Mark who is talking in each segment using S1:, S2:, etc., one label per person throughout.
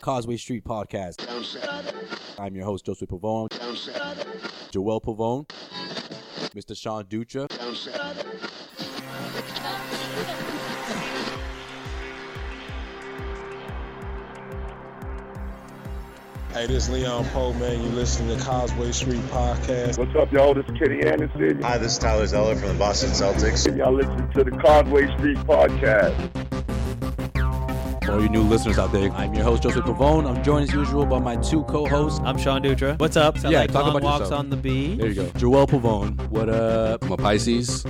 S1: Causeway Street Podcast. I'm your host, Joseph Pavone, Joel Pavone, Mr. Sean Dutra.
S2: Hey, this Leon Poe, man. You listening to Causeway Street Podcast.
S3: What's up, y'all? This is Kenny Anderson.
S4: Hi, this is Tyler Zeller from the Boston Celtics.
S3: And y'all listen to the Conway Street Podcast.
S1: For all you new listeners out there, I'm your host, Joseph Pavone. I'm joined as usual by my two co hosts.
S5: I'm Sean Dutra. What's up? Sound
S1: Yeah,
S5: like
S1: talk
S5: long
S1: about
S5: walks
S1: yourself.
S5: on the bee.
S1: There you go. Joel Pavone. What up?
S6: I'm a Pisces.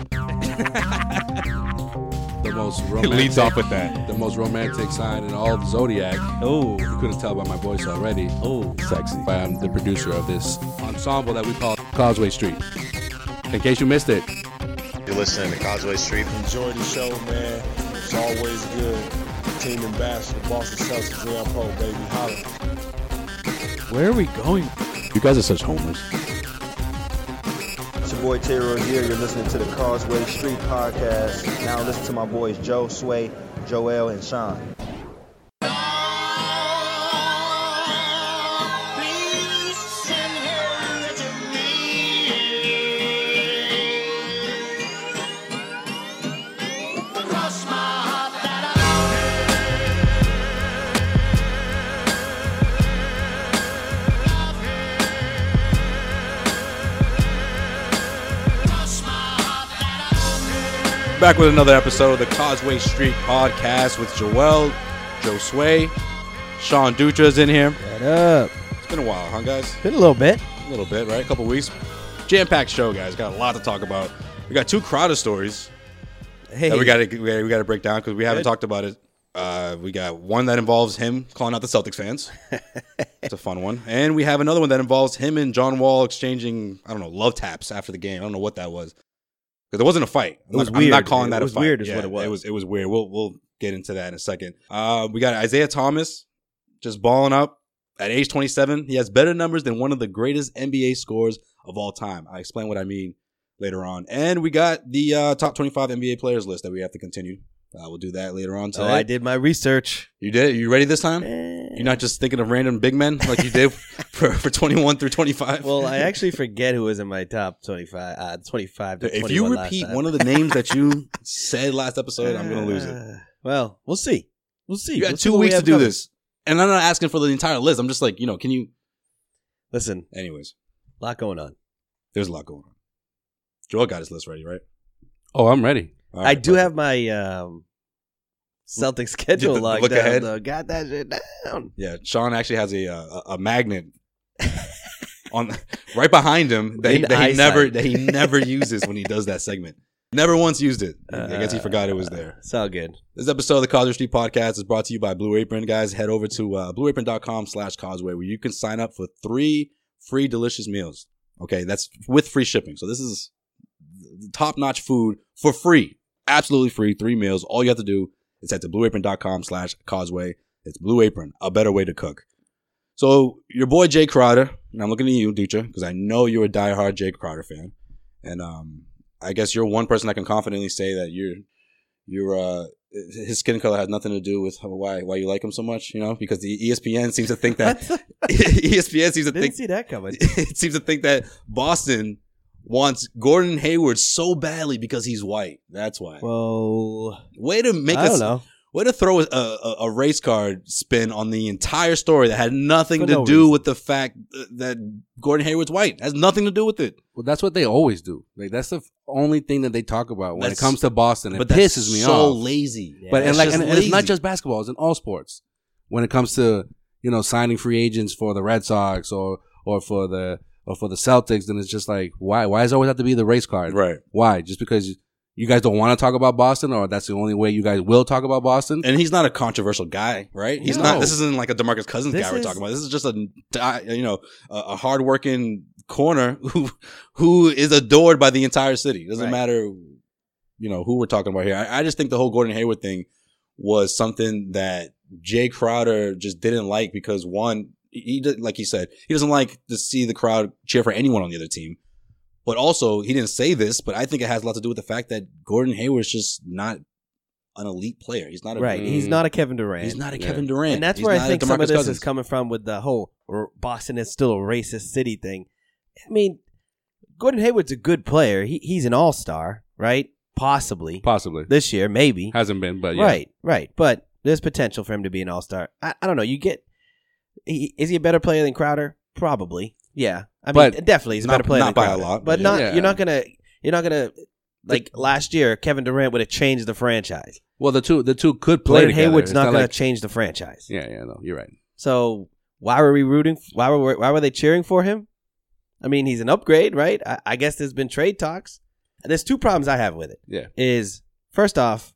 S6: the most romantic,
S7: leads off with that.
S6: the most romantic sign in all of the zodiac.
S5: Oh,
S6: You couldn't tell by my voice already.
S5: oh,
S6: Sexy. But I'm the producer of this ensemble that we call Causeway Street. In case you missed it,
S4: You're listening to Causeway Street.
S2: Enjoy the show, man. It's always good. Team ambassador, Boston Celtics, Leon Poe, baby. Holla.
S5: where are we going?
S6: you guys are such homers.
S8: It's your boy Taylor here. You're listening to the Causeway Street Podcast. Now listen to my boys Joe, Sway, Joel, and Sean.
S6: Back with another episode of the Causeway Street Podcast with Joel, Joe Sway, Sean Dutra's in here.
S5: What up?
S6: It's been a while, huh, guys?
S5: Been a little bit.
S6: a little bit, right? A couple weeks. Jam packed show, guys. Got a lot to talk about. We got two Crowder stories
S5: Hey,
S6: that we got to we got to break down because we haven't talked about it. Uh, we got one that involves him calling out the Celtics fans. It's a fun one, and we have another one that involves him and John Wall exchanging I don't know love taps after the game. I don't know what that was because it wasn't a fight. I'm
S5: It was
S6: not, I'm not
S5: weird.
S6: calling
S5: It
S6: that
S5: was
S6: a fight.
S5: weird is
S6: Yeah,
S5: what it was.
S6: It was it was weird. We'll we'll get into that in a second. Uh, we got Isaiah Thomas just balling up at age 27. He has better numbers than one of the greatest NBA scorers of all time. I explain what I mean later on. And we got the uh, top 25 NBA players list that we have to continue. Uh, we'll do that later on today.
S5: Oh, I did my research. Eh.
S6: You did? You ready this time? You're not just thinking of random big men like you did for, for 21 through 25?
S5: Well, I actually forget who was in my top 25, uh, 25 to
S6: if you repeat one of the names that you said last episode, I'm going to lose it.
S5: Well, we'll see. We'll see.
S6: You
S5: We'll
S6: got
S5: Ah. see
S6: two
S5: what we
S6: weeks to
S5: have
S6: do
S5: coming.
S6: this. And I'm not asking for the entire list. I'm just like, you know, can you?
S5: Listen,
S6: Anyways,
S5: a lot going on.
S6: there's a lot going on. Joel got his list ready, right? Oh, I'm ready.
S5: I do have my um, Celtic schedule
S6: the- the
S5: locked
S6: look
S5: down,
S6: ahead?
S5: though. Got that shit down.
S6: Yeah, Sean actually has a uh, a a magnet on right behind him that, he,
S5: In
S6: that he
S5: eyesight.
S6: never that he never uses when he does that segment. Never once used it.
S5: Uh,
S6: I guess he forgot it was there.
S5: It's all good.
S6: This episode of the Causeway Street Podcast is brought to you by Blue Apron. Guys, head over to uh, blueapron.com slash causeway where you can sign up for three free delicious meals. Okay, that's with free shipping. So this is top notch food for free. Absolutely free. Three meals. All you have to do is head to blueapron.com slash causeway. It's Blue Apron, a better way to cook. So your boy Jay Crowder, and I'm looking at you, Ducha, because I know you're a diehard Jay Crowder fan. And um, I guess you're one person that can confidently say that you're you're uh his skin color has nothing to do with how- why why you like him so much, you know? Because E the ESPN seems to think that E ESPN seems to
S5: Didn't
S6: think
S5: see that coming.
S6: it seems to think that Boston wants Gordon Hayward so badly because he's white. That's why.
S5: Well,
S6: way to make
S5: I don't
S6: us
S5: know.
S6: way to throw a, a, a race card spin on the entire story that had nothing
S5: For
S6: to
S5: no
S6: do
S5: reason.
S6: with the fact th- that Gordon Hayward's white. Has nothing to do with it.
S7: Well, that's what they always do. Like that's the f- only thing that they talk about when
S6: That's-
S7: it comes to Boston. It
S6: But that's
S7: pisses me
S6: so
S7: off.
S6: lazy.
S7: but and
S6: That's
S7: like
S6: just
S7: and, and it's not
S6: lazy.
S7: just basketball; it's in all sports. When it comes to you know signing free agents for the Red Sox or or for the or for the Celtics, then it's just like why why does it always have to be the race card?
S6: right.
S7: Why just because you guys don't want to talk about Boston or that's the only way you guys will talk about Boston?
S6: And he's not a controversial guy, right? He's
S7: No.
S6: not. This isn't like a Demarcus Cousins
S5: This
S6: guy we're
S5: is-
S6: talking about. This is just a di- you know a, a hardworking corner who who is adored by the entire city. It doesn't
S5: Right.
S6: matter, you know, who we're talking about here. I, I just think the whole Gordon Hayward thing was something that Jay Crowder just didn't like because one, he- he did, like he said, he doesn't like to see the crowd cheer for anyone on the other team. But also, he didn't say this, but I think it has a lot to do with the fact that Gordon Hayward's just not an elite player. He's not a
S5: right.
S6: great-
S5: He's not a Kevin Durant.
S6: mm. He's not a
S7: Yeah.
S6: Kevin Durant.
S5: And that's
S6: He's
S5: where
S6: not
S5: I
S6: a
S5: think some
S6: DeMarcus
S5: of this
S6: Cousins.
S5: is coming from with the whole r- Boston is still a racist city thing. I mean, Gordon Hayward's a good player. He he's an all star, right? Possibly
S7: Possibly
S5: this year, maybe.
S7: hasn't been, but yeah.
S5: Right, right. But there's potential for him to be an all star. I, I don't know. You get he, is he a better player than Crowder? Probably. Yeah. I mean,
S7: But
S5: definitely he's a
S6: not-
S5: better player
S6: not
S5: than
S6: by a
S5: Crowder.
S6: lot,
S5: But
S6: yeah.
S5: not
S7: Yeah.
S5: you're not gonna you're not gonna like last year Kevin Durant would have changed the franchise.
S7: Well, the two the two could play
S5: Gordon
S7: together.
S5: Hayward's
S7: It's
S5: not, gonna
S7: like-
S5: change the franchise.
S7: yeah, yeah, no, you're right.
S5: So why were we rooting? Why were why were they cheering for him? I mean, he's an upgrade, right? I, I guess there's been trade talks. There's two problems I have with it.
S7: Yeah.
S5: is first off,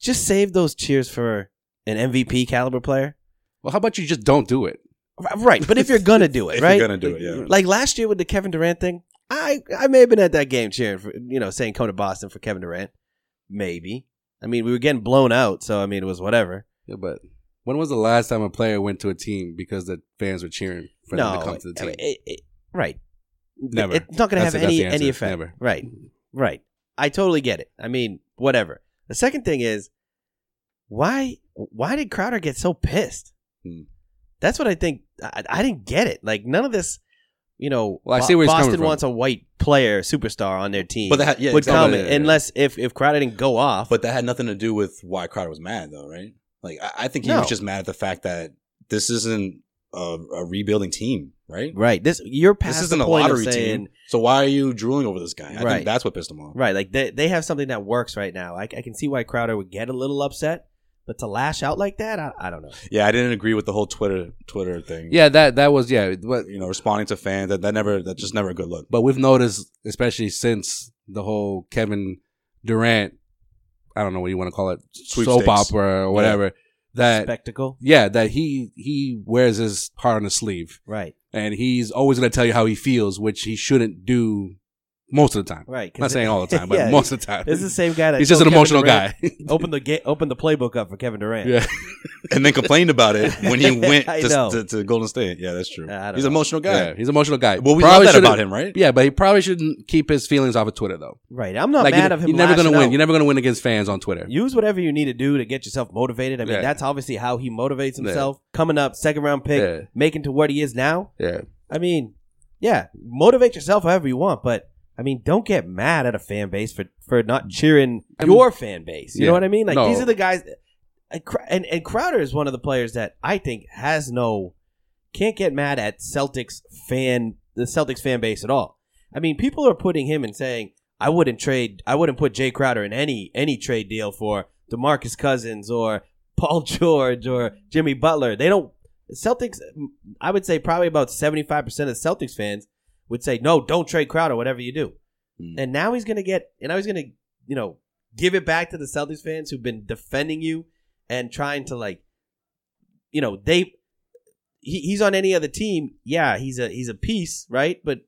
S5: just save those cheers for an MVP caliber player,
S7: Well, how about you just don't do it?
S5: R- right? But if you're gonna do it,
S6: If
S5: right?
S6: you're gonna do it, yeah.
S5: like last year with the Kevin Durant thing, I I may have been at that game cheering for you know saying come to Boston for Kevin Durant, maybe. I mean, we were getting blown out, so I mean it was whatever.
S7: Yeah, but when was the last time a player went to a team because the fans were cheering for them to come to the
S5: I
S7: team?
S5: mean, it- it- right.
S7: Never.
S5: It's not going to
S7: That's
S5: have
S7: the- that's
S5: any
S7: the answer.
S5: any effect.
S7: Never.
S5: Right. Right. I totally get it. I mean, whatever. The second thing is why why did Crowder get so pissed?
S7: Hmm.
S5: That's what I think. I, I didn't get it. Like none of this. You know,
S7: Well, I
S5: Bo-
S7: see where he's coming
S5: Boston
S7: from.
S5: wants a white player superstar on their team.
S6: But that- yeah,
S5: would
S6: exactly.
S5: come
S7: Yeah, yeah, yeah.
S5: unless if if Crowder didn't go off.
S6: But that had nothing to do with why Crowder was mad, though, right? Like, I, I think he
S5: No.
S6: was just mad at the fact that this isn't a, a rebuilding team, right?
S5: right, this you're past
S6: This isn't
S5: the
S6: a
S5: point of
S6: lottery
S5: saying,
S6: team. So why are you drooling over this guy? I
S5: Right.
S6: think that's what pissed him off.
S5: Right, like they they have something that works right now. I, I can see why Crowder would get a little upset, but to lash out like that, I, I don't know.
S6: Yeah, I didn't agree with the whole Twitter Twitter thing.
S7: yeah, that that was yeah. But,
S6: you know, responding to fans that that never that just never a good look.
S7: but we've noticed, especially since the whole Kevin Durant, I don't know what you want to call it, soap
S6: Sweepstakes.
S7: opera or whatever. That
S5: Spectacle,
S7: yeah, that he he wears his heart on his sleeve,
S5: right,
S7: and he's always going to tell you how he feels, which he shouldn't do most of the time.
S5: right. 'cause
S7: I'm not
S5: it-
S7: saying all the time, but
S5: Yeah,
S7: most of the time.
S5: This is the same guy that
S7: he's just an
S5: told Kevin
S7: emotional
S5: Durant,
S7: guy.
S5: open the ga- open the playbook up for Kevin Durant.
S7: yeah.
S6: And then complained about it when he went
S5: I
S6: to,
S5: know.
S6: to, to Golden State. Yeah, that's true.
S5: Uh, I don't
S6: He's an
S5: know.
S6: emotional guy.
S7: yeah, he's an emotional guy.
S6: Well, we love
S7: Probably
S6: that
S7: should've-
S6: about him, right?
S7: Yeah, but he probably shouldn't keep his feelings off of Twitter though.
S5: Right. I'm not
S7: Like,
S5: mad
S7: you're,
S5: of him.
S7: you're never
S5: lashing
S7: gonna win.
S5: out.
S7: You're never gonna win against fans on Twitter.
S5: Use whatever you need to do to get yourself motivated. I mean,
S7: Yeah.
S5: that's obviously how he motivates
S7: Yeah.
S5: himself. Coming up, second round pick,
S7: Yeah.
S5: making to what he is now.
S7: yeah,
S5: I mean, yeah, motivate yourself however you want, but I mean, don't get mad at a fan base for for not cheering
S7: I mean-
S5: your fan base. You
S7: Yeah.
S5: know what I mean? Like
S7: No.
S5: these are the guys, and Cr- and and Crowder is one of the players that I think has no can't get mad at Celtics fan the Celtics fan base at all. I mean, people are putting him and saying I wouldn't trade, I wouldn't put Jay Crowder in any any trade deal for DeMarcus Cousins or Paul George or Jimmy Butler. They don't Celtics. I would say probably about seventy five percent of Celtics fans would say no, don't trade Crowder, whatever you do.
S6: Mm.
S5: And now he's gonna get, and now he's gonna, you know, give it back to the Celtics fans who've been defending you and trying to like, you know, they. He, he's on any other team, yeah. He's a he's a piece, right? But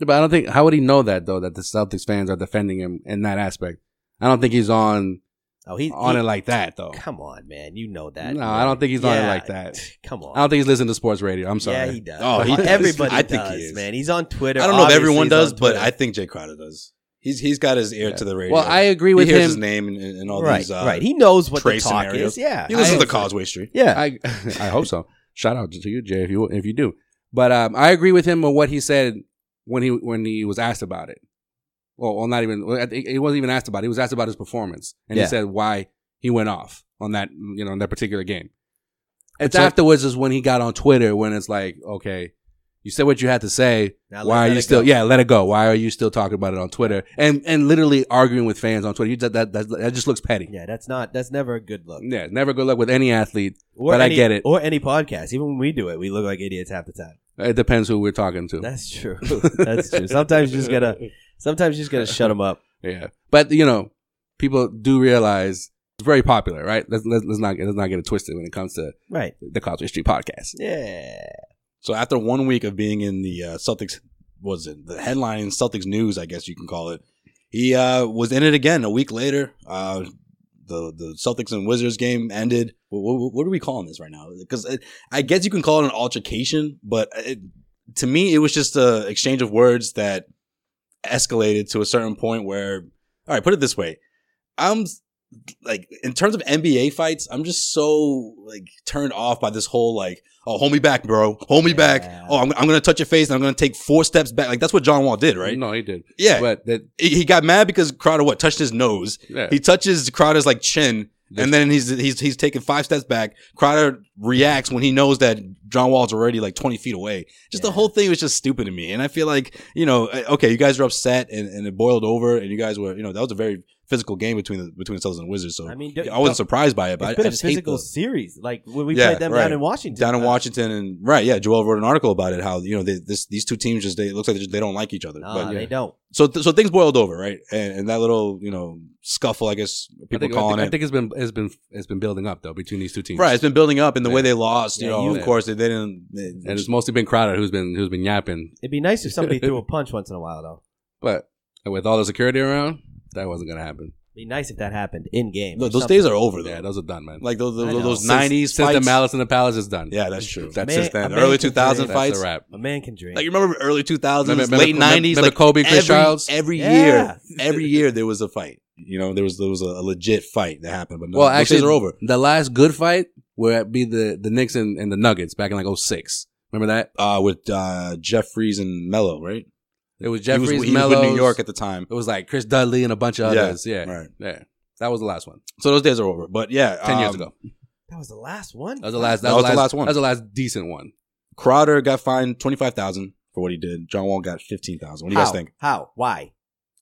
S7: but I don't think how would he know that though that the Celtics fans are defending him in that aspect. I don't think he's on
S5: oh, he's
S7: on it like that though.
S5: Come on, man. You know that.
S7: No, I don't think he's on it
S5: Yeah.
S7: like that.
S5: Come on.
S7: I don't think he's listening to sports radio. I'm sorry.
S5: Yeah, he does.
S6: Oh, he does.
S5: Everybody
S6: I think
S5: does,
S6: he is.
S5: man. He's on Twitter.
S6: I don't know if
S5: Obviously,
S6: everyone
S5: he's on
S6: does, but
S5: Twitter.
S6: I think Jay Crowder does. He's he's got his ear to the radio.
S7: Well, I agree with
S6: he hears
S7: him.
S6: his name and, and all
S5: right,
S6: these. Uh,
S5: right. He knows what the
S6: trade
S5: talk
S6: scenarios.
S5: is. Yeah,
S6: He listens
S5: I-
S6: to Causeway Street.
S5: Yeah,
S7: I I hope so. Shout out to you, Jay, if you if you do. But um, I agree with him on what he said when he when he was asked about it. Well, well not even well, I think he wasn't even asked about. it. He was asked about his performance, and
S5: Yeah.
S7: he said why he went off on that you know in that particular game. It's
S5: Which I-
S7: afterwards is when he got on Twitter when it's like, okay, you said what you had to say.
S5: Now let-
S7: why
S5: let
S7: are you
S5: it
S7: still?
S5: go.
S7: Yeah, let it go. Why are you still talking about it on Twitter and and literally arguing with fans on Twitter? You that that, that, that just looks petty.
S5: yeah. That's not. That's never a good look.
S7: Yeah, never good luck with any athlete.
S5: Or
S7: But I
S5: any-
S7: get it.
S5: Or any podcast. Even when we do it, we look like idiots half the time.
S7: It depends who we're talking to.
S5: That's true. that's true. Sometimes you just gotta. Sometimes you just gotta shut them up.
S7: Yeah, but you know, people do realize it's very popular, right? Let's let's, let's not let's not get it twisted when it comes to
S5: Right.
S7: the Causeway Street podcast.
S5: Yeah.
S6: So after one week of being in the uh, Celtics, what was it the headline Celtics news? I guess you can call it. He uh, was in it again a week later. Uh, the the Celtics and Wizards game ended. What, what, what are we calling this right now? Because I guess you can call it an altercation, but it, to me, it was just a exchange of words that escalated to a certain point where. All right, put it this way: I'm like in terms of NBA fights, I'm just so like turned off by this whole like, oh, hold me back, bro, hold me back. Oh, I'm, I'm gonna touch your face and I'm gonna take four steps back. Like that's what John Wall did, right?
S7: No, he did.
S6: Yeah,
S7: But that
S6: he, he got mad because Crowder what touched his nose.
S7: yeah.
S6: He touches Crowder's like chin, and then he's he's he's taking five steps back. Crowder reacts when he knows that John Wall's already like twenty feet away. Just the whole thing was just stupid to me, and I feel like you know, I- okay, you guys were upset and, and it boiled over, and you guys were you know that was a very physical game between the between the Celtics and the Wizards. So
S5: I mean,
S6: I wasn't surprised by it,
S5: It's
S6: but I,
S5: been
S6: I
S5: a
S6: just hate
S5: physical
S6: the,
S5: series. Like when we
S6: Yeah,
S5: played them
S6: right.
S5: down in Washington.
S6: down in
S5: Uh,
S6: Washington and right, yeah. Joel wrote an article about it how you know they, this these two teams just they it looks like they, just, they don't like each other.
S5: Nah,
S6: but,
S5: they don't.
S6: so th- so things boiled over, right? And, and that little you know scuffle, I guess
S7: I
S6: people
S7: think,
S6: calling
S7: I think,
S6: it.
S7: I think it's been it's been it's been building up though between these two teams.
S6: Right, it's been building up, and the way they lost, you
S7: Yeah,
S6: know,
S7: you-
S6: of course they didn't. They,
S7: And it's mostly been Crowder who's been who's been yapping.
S5: It'd be nice if somebody threw a punch once in a while, though.
S7: But with all the security around, that wasn't gonna happen.
S5: It'd be nice if that happened in game.
S6: Look, those days are over though.
S7: Yeah, those are done, man.
S6: like those
S5: I
S6: those,
S5: know.
S6: those
S5: Since-
S6: nineties
S7: Since the
S6: fights.
S7: Malice in the Palace is done.
S6: yeah, that's true.
S7: That's
S5: Man-
S7: since then.
S6: The
S5: American
S6: early two thousand
S5: dream.
S6: fights.
S7: That's a wrap.
S5: a man can dream.
S6: Like you remember early two thousands,
S7: Remember-
S6: late
S7: remember-
S6: nineties.
S7: remember
S6: Like
S7: Kobe, Chris
S6: every,
S7: Childs?
S6: Every
S5: Yeah.
S6: year, every year there was a fight. You know, there was there was a, a legit fight that happened. But no,
S7: well,
S6: those
S7: actually,
S6: days are over.
S7: The last good fight would be the the Knicks and, and the Nuggets back in like 06. Remember that?
S6: Uh, with uh, Jeffries and Mello, right?
S7: It
S6: He
S7: was
S6: was-
S7: Jeffries,
S6: he was,
S7: Melos.
S6: with New York at the time.
S7: it was like Chris Dudley and a bunch of
S6: Yeah,
S7: others. Yeah,
S6: right.
S7: yeah. That was the last one.
S6: So those days are over. But yeah,
S7: Ten years
S6: um,
S7: ago.
S5: that was the last one.
S7: That was the last. That,
S6: that
S7: was,
S6: was the last one.
S7: That was the last decent one.
S6: Crowder got fined twenty five thousand for what he did. John Wall got fifteen thousand. What do you guys
S5: How?
S6: think?
S5: How? Why?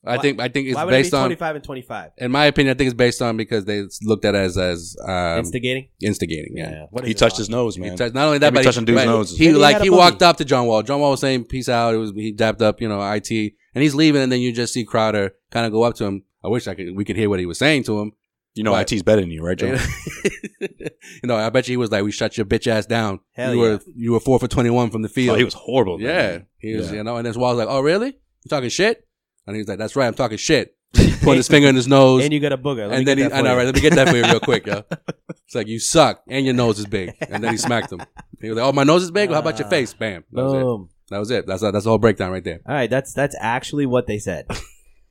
S7: I
S5: Why-
S7: think. I think it's
S5: Why would it
S7: based
S5: be
S7: on.
S5: 25 and 25?
S7: In my opinion, I think it's based on because they looked at it as as um,
S5: Instigating?
S7: instigating. Yeah.
S5: What
S6: He
S5: is it
S6: touched
S5: about?
S6: his nose,
S7: He
S6: man.
S7: touched- not only that,
S6: Every
S7: but
S6: touching
S7: he,
S6: dude's
S7: but
S6: noses.
S7: he
S5: And he
S7: like
S5: had a
S7: he
S5: boogie.
S7: walked up to John Wall. John Wall was saying peace out. It was he dapped up, you know, it, and he's leaving, and then you just see Crowder kind of go up to him. I wish I could we could hear what he was saying to him.
S6: You know,
S7: Right.
S6: IT's better than you, right, John?
S7: you know, I bet you he was like, "We shut your bitch ass down.
S5: Hell
S7: you
S5: yeah.
S7: were you were four for twenty one from the
S6: Oh,
S7: field.
S6: he was horrible. man.
S7: yeah, he was,
S6: Yeah.
S7: you know." And then Wall was like, "Oh, really? You talking shit?" And he was like, "That's right, I'm talking shit." Put his finger in his nose,
S5: And
S7: and,
S5: you got a booger. Let me
S7: then
S5: get
S7: he,
S5: that
S7: I
S5: for
S7: know,
S5: you.
S7: right? Let me get that for you real quick, yo. It's like you suck, and your nose is big. And then he smacked him. He was like, "Oh, my nose is big. Well, how about your
S5: Ah.
S7: face?" Bam. That was it.
S5: Boom.
S7: That was it. That's that's the whole breakdown right there.
S5: All right, that's that's actually what they said.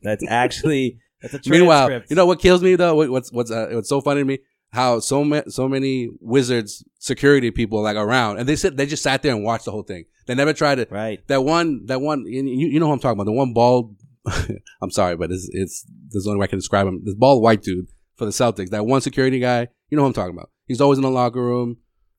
S5: That's actually that's a transcript.
S7: Meanwhile, you know what kills me though? What, what's what's uh, what's so funny to me? How so ma- so many wizards security people like around, and they sit they just sat there and watched the whole thing. They never tried to.
S5: right?
S7: That one, that one, you, you you know who I'm talking about? The one bald. I'm sorry, but it's it's there's the only way I can describe him. This bald white dude for the Celtics. That one security guy. You know who I'm talking about? He's always in the locker room.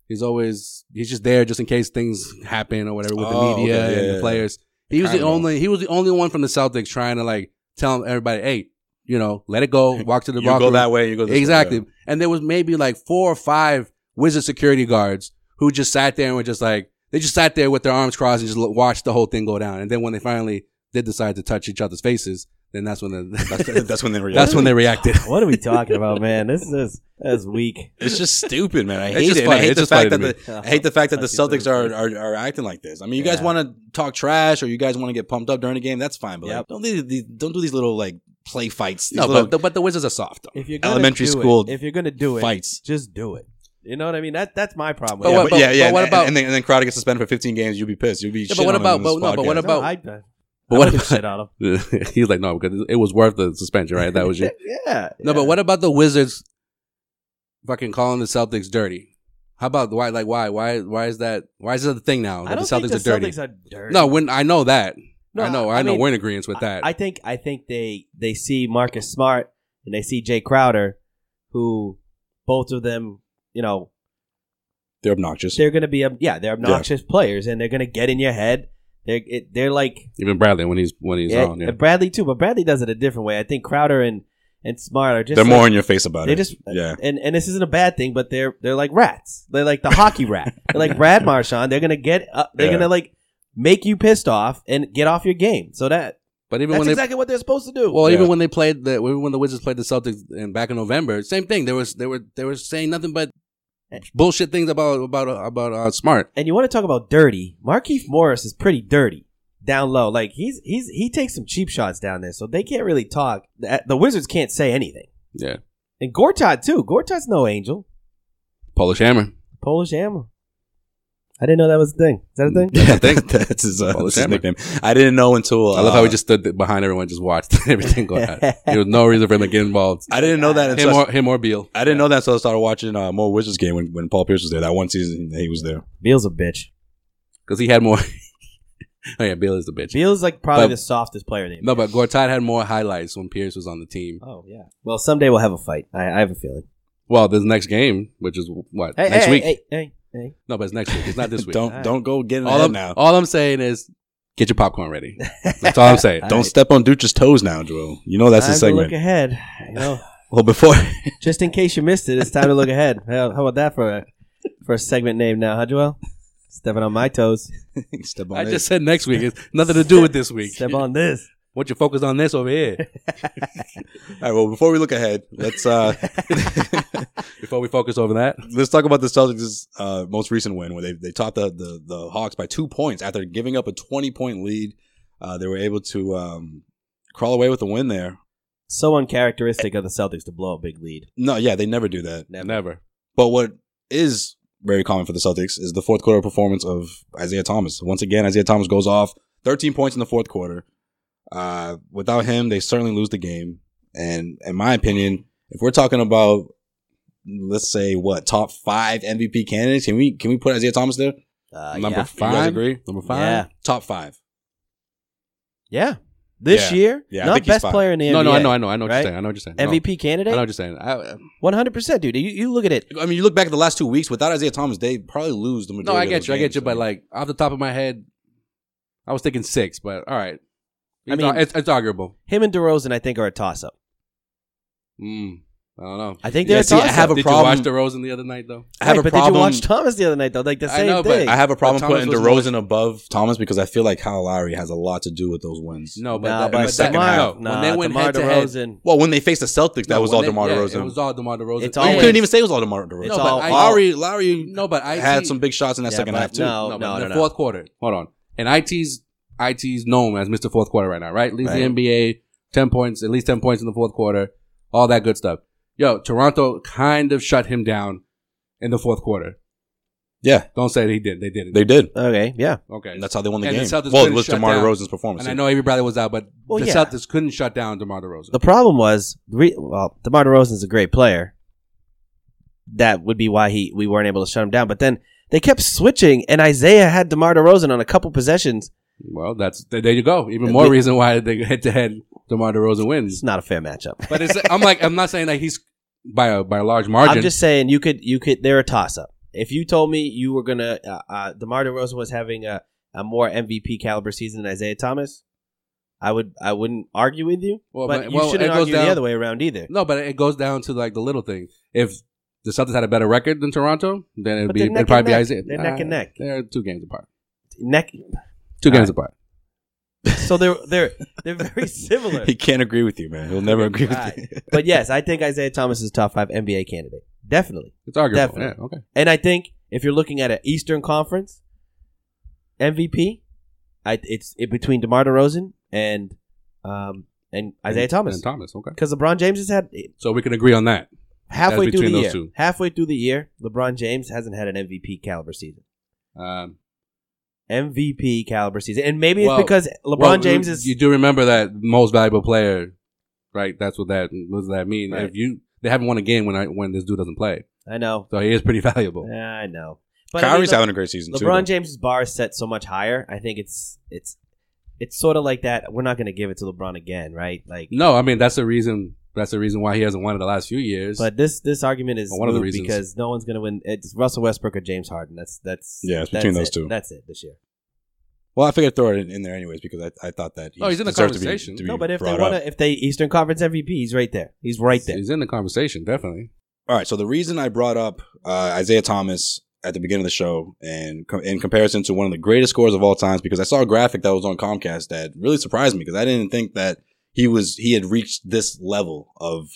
S7: He's always he's just there just in case things happen or whatever with
S6: Oh,
S7: the media
S6: okay, yeah,
S7: and
S6: yeah,
S7: the
S6: yeah.
S7: players. He was the
S6: Kinda.
S7: only he was the only one from the Celtics trying to like tell everybody, hey, you know, let it go, walk to the
S6: You
S7: locker
S6: go
S7: room.
S6: that way, you go this way,
S7: exactly.
S6: yeah.
S7: And there was maybe like four or five wizard security guards who just sat there and were just like they just sat there with their arms crossed and just lo- watched the whole thing go down. And then when they finally did decide to touch each other's faces, then that's when the,
S6: That's, that's when they react.
S7: that's when they reacted.
S5: What are we talking about, man? This is that's weak.
S6: It's just stupid, man. I
S7: It's
S6: hate
S7: just
S6: it. and I
S7: funny.
S6: hate
S7: It's
S6: the
S7: just
S6: fact that
S7: funny to
S6: the, I hate the fact that the
S5: Fuck you,
S6: Celtics are, are are acting like this. I mean, you guys
S5: Yeah.
S6: want to talk trash or you guys want to get pumped up during the game? That's fine, but like,
S5: Yep.
S6: don't do these, don't do these little like play fights. These
S7: no,
S6: little
S7: but the, but the wizards are soft. Though.
S5: If you're gonna
S6: Elementary
S5: do
S6: school
S5: it, if you're gonna do it,
S6: fights.
S5: just do it. You know what I mean? That that's my problem.
S7: But
S5: with
S6: yeah,
S7: what-
S5: it.
S6: but, yeah,
S7: but
S6: yeah.
S7: what
S6: and-
S7: about-
S6: and, then and then Crowder gets suspended for 15 games. You'll be pissed. You'll be.
S7: but
S6: shitting
S7: what
S6: on him
S7: about-
S6: in this
S7: but no, but what
S6: podcast.
S7: about-
S5: No, I, I,
S7: But
S5: I
S7: what
S5: give a
S7: about
S5: shit out of
S7: he's like, no, because it was worth the suspension, right? That was you.
S5: yeah.
S7: No, but what about the Wizards fucking calling the Celtics dirty? How about why? Like why? Why? Why is that? Why is that the thing now?
S5: I
S7: That
S5: don't
S7: the Celtics
S5: think the
S7: are dirty.
S5: Celtics are dirty.
S7: no, when I know that,
S5: No,
S7: I know,
S5: I-
S7: I,
S5: I
S7: know,
S5: mean,
S7: we're in agreement with that.
S5: I, I think I think they they see Marcus Smart and they see Jay Crowder, who both of them, you know,
S6: They're obnoxious.
S5: they're gonna be ob- yeah, they're obnoxious players and they're gonna get in your head. They're it, they're like
S7: Even Bradley when he's when he's
S5: yeah,
S7: on, yeah.
S5: and Bradley too, but Bradley does it a different way. I think Crowder and and Smart are just
S6: They're
S5: like-
S6: more in your face about
S5: they
S6: it.
S5: just
S6: yeah.
S5: and and this isn't a bad thing, but they're they're like rats. They're like the hockey rat. They're like Brad Marchand. They're gonna get up, they're
S6: Yeah.
S5: gonna like make you pissed off and get off your game. So that
S7: But even
S5: that's
S7: when they
S5: exactly what they're supposed to do.
S7: well,
S6: Yeah.
S7: even when they played the even when the Wizards played the Celtics in back in November, same thing. They was they were they were saying nothing but bullshit things about about about uh, Smart.
S5: and you want to talk about dirty? Markeith Morris is pretty dirty down low. Like he's he's he takes some cheap shots down there, so they can't really talk. The, the Wizards can't say anything.
S7: Yeah,
S5: And Gortat too. Gortat's no angel.
S7: Polish Hammer.
S5: Polish hammer. I didn't know that was a thing. Is that a thing?
S6: Yeah, that's his, uh, that's his
S7: Hammer.
S6: nickname. I didn't know until uh,
S7: I love how he just stood th- behind everyone, and just watched everything go out. There was no reason for him to get involved.
S6: I didn't know that until
S7: Him
S6: I-
S7: or, him or Beal.
S6: I didn't know that until I started watching uh, more Wizards game when, when Paul Pierce was there. That one season that he was there.
S5: Beal's a bitch.
S7: Because he had more. oh, yeah, Beal is the bitch.
S5: Beal's like probably
S7: But-
S5: the softest player in the NBA.
S7: No, but Gortat had more highlights when Pierce was on the team.
S5: Oh yeah. Well, someday we'll have a fight. I, I have a feeling.
S7: Well, this next game, which is what?
S5: Hey,
S7: next
S5: hey,
S7: week?
S5: Hey, hey, hey.
S7: No, but it's next week. It's not this week.
S6: don't don't go get in
S7: all,
S6: all
S7: I'm,
S6: now.
S7: all I'm saying is get your popcorn ready. That's all I'm saying.
S6: don't step on Dutra's toes now, Joel. You know that's
S5: time
S6: his
S5: to
S6: segment.
S5: look ahead. You know,
S6: well, before
S5: just in case you missed it, it's time to look ahead. How, how about that for a for a segment name now, huh, Joel? Stepping on my toes.
S6: step on
S7: I
S6: it.
S7: just said next week. It's nothing to do with this week.
S5: Step on this.
S7: What you focus on this over here
S6: all right. Well, before we look ahead, let's uh,
S7: before we focus over that.
S6: let's talk about the Celtics' uh, most recent win, where they they topped the, the the Hawks by two points after giving up a twenty point lead. Uh, they were able to um, crawl away with the win there.
S5: So uncharacteristic of the Celtics to blow a big lead.
S6: No, yeah, they never do that.
S7: Never.
S6: But what is very common for the Celtics is the fourth quarter performance of Isaiah Thomas. Once again, Isaiah Thomas goes off 13 points in the fourth quarter. Uh, without him, they certainly lose the game. And in my opinion, if we're talking about let's say what top five MVP candidates, can we can we put Isaiah Thomas there?
S5: Uh,
S7: Number
S5: yeah.
S7: five.
S6: You guys agree?
S7: Number five.
S5: Yeah.
S6: Top five.
S5: Yeah. This
S6: Yeah.
S5: year,
S6: Yeah, I
S5: not
S6: think he's
S5: best
S6: fine.
S5: player in the
S7: No,
S5: NBA.
S7: no, I know, I know, I know what
S5: right?
S7: you're saying. I know what you're saying. No.
S5: MVP
S7: I know
S5: candidate,
S7: what you're saying. I,
S5: one hundred percent, dude. You, you look at it.
S6: I mean, you look back at the last two weeks without Isaiah Thomas, they probably lose the majority.
S7: no, I
S6: of
S7: get
S6: those
S7: you. I get
S6: games.
S7: you. But like off the top of my head, I was thinking six. But all right.
S5: I
S7: It's
S5: mean-
S7: ar- it's, it's arguable.
S5: Him and DeRozan, I think, are a toss-up.
S7: Mm, I don't know.
S5: I think they're
S6: Yeah,
S5: a
S6: see, I
S5: toss-up.
S6: have a
S7: Did
S6: problem-
S7: you watch DeRozan the other night though?
S6: I have
S5: Right,
S6: a
S5: but
S6: problem.
S5: did you watch Thomas the other night though? Like the
S7: I
S5: same
S7: know, but
S5: thing.
S6: I have a problem
S7: But Thomas
S6: putting
S7: was
S6: DeRozan above Thomas because I feel like Kyle Lowry has a lot to do with those wins.
S7: No, but,
S5: Nah,
S7: that,
S5: but
S7: but
S6: second
S7: that,
S6: half.
S7: no, when
S5: Nah,
S7: they went
S5: DeMar
S7: head to head,
S5: DeRozan.
S6: Well, when they faced the Celtics, that
S7: No,
S6: was
S7: when
S6: all
S7: they-
S6: DeMar
S7: yeah,
S6: DeRozan.
S7: It was all DeMar DeRozan.
S5: It's
S7: Oh,
S5: all-
S7: yeah.
S6: you couldn't even say it was all DeMar DeRozan.
S5: It's
S7: No, but
S5: all,
S7: I-
S5: all-
S6: Lowry, Lowry
S7: No, but IT
S6: had some big shots in that
S5: Yeah,
S6: second
S5: but
S6: half too.
S5: no.
S7: No, but in the
S5: no.
S7: fourth quarter. Hold on. And IT's IT's known as Mr. Fourth Quarter right now, right? Leads
S5: Right.
S7: the NBA ten points, at least ten points in the fourth quarter, all that good stuff. Yo, Toronto kind of shut him down in the fourth quarter.
S6: Yeah,
S7: Don't say they did. They didn't.
S6: they did.
S5: okay, yeah.
S7: okay.
S6: And that's how they won the
S7: And the
S6: game.
S7: Celtics
S6: well, it
S7: couldn't
S6: was
S7: shut
S6: DeMar
S7: down.
S6: DeRozan's performance.
S7: and I know everybody was out, but
S5: Well,
S7: the
S5: yeah.
S7: Celtics couldn't shut down DeMar DeRozan.
S5: The problem was, re- well, DeMar DeRozan's a great player. That would be why he we weren't able to shut him down. But then they kept switching, and Isaiah had DeMar DeRozan on a couple possessions.
S7: well, that's there there you go. Even more
S5: But-
S7: reason why they head to head DeMar DeRozan
S5: It's
S7: wins.
S5: not a fair matchup.
S7: But it's, I'm like, I'm not saying that he's by a by a large margin.
S5: I'm just saying you could you could they're a toss up. If you told me you were gonna uh, uh, DeMar DeRozan was having a, a more MVP caliber season than Isaiah Thomas, I would I wouldn't argue with you.
S7: Well,
S5: but
S7: but-
S5: you
S7: well, it
S5: shouldn't
S7: goes
S5: argue
S7: down-
S5: the other way around either.
S7: No, but it goes down to like the little thing. If the Celtics had a better record than Toronto, then it'd
S5: But
S7: be
S5: they're
S7: it'd
S5: neck and
S7: probably be
S5: neck.
S7: Isaiah.
S5: They're neck and
S7: Uh,
S5: neck.
S7: They're two games apart.
S5: Neck.
S7: Two
S5: All
S7: games
S5: right.
S7: apart.
S5: So they're they're they're very similar.
S6: he can't agree with you, man. He'll never agree with
S5: God.
S6: you.
S5: but yes, I think Isaiah Thomas is a top five NBA candidate. Definitely.
S7: It's arguable.
S5: Definitely.
S7: Yeah, okay.
S5: And I think if you're looking at an Eastern Conference MVP, I, it's it, between DeMar DeRozan and um, and Isaiah
S7: And-
S5: Thomas.
S7: and Thomas. Okay.
S5: Because LeBron James has had
S7: So we can agree on that.
S5: halfway
S7: That's
S5: through the
S7: between those
S5: year.
S7: two.
S5: Halfway through the year, LeBron James hasn't had an MVP caliber season.
S7: Um,
S5: MVP caliber season, and maybe it's
S7: Well,
S5: because LeBron
S7: well,
S5: James
S7: you-
S5: is
S7: You do remember that most valuable player, right? That's what that what does that mean?
S5: Right.
S7: If you they haven't won a game when I when this dude doesn't play,
S5: I know,
S7: so he is pretty valuable.
S5: I know. But I mean,
S6: Kyrie's
S5: Le-
S6: having a great season
S5: LeBron
S6: too.
S5: James's bar is set so much higher. I think it's it's it's sort of like that. We're not going to give it to LeBron again, right? Like,
S7: No, I mean that's the reason. That's the reason why he hasn't won in the last few years.
S5: but this this argument is
S7: One of the
S5: moot
S7: reasons.
S5: because no one's going to win. It's Russell Westbrook or James Harden. That's that's
S6: Yeah, it's between
S5: that's
S6: those
S5: it.
S6: two.
S5: That's it this year.
S6: Well, I figured I'd throw it in, in there anyways because I, I thought that. He
S7: No, he's in the
S6: deserved to be-
S7: conversation.
S6: To be,
S5: No, but if they
S6: brought
S5: want
S6: up.
S5: to, if they Eastern Conference MVP, he's right there. He's right there.
S7: he's in the conversation definitely.
S6: All right. So the reason I brought up uh, Isaiah Thomas at the beginning of the show and com- in comparison to one of the greatest scorers of all times, because I saw a graphic that was on Comcast that really surprised me because I didn't think that he was he had reached this level of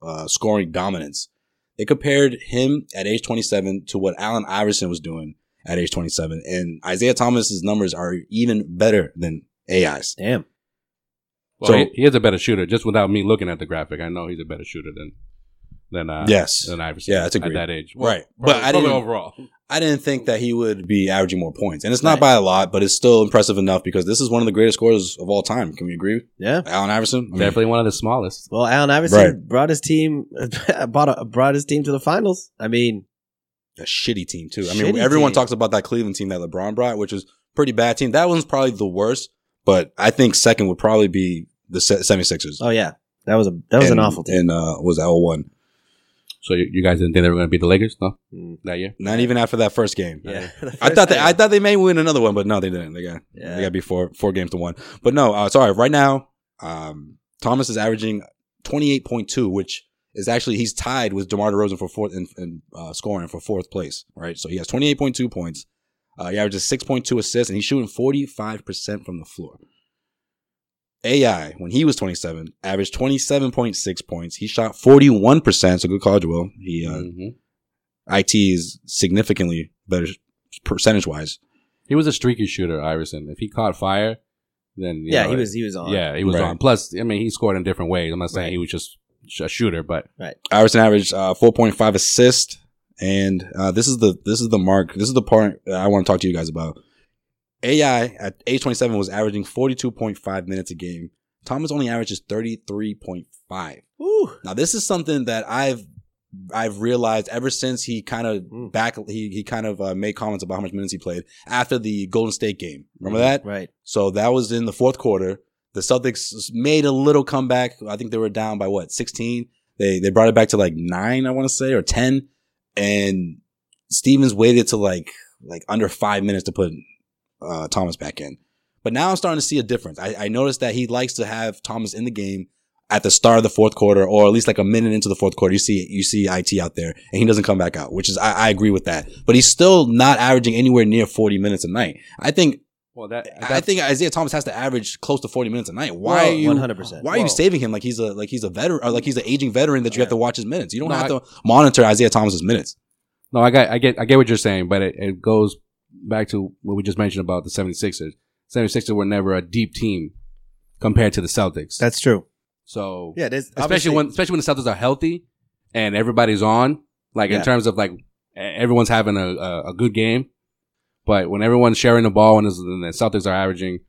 S6: uh, scoring dominance. They compared him at age 27 to what Allen Iverson was doing at age 27, and Isaiah Thomas's numbers are even better than AI's.
S5: Damn.
S7: Well,
S6: So-
S7: he, he is a better shooter, just without me looking at the graphic. I know he's a better shooter than than uh,
S6: Yes.
S7: than Iverson.
S6: Yeah, that's
S7: at
S6: agreed.
S7: that age,
S6: Right. But
S7: probably-
S6: I
S7: probably
S6: didn't-
S7: overall.
S6: I didn't think that he would be averaging more points, and it's not by a lot, but it's still impressive enough because this is one of the greatest scorers of all time. Can we agree?
S5: Yeah.
S6: Allen Iverson, I mean,
S7: Definitely one of the smallest.
S5: Well, Allen Iverson
S6: Right.
S5: brought his team brought, brought his team to the finals. I mean,
S6: a shitty team too. I mean,
S5: Shitty
S6: everyone
S5: team.
S6: talks about that Cleveland team that LeBron brought, which is pretty bad team. That one's probably the worst, but I think second would probably be the Se- 76ers.
S5: oh yeah, that was a that was an
S6: And-
S5: awful team.
S6: And uh, was L one?
S7: So you, you guys didn't think they were going to beat the Lakers, no?
S5: Mm.
S7: That year.
S6: Not even after that first game.
S5: yeah,
S6: I thought they, I thought they may win another one, but no, they didn't. They got
S5: Yeah.
S6: they got to be four four games to one. But no, uh, sorry. Right now, um, Thomas is averaging twenty eight point two, which is actually he's tied with DeMar DeRozan for fourth in, in uh, scoring for fourth place. Right, so he has twenty eight point two points. Uh, he averages six point two assists, and he's shooting forty five percent from the floor. AI, when he was 27, averaged 27.6 points. He shot 41%, so good call, Joel. He, uh,
S7: Mhm.
S6: IT is significantly better percentage wise.
S7: He was a streaky shooter, Iverson. If he caught fire, then you
S5: yeah,
S7: know,
S5: he was he was on.
S7: Yeah, he was
S6: Right.
S7: on. Plus, I mean, he scored in different ways. I'm not saying
S5: Right.
S7: he was just sh- a shooter, but
S6: Iverson averaged uh, 4.5 assists, and uh, this is the this is the mark. This is the part that I want to talk to you guys about. AI at age 27 was averaging 42.5 minutes a game. Thomas only averages 33.5.
S5: Woo.
S6: Now this is something that I've I've realized ever since he kind of back he he kind of uh, made comments about how much minutes he played after the Golden State game. Remember that?
S5: right.
S6: So that was in the fourth quarter. The Celtics made a little comeback. I think they were down by what, 16? They they brought it back to like 9, I want to say, or 10. And Stevens waited to like like under 5 minutes to put uh, Thomas back in. But now I'm starting to see a difference. I, I noticed that he likes to have Thomas in the game at the start of the fourth quarter, or at least like a minute into the fourth quarter. You see you see it out there, and he doesn't come back out, which is I, I agree with that. But he's still not averaging anywhere near 40 minutes a night. I think
S7: well, that
S6: I think Isaiah Thomas has to average close to forty minutes a night. Why
S5: Whoa,
S6: are you?
S5: 100%.
S6: Why are you
S5: Whoa.
S6: saving him like he's a like he's a veteran or like he's an aging veteran that you have to watch his minutes? You don't
S7: No,
S6: have to monitor Isaiah Thomas's minutes.
S7: No, I got I get I get what you're saying, but it, it goes back to what we just mentioned about the 76ers. 76ers were never a deep team compared to the Celtics.
S5: That's true.
S7: so
S5: Yeah, there's
S7: especially when especially when the Celtics are healthy and everybody's on, like
S5: Yeah.
S7: in terms of like e- everyone's having a, a, a good game, but when everyone's sharing the ball and, is- and the Celtics are averaging,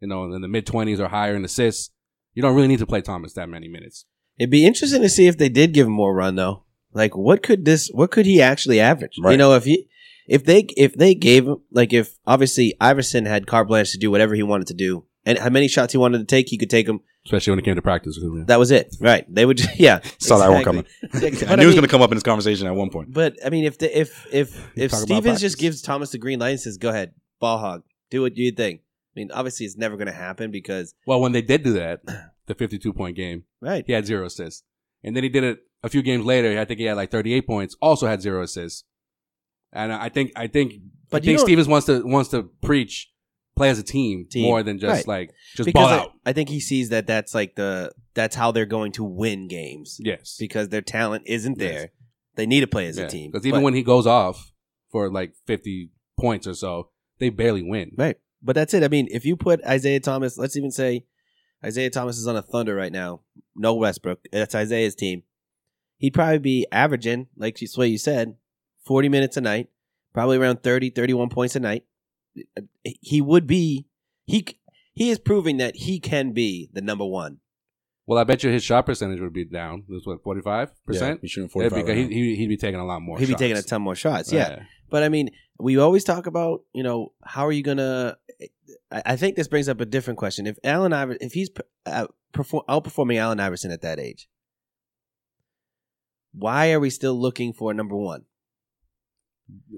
S7: you know, in the mid twenties or higher in assists, you don't really need to play Thomas that many minutes.
S5: It'd be interesting to see if they did give him more run though. Like what could this what could he actually average? You
S6: Right.
S5: know, if he if they if they gave him like if obviously Iverson had carte blanche to do whatever he wanted to do and how many shots he wanted to take, he could take them.
S7: Especially when it came to practice. Yeah.
S5: That was it. Right. They would just, yeah.
S6: Saw that one
S5: exactly. But
S6: I knew it was
S5: mean-
S6: going to come up in this conversation at one point.
S5: But I mean, if the, if if if
S6: Talk about
S5: Stevens
S6: practice.
S5: just gives Thomas the green light and says, "Go ahead, ball hog, do what you think," I mean, obviously it's never going to happen because
S7: Well, when they did do that, the fifty-two point game,
S5: right,
S7: he had zero assists. And then he did it a few games later. I think he had like 38 points, also had zero assists. And I I think I think
S5: But
S7: I
S5: you
S7: think
S5: don't-
S7: Stevens wants to wants to preach play as a team,
S5: Team.
S7: more than just
S5: Right.
S7: like just ball
S5: because I,
S7: out.
S5: I think he sees that that's like the that's how they're going to win games
S7: Yes,
S5: because their talent isn't
S7: Yes.
S5: there. They need to play as a team.
S7: Because even
S5: but,
S7: when he goes off for like 50 points or so, they barely win.
S5: right, but that's it. I mean, if you put Isaiah Thomas, let's even say Isaiah Thomas is on a Thunder right now, no Westbrook. That's Isaiah's team. He'd probably be averaging, like you what you said, 40 minutes a night, probably around 30, 31 points a night. He would be he c- he is proving that he can be the number one.
S7: Well, I bet you hys shot percentage would be down. This what 45 percent.
S6: he's shooting
S7: Because
S6: 45 right
S7: he,
S6: now.
S7: he he'd be taking a lot more.
S5: He'd be taking a
S7: shots.
S5: ton more shots. Yeah.
S7: Right.
S5: But I mean, we always talk about, you know, how are you gonna? I I think this brings up a different question. If Allen Iverson, if he's uh, perform, outperforming Allen Iverson at that age, why are we still looking for a number one?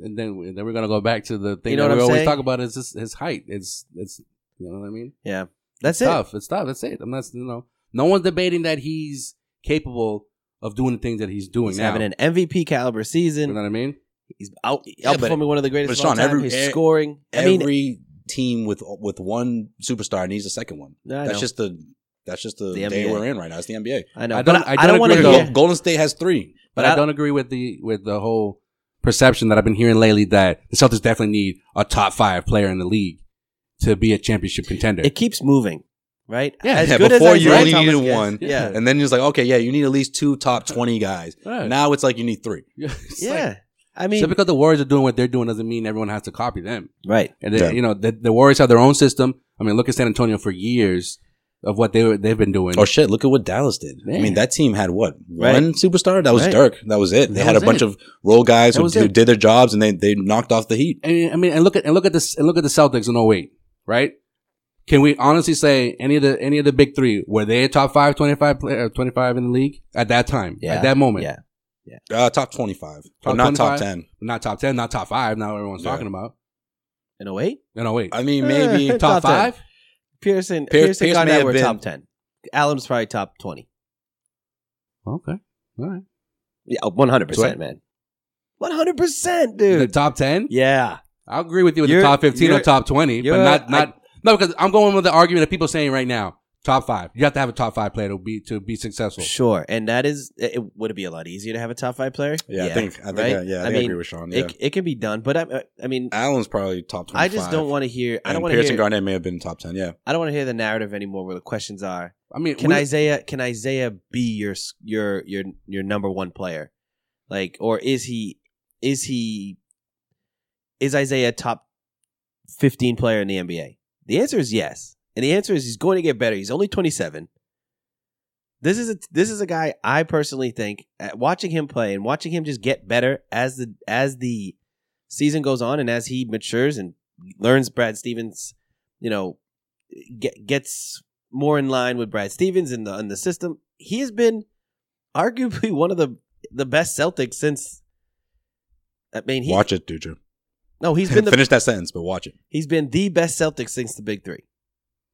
S7: and then we- then we're gonna go back to the thing
S5: You
S7: that
S5: know what
S7: we
S5: I'm
S7: always
S5: saying?
S7: talk about is his, his height. It's it's you know what I mean.
S5: That's
S7: it's
S5: it.
S7: tough. It's tough. That's it. I'm not you know no one's debating that he's capable of doing the things that he's doing
S5: He's
S7: now.
S5: having an MVP caliber
S7: you know
S5: season.
S7: what I mean?
S5: He's out
S6: Yeah, but-
S5: outperforming one of the
S6: but
S5: greatest of all
S6: Sean,
S5: time.
S6: every-
S5: he's
S6: e-
S5: scoring. I mean,
S6: Every team with with one superstar needs a second one.
S5: No, I
S6: that's
S5: know.
S6: just the that's just the,
S5: The
S6: day
S5: NBA.
S6: we're in right now. It's the NBA.
S5: I know.
S7: I don't-
S5: but I,
S7: I
S5: I don't
S7: don't
S5: want to
S7: agree
S6: Golden,
S7: with
S5: hear.
S6: Golden State has three.
S7: But I, don't agree with the with the whole perception that I've been hearing lately that the Celtics definitely need a top five player in the league to be a championship contender.
S5: It keeps moving. right?
S7: Yeah,
S5: as
S6: yeah,
S5: good as
S6: before
S5: Isaiah
S6: you only
S5: Thomas
S6: needed
S5: gets-
S6: one.
S5: Yeah,
S6: And then it's like, okay, yeah, you need at least two top 20 guys.
S7: Right.
S6: Now it's like you need three.
S7: It's
S5: yeah.
S7: like-
S5: I mean,
S7: so because the Warriors are doing what they're doing doesn't mean everyone has to copy them.
S5: right?
S7: And they,
S6: Yeah.
S7: you know, the, the Warriors have their own system. I mean, look at San Antonio for years of what they were, they've been doing.
S6: Oh shit! Look at what Dallas did. I mean,
S7: Man.
S6: that team had what
S5: Right.
S6: one superstar? That was
S5: Right.
S6: Dirk. That was it. They
S7: That
S6: had a
S7: was
S6: bunch
S7: it.
S6: of role guys
S7: That
S6: who,
S7: was
S6: who
S7: it.
S6: did their jobs, and they they knocked off the Heat.
S7: And, I mean, and look at and look at this and look at the Celtics in 08, right? Can we honestly say any of the any of the big three were they a top five, 25, play, uh, 25 in the league at that time,
S5: Yeah.
S7: at that moment?
S5: Yeah.
S6: Uh, top twenty five, but
S7: Top
S6: not top
S7: 25?
S6: ten.
S7: Not top ten, not top five. Now everyone's
S6: Yeah.
S7: talking about. oh
S5: In 08?
S7: No, wait,
S6: I mean, maybe
S5: Eh,
S6: top
S5: top
S6: five.
S5: Pearson,
S6: Pier-
S5: Pearson,
S6: Pierce
S5: got
S6: may
S5: that
S6: have
S5: were
S6: been-
S5: top ten. Allen's probably top twenty.
S7: Okay, all right.
S5: Yeah, oh, one hundred percent,
S7: Sweat?
S5: man. One hundred percent,
S7: The
S5: dude.
S7: top ten.
S5: Yeah,
S7: I'll agree with you with
S5: You're-
S7: the top fifteen or
S5: you're-
S7: top twenty, but
S5: you're-
S7: not not no because I'm going with the argument that people are saying right now. Top five. You have to have a top five player to be to be successful.
S5: sure. And that is, it, it- would it be a lot easier to have a top five player?
S6: Yeah, I think I think
S5: right?
S6: I, yeah, I, think I agree with Sean. Yeah,
S5: it, it can be done, but I, I mean,
S6: Allen's probably top twenty.
S5: I just don't want to hear. I don't want to
S6: Pearson
S5: hear.
S6: Garnett may have been top ten. Yeah,
S5: I don't want to hear the narrative anymore. Where the questions are:
S7: I mean,
S5: Can
S7: we-
S5: Isaiah? Can Isaiah be your s- your your your number one player? Like, or is he? Is he? Is Isaiah a top fifteen player in the NBA? The answer is yes, and the answer is he's going to get better. He's only twenty seven. This is a this is a guy I personally think uh, watching him play and watching him just get better as the as the season goes on and as he matures and learns Brad Stevens, you know, get, gets more in line with Brad Stevens and the and the system. He has been arguably one of the the best Celtics since. I mean, he
S6: watch it, Dutra.
S5: no, he's been the
S6: Finish that sentence, but watch it.
S5: he's been the best Celtics since the Big Three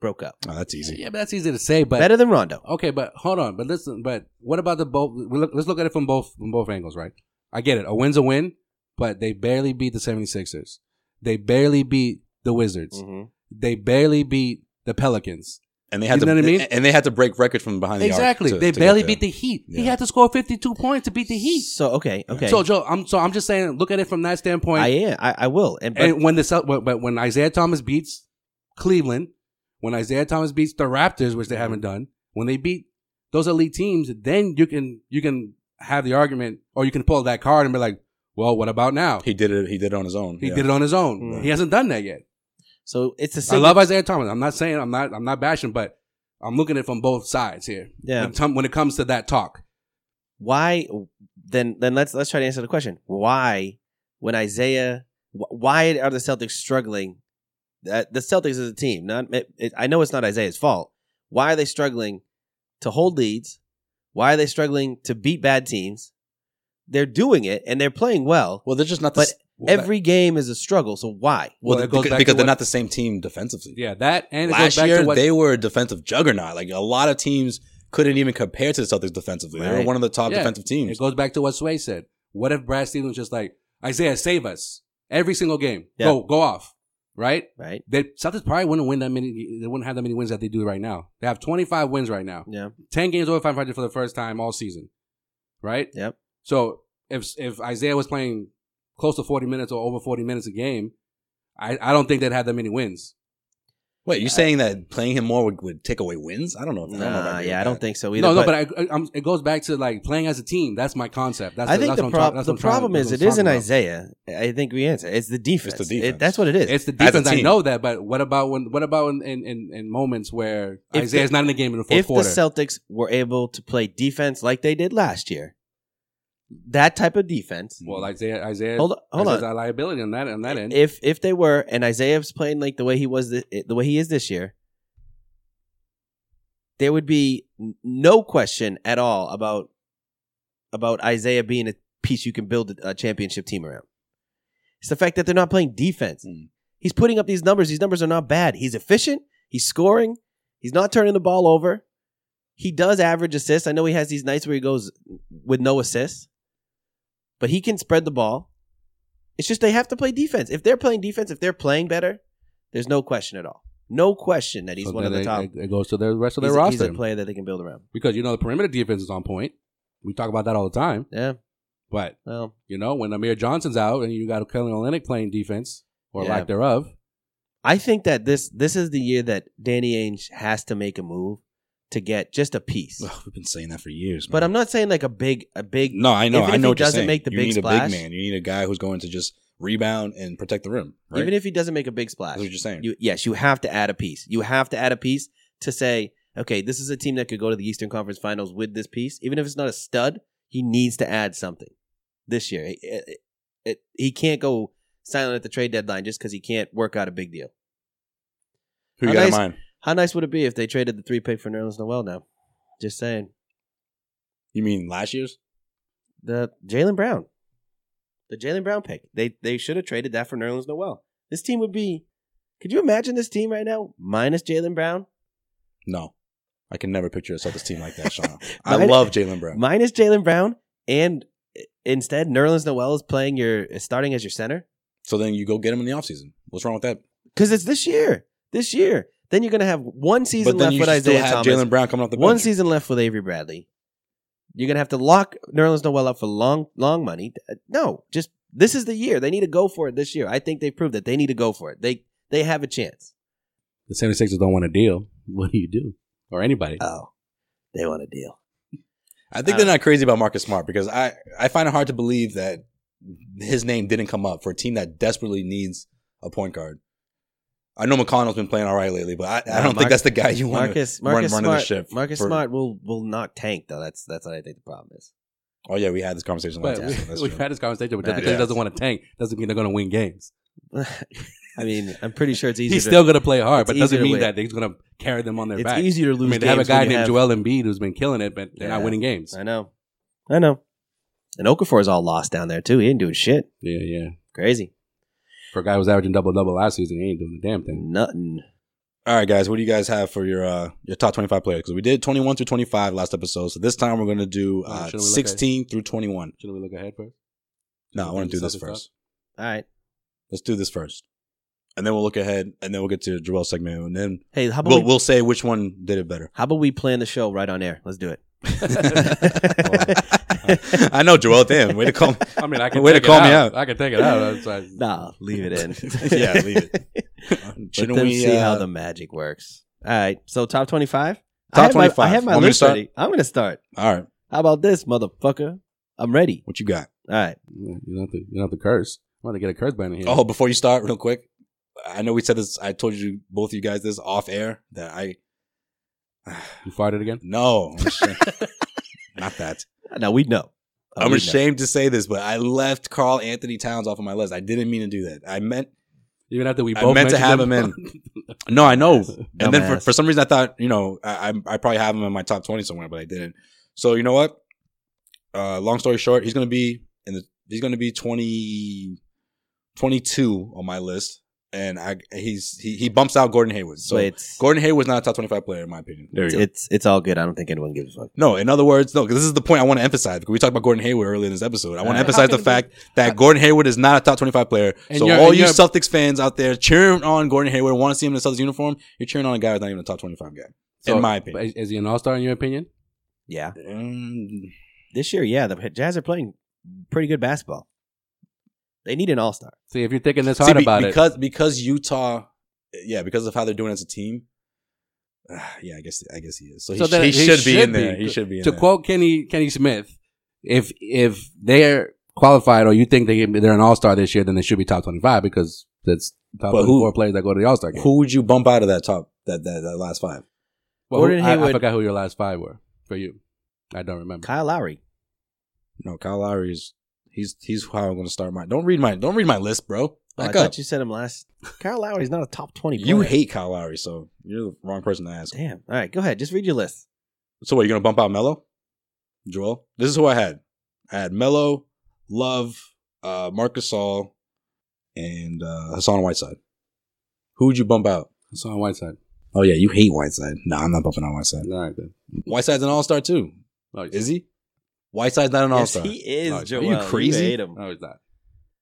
S5: broke up.
S6: Oh, that's easy.
S7: yeah, but that's easy to say. But Oh,
S5: Better than Rondo.
S7: Okay, but hold on. But listen, but what about the both? We look, let's look at it from both from both angles, right? I get it. A win's a win, but they barely beat the 76ers. They barely beat the Wizards.
S6: Mm-hmm.
S7: They barely beat the Pelicans.
S6: And they had
S7: You
S6: to.
S7: know what I mean?
S6: And they had to break record from behind the
S7: exactly.
S6: arc. to-
S7: they
S6: to get
S7: barely
S6: there.
S7: beat the Heat. He
S6: Yeah.
S7: had to score 52 points to beat the Heat.
S5: So okay, okay.
S7: So Joe, I'm so I'm just saying, look at it from that standpoint.
S5: I am. I, I will. And, but,
S7: and when the Cel- but but when Isaiah Thomas beats Cleveland, when Isaiah Thomas beats the Raptors, which they
S6: Mm-hmm.
S7: haven't done, when they beat those elite teams, then you can you can have the argument, or you can pull that card and be like, well, what about now? He,
S6: He did it. He did it on his own. yeah. Mm-hmm.
S7: did it on his own.
S5: Mm.
S7: He hasn't done that yet.
S5: so it's a
S7: I
S5: single-
S7: love Isaiah Thomas. I'm not saying I'm not I'm not bashing, but I'm looking at it from both sides here.
S5: Yeah.
S7: When, tom- when it comes to that talk,
S5: why then then let's let's try to answer the question why when isaiah wh- why are the celtics struggling Uh, the celtics as a team not it, it- i know it's not isaiah's fault why are they struggling to hold leads why are they struggling to beat bad teams they're doing it and they're playing well
S6: Well, they're just not. The
S5: but
S6: s-
S5: every game is a struggle so why
S6: well,
S7: that
S6: because,
S7: goes back
S6: because
S7: to
S6: they're
S7: what-
S6: not the same team defensively.
S7: yeah, that and it goes
S6: last
S7: back
S6: year
S7: to what
S6: they were a defensive juggernaut. Like a lot of teams couldn't even compare to the Celtics defensively. They were
S5: Right.
S6: one of the top
S7: Yeah.
S6: defensive
S7: It
S6: teams.
S7: goes back to what Sway said. What if Brad Stevens was just like, Isaiah, save us every single game. Go, go off. Right?
S5: right
S7: They Celtics probably wouldn't win that many. They wouldn't have that many wins that they do right now. They have 25 wins right now.
S5: yeah
S7: 10 games over 500 for the first time all season. Right?
S5: Yep.
S7: So if if Isaiah was playing close to 40 minutes or over 40 minutes a game, I, I don't think they'd have that many wins.
S6: Wait, you saying that playing him more would, would take away wins? I don't know. If, I don't know if
S5: nah,
S6: agree
S5: yeah
S6: with
S5: i don't
S6: that.
S5: think so either
S7: no, no, but, I, I, am it goes back to like playing as a team. That's my concept. That's
S5: I think
S7: that's
S5: the,
S7: what I'm talk-
S5: prob-
S7: that's
S5: the
S7: what I'm trying to-
S5: problem
S7: that's
S5: is
S7: what
S5: it
S7: I'm
S5: isn't
S7: talking about.
S5: Isaiah. I think we answer. It's the defense. It-
S6: defense.
S5: that's what it is.
S7: It's the
S6: As a
S7: defense. I
S6: team.
S7: know that, but what about when? What about in in, in, in moments where
S5: If
S7: Isaiah's
S5: the-
S7: not in the game in the fourth
S5: if
S7: quarter?
S5: the Celtics were able to play defense like they did last year, that type of defense.
S7: well, Isaiah, Isaiah,
S5: Hold on- hold
S7: Isaiah's
S5: on.
S7: a liability on that on that end.
S5: if if they were, and Isaiah's playing like the way he was the, the way he is this year, there would be n- no question at all about about Isaiah being a piece you can build a championship team around. It's the fact that they're not playing defense.
S6: Mm.
S5: He's putting up these numbers. These numbers are not bad. He's efficient. He's scoring. He's not turning the ball over. He does average assists. I know he has these nights where he goes with no assists, but he can spread the ball. It's just they have to play defense. If they're playing defense, if they're playing better, there's no question at all. No question that he's
S7: So
S5: one of
S7: then
S5: the
S7: it-
S5: top.
S7: It, it goes to the rest of
S5: he's,
S7: their
S5: a, he's
S7: roster
S5: a player that they can build around.
S7: because you know the perimeter defense is on point. We talk about that all the time,
S5: Yeah.
S7: but
S5: Well,
S7: you know when Amir Johnson's out and you got Kelly Olynyk playing defense or
S5: Yeah.
S7: lack thereof,
S5: I think that this this is the year that Danny Ainge has to make a move to get just a piece.
S6: Ugh, we've been saying that for years.
S5: But
S6: man.
S5: I'm not saying like a big a big
S6: No, I know.
S5: even
S6: I
S5: if
S6: know
S5: he
S6: what you're
S5: doesn't
S6: saying.
S5: make the
S6: you
S5: big
S6: need a
S5: splash-
S6: big man. You need a guy who's going to just rebound and protect the rim. Right?
S5: even if he doesn't make a big splash.
S6: That's what you're saying.
S5: You, yes, you have to add a piece. You have to add a piece to say, okay, this is a team that could go to the Eastern Conference Finals with this piece, even if it's not a stud. He needs to add something this year. It, it- it- he can't go silent at the trade deadline just because he can't work out a big deal.
S6: Who you
S5: How
S6: got in
S5: nice-
S6: mind?
S5: How nice would it be if they traded the three pick for Nerlens Noel now? Just saying.
S6: You mean last year's?
S5: The Jalen Brown. The Jalen Brown pick. They they should have traded that for Nerlens Noel. This team would be could you imagine this team right now? Minus Jalen Brown?
S6: No, I can never picture a Celtics team like that, Sean. I
S5: Mine-
S6: love Jalen Brown.
S5: Minus Jalen Brown and instead Nerlens Noel is playing your is starting as your center?
S6: so then you go get him in the offseason. What's wrong with that?
S5: Because it's this year. This year. Then you're gonna have one season
S6: But then
S5: left
S6: you
S5: with
S6: should still
S5: Isaiah
S6: have
S5: Thomas.
S6: Jalen Brown coming off the bench.
S5: One season left with Avery Bradley. You're gonna have to lock Nerlens Noel up for long, long money. Uh, No, just this is the year they need to go for it. This year, I think they proved that they need to go for it. They they have a chance.
S7: The 76ers don't want a deal. What do you do? Or anybody.
S5: Oh, they want a deal.
S6: I think
S5: I
S6: they're
S5: don't-
S6: not crazy about Marcus Smart because I, I find it hard to believe that his name didn't come up for a team that desperately needs a point guard. I know McConnell's been playing all right lately, but I, I
S5: Nah,
S6: don't
S5: Mark-
S6: think that's the guy you want.
S5: Marcus
S6: run-
S5: Marcus
S6: running the
S5: Smart
S6: ship
S5: Marcus
S6: for-
S5: Smart will will not tank though. That's that's what I think the problem is.
S6: Oh yeah, we had this conversation
S7: But
S6: last
S7: we,
S6: time. That's
S7: we've
S6: true.
S7: had this conversation, but just
S5: Nah,
S7: because
S5: yeah.
S7: he doesn't want to tank doesn't mean they're going to win games.
S5: I mean, I'm pretty sure it's easier.
S7: He's
S5: to,
S7: still going to play hard,
S5: it's
S7: but doesn't
S5: easier to
S7: mean
S5: win.
S7: that they're going to carry them on their
S5: it's
S7: back.
S5: easier to
S7: I
S5: lose.
S7: mean, they have a
S5: games
S7: guy
S5: when you
S7: named
S5: have-
S7: Joel Embiid who's been killing it, but they're not
S5: Yeah.
S7: winning games.
S5: I know, I know. And Okafor is all lost down there too. He didn't do shit.
S7: Yeah, yeah.
S5: Crazy.
S7: For a guy who was averaging double double last season, he ain't doing a damn thing.
S5: Nothing.
S6: All right, guys, what do you guys have for your uh, your top twenty five players? Because we did twenty one through twenty five last episode, so this time we're gonna do
S7: Oh,
S6: uh,
S7: should we look at-
S6: sixteen through twenty one.
S7: Should we look ahead first?
S6: No, I want to do this
S7: Celtics
S6: first.
S5: All right.
S6: Let's do this first, and then we'll look ahead, and then we'll get to Joel's segment, and then
S5: Hey, how about
S6: we'll
S5: we,
S6: we'll say which one did it better.
S5: how about we plan the show right on air? Let's do it.
S6: I know Joel. Damn, way to call.
S7: I mean, I can
S6: Way to
S7: take
S6: call
S7: it
S6: me
S7: out.
S6: out.
S7: I can take it out. That's like-
S5: nah, leave it in.
S6: Yeah, leave
S5: it. Let
S6: Shouldn't
S5: them
S6: we
S5: see
S6: uh,
S5: how the magic works. All right. So top twenty five.
S6: Top
S5: I have my-
S6: 25.
S5: I have my
S6: Want me to
S5: list
S6: start?
S5: ready. I'm gonna start.
S6: All right,
S5: How about this, motherfucker? I'm ready.
S6: what you got?
S5: All right.
S7: you don't have to. You don't have to curse. I'm about to get a curse ban in here.
S6: Oh, before you start, real quick, I know we said this. I told you both of you guys this off air that I
S7: you farted again.
S6: no, I'm ashamed- not that.
S5: Now we know. Now
S6: I'm
S5: we know.
S6: ashamed to say this, but I left Carl Anthony Towns off of my list. I didn't mean to do that. I meant
S7: Even after we
S6: I
S7: both
S6: meant to
S7: mentioned
S6: have
S7: them.
S6: him no, I know. And then for,
S5: Dumbass.
S6: for some reason, I thought you know I I I probably have him in my top twenty somewhere, but I didn't. So you know what? Uh, long story short, he's gonna be in the he's gonna be 20, 22 on my list, and I he's he, he bumps out Gordon Hayward. So
S5: So it's
S6: Gordon Hayward's not a top twenty five player in my opinion. There
S5: it's it's all good. I don't think anyone gives a fuck.
S6: No, in other words, no, because this is the point I want to emphasize. Because we talked about Gordon Hayward earlier in this episode. I want to
S5: Right.
S6: emphasize the
S7: How can it
S6: fact that Gordon Hayward is not a top 25 player.
S7: And
S6: So
S7: you're-
S6: all
S7: and
S6: you
S7: you're-
S6: Celtics fans out there cheering on Gordon Hayward, want to see him in the Celtics uniform, you're cheering on a guy who's not even a top 25 guy.
S7: So,
S6: in my opinion.
S7: is, is he an all star in your opinion?
S5: Yeah.
S6: Mm,
S5: This year, yeah, the Jazz are playing pretty good basketball. They need an all star.
S7: See, if you're thinking this
S6: see,
S7: hard
S6: be-
S7: about it,
S6: because, Because Utah, yeah, because of how they're doing as a team, ah, yeah, I guess I guess he is. So,
S7: So
S6: he,
S7: then
S6: he
S7: he
S6: should be
S7: should
S6: in there.
S7: be.
S6: He should be in
S7: to
S6: there.
S7: quote Kenny Kenny Smith, if if they're qualified or you think they they're an all star this year, then they should be top twenty five because that's top
S6: But who-
S7: twenty four players that go to the all star game.
S6: Who would you bump out of that top, that, that, that last five?
S7: Well,
S5: Gordon
S7: who- I- I,
S5: Hayward-
S7: forgot who your last five were for you. I don't remember.
S5: Kyle Lowry.
S6: No, Kyle Lowry is he's he's how I'm gonna start my don't read my don't read my list, bro.
S5: Oh, I
S6: Back up.
S5: thought
S6: You,
S5: you said him last. Kyle Lowry's not a top twenty. player.
S6: hate Kyle Lowry, so you're the wrong person to ask.
S5: Damn. All right, go ahead. Just read your list.
S6: So what, you're gonna bump out Mello? Joel? This is who I had. I had Mello, Love, uh Marcus All, and uh Hassan Whiteside. Who would you bump out?
S7: It's on Whiteside.
S6: Oh yeah, you hate Whiteside. No, I'm not bumping out Whiteside.
S7: All right then.
S6: Whiteside's an all star too.
S7: No, he's-
S6: Is he? Whiteside's not an all
S5: yes,
S6: star.
S5: he is.
S7: No, he's-
S5: Joel.
S7: are
S6: you crazy?
S5: hate him.
S7: no, he's not.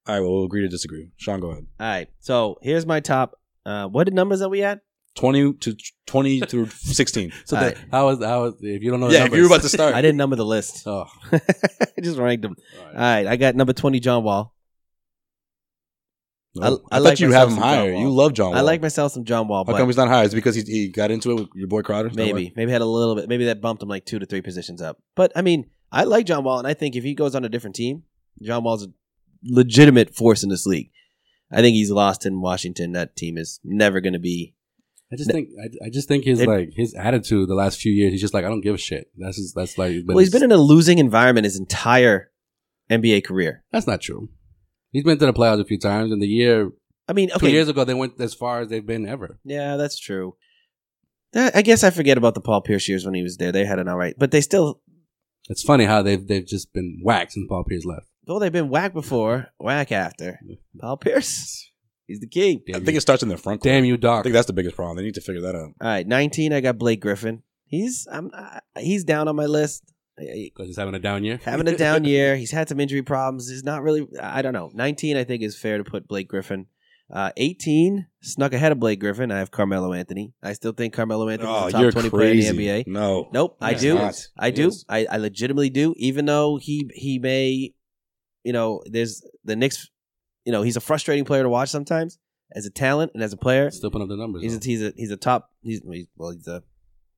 S6: All right, well we'll agree to disagree. Sean, go ahead.
S5: All right. So here's my top. Uh, what numbers are we at?
S6: Twenty to twenty through sixteen.
S7: So
S5: All
S7: that,
S5: right.
S7: how is how is if you don't know? the
S6: yeah, if you were about
S7: numbers-
S6: to start.
S5: I didn't number the list.
S7: Oh,
S5: I just ranked them.
S7: all
S5: All
S7: right.
S5: right. I got number twenty, John Wall.
S6: No.
S5: I- I
S6: thought
S5: like
S6: you
S5: myself
S6: have him
S5: some
S6: higher.
S5: John Wall.
S6: You love John. Wall.
S5: I like myself some John Wall,
S6: How come
S5: but
S6: he's not higher? Is it because he, he got into it with your boy Crowder? Is that
S5: maybe maybe had a little bit. Maybe that bumped him like two to three positions up. But I mean, I like John Wall, and I think if he goes on a different team, John Wall's a legitimate force in this league. I think he's lost in Washington. That team is never going to be.
S7: I just think I, I just think his
S5: It-
S7: like his attitude the last few years he's just like I don't give a shit. That's his, that's like
S5: Well, he's been in a losing environment his entire NBA career.
S7: that's not true. He's been to the playoffs a few times, and the year
S5: I mean,
S7: two
S5: okay,
S7: years ago they went as far as they've been ever.
S5: Yeah, that's true. That- I guess I forget about the Paul Pierce years when he was there. They had an all right, but they still,
S7: It's funny how they've they've just been whacked since Paul Pierce left.
S5: though they've been whack before, whack after. Paul Pierce, he's the king.
S7: Damn
S6: I think
S7: you,
S6: it starts in the front. court.
S7: damn you,
S6: I
S7: Doc.
S6: think that's the biggest problem. They need to figure that out.
S5: All right, nineteen. I got Blake Griffin. He's I'm I- he's down on my list. I- I-
S7: Because he's having a down year.
S5: Having a down year, he's had some injury problems. He's not really. I don't know. Nineteen, I think, is fair to put Blake Griffin. Uh, Eighteen snuck ahead of Blake Griffin. I have Carmelo Anthony. I still think Carmelo Anthony is a top twenty player in the NBA.
S6: Oh, No,
S5: Nope, I
S6: Yes,
S5: do.
S6: not.
S5: I do. I, I legitimately do. Even though he he may, you know, there's the Knicks. You know, he's a frustrating player to watch sometimes as a talent and as a player.
S7: Still putting up the numbers.
S5: He's a,
S7: though.
S5: he's a he's a top. He's he's- well, he's a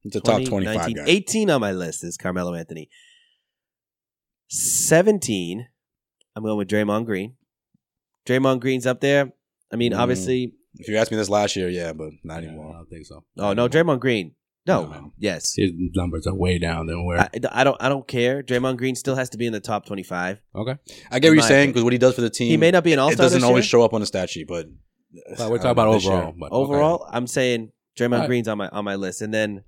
S6: It's a
S5: 20,
S6: top twenty-five
S5: 19,
S6: guy.
S5: 18 on my list is Carmelo Anthony. Seventeen, I'm going with Draymond Green. Draymond Green's up there. I mean,
S6: Mm.
S5: obviously,
S6: If you asked me this last year, yeah, but not
S7: Yeah, I
S6: anymore.
S7: don't think so.
S5: oh no, Draymond Green. No,
S7: No.
S5: yes,
S7: His numbers are way down than where.
S5: I, I don't I don't care. Draymond Green still has to be in the top 25.
S7: okay.
S6: I get what you're
S5: my
S6: saying
S5: opinion.
S6: because what he does for the team,
S5: He may not be an all
S6: Mm. it
S5: star.
S6: doesn't always show up on the stat sheet. But uh,
S7: Well, we're talking about
S6: This year.
S7: overall. But, okay.
S5: Overall, I'm saying Draymond
S7: Alright.
S5: Green's on my on my list, and then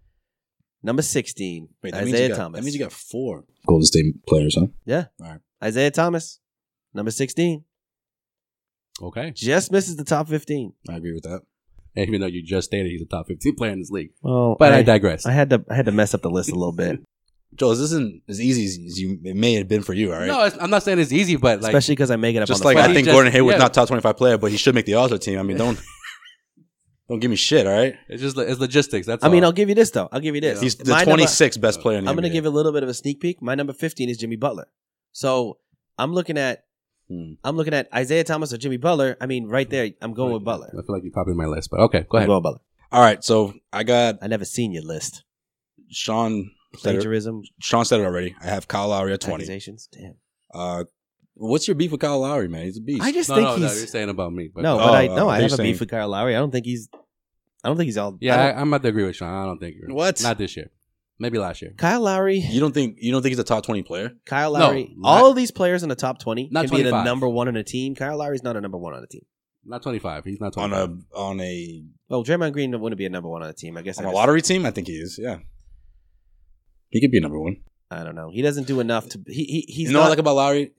S5: number 16,
S6: Wait, that means you
S5: Isaiah
S6: got,
S5: Thomas.
S6: That means you got four Golden State players, huh?
S5: Isaiah Thomas, number 16,
S7: Okay.
S5: just misses the top 15.
S6: I agree with that.
S7: Even though you just stated he's a top 15 player in this league.
S5: Well,
S7: But I, digress.
S5: I had to I had to mess up the list a little bit,
S6: Joel, this isn't as easy as- as you it may have been for you. All right.
S7: No, it's, I'm not saying it's easy, but like.
S5: especially because I make it up.
S6: just
S5: on the
S6: like
S5: fly.
S6: I
S7: He
S6: think
S7: just-
S6: Gordon Hayward's
S7: yeah.
S6: not top twenty-five player, but he should make the All-Star team. I mean, don't don't give me shit. All right.
S7: It's just it's logistics. That's
S5: I mean,
S7: all.
S5: I'll give you this though. I'll give you this.
S6: He's the
S5: My number-
S6: 26th best player in the
S5: I'm going to
S6: NBA.
S5: give a little bit of a sneak peek. My number 15 is Jimmy Butler. So I'm looking at
S6: Hmm.
S5: I'm looking at Isaiah Thomas or Jimmy Butler. I mean, right there, I'm going with Butler.
S7: I feel like you copied my list, but okay, go
S5: I'm
S7: ahead.
S5: going with Butler.
S6: All right, so I got
S5: I never seen your list.
S6: Sean. Said it,
S5: Plagiarism,
S6: Sean said it already. I have Kyle Lowry at twenty.
S5: accusations. Damn.
S6: Uh, what's your beef with Kyle Lowry, man? He's a beast.
S5: I just
S7: no,
S5: think
S7: no, no, you're
S5: he's
S7: saying about me. But
S5: no,
S6: Oh,
S5: but I
S6: oh,
S5: no,
S6: I
S5: I
S6: thought you
S5: have a
S6: were
S5: beef
S6: saying-
S5: with Kyle Lowry. I don't think he's, I don't think he's all. I
S7: yeah,
S5: don't-
S7: I, I'm about to agree with Sean. I don't think you're
S6: What?
S7: Not this year. Maybe last year.
S5: Kyle Lowry,
S6: you don't think you don't think he's a top twenty player?
S5: Kyle Lowry,
S7: not-
S5: all of these players in the top twenty
S7: Not
S5: can be the
S7: 25.
S5: number one on a team. Kyle Lowry's not a number one on a team.
S7: Not 25. He's not 25.
S6: on a on a
S5: Well, Draymond Green wouldn't be a number one on a team. I guess.
S6: on
S5: I
S6: a
S5: just-
S6: lottery team? I think he is. Yeah, he could be number one.
S5: I don't know. He doesn't do enough to. He, he he's
S6: you know what I
S5: not.
S6: like about Lowry?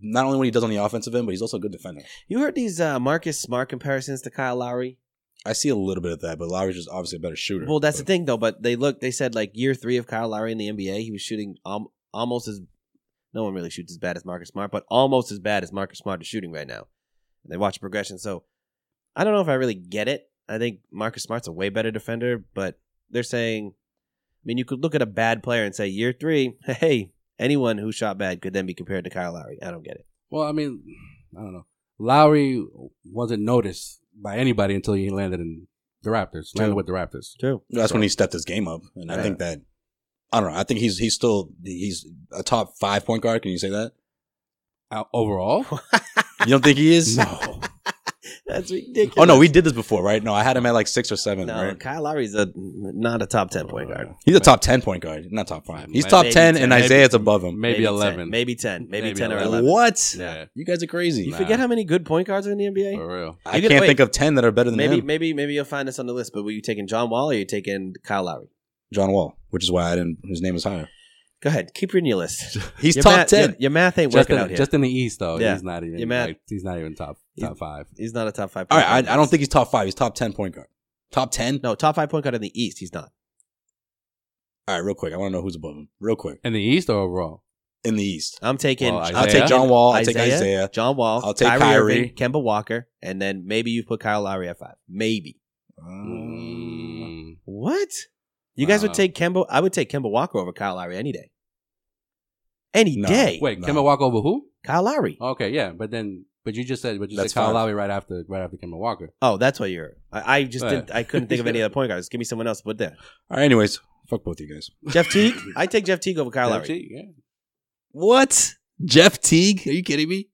S6: Not only what he does on the offensive end, but he's also a good defender.
S5: you heard these uh, Marcus Smart comparisons to Kyle Lowry.
S6: I see a little bit of that, but Lowry's just obviously a better shooter.
S5: Well, that's the
S6: but
S5: thing though. But they look. They said like year three of Kyle Lowry in the NBA, he was shooting um, almost as. No one really shoots as bad as Marcus Smart, but almost as bad as Marcus Smart is shooting right now. They watch progression, so I don't know if I really get it. I think Marcus Smart's a way better defender, but they're saying, I mean, you could look at a bad player and say year three, hey, anyone who shot bad could then be compared to Kyle Lowry. I don't get it.
S7: Well, I mean, I don't know. Lowry wasn't noticed by anybody until he landed in the Raptors. Landed
S5: True.
S7: with the Raptors.
S5: True.
S6: that's when he stepped his game up, and I
S5: Yeah.
S6: think that I don't know. I think he's he's still he's a top five point guard. Can you say that?
S7: Uh, overall,
S6: You don't think he is?
S7: no.
S5: Oh That's ridiculous.
S6: Oh no, we did this before, right? No, I had him at like six or seven.
S5: No,
S6: right?
S5: Kyle Lowry's a not a top ten point guard.
S6: He's a top ten point guard, not top five. He's
S7: Maybe
S6: top ten,
S5: 10,
S6: and
S5: maybe-
S6: Isaiah's above him.
S7: Maybe, 11.
S5: 10, maybe ten, maybe,
S7: Maybe
S5: ten or
S7: 11.
S5: eleven.
S6: What?
S7: Yeah.
S6: You guys are crazy.
S5: You
S7: Nah.
S5: forget how many good point guards are in the NBA?
S7: For real.
S6: I
S5: You can-
S6: can't
S5: wait.
S6: think of ten that are better than
S5: Maybe,
S6: him.
S5: maybe, maybe you'll find this on the list. But were you taking John Wall or you taking Kyle Lowry?
S6: John Wall, which is why I didn't. His name is higher.
S5: Go ahead, keep reading your list.
S6: He's
S5: Your
S6: top
S5: math-
S6: ten.
S5: Your, your math ain't
S7: Just
S5: working
S7: in,
S5: out here.
S7: just in the East, though.
S5: Yeah.
S7: He's not even.
S5: You're mad.
S7: like, he's not even top
S5: He's-
S7: top five.
S5: he's not a top five.
S6: All
S5: point
S6: right,
S5: guard.
S6: I, I don't think he's top five. He's top ten point guard. Top ten.
S5: no top five point guard in the East. He's not.
S6: All right, real quick. I want to know who's above him. Real quick
S7: In the East or overall?
S6: in the East.
S5: I'm taking.
S7: Well, Isaiah.
S6: I'll take John Wall. I'll take Isaiah.
S5: John Wall.
S6: I'll take
S5: Kyrie.
S6: Kyrie.
S5: Irving, Kemba Walker, and then maybe you put Kyle Lowry at five. Maybe
S7: Mm.
S5: What? You guys would
S7: Wow.
S5: take Kemba? I would take Kemba Walker over Kyle Lowry any day. Any
S6: No.
S5: day.
S7: Wait,
S6: No.
S7: Kemba walk over who?
S5: Kyle Lowry.
S7: Okay, yeah, but then But you just said, but you
S6: That's
S7: said Kyle
S6: fine.
S7: Lowry right after right after Kemba Walker.
S5: Oh, that's why you're. I, I just
S7: Yeah.
S5: didn't. I couldn't think of any other point guards. Give me someone else to put there.
S6: All right, anyways, fuck both of you guys.
S5: Jeff Teague. I take Jeff Teague over Kyle
S7: Jeff
S5: Lowry.
S7: Teague, yeah.
S6: What? Jeff Teague? Are you kidding me?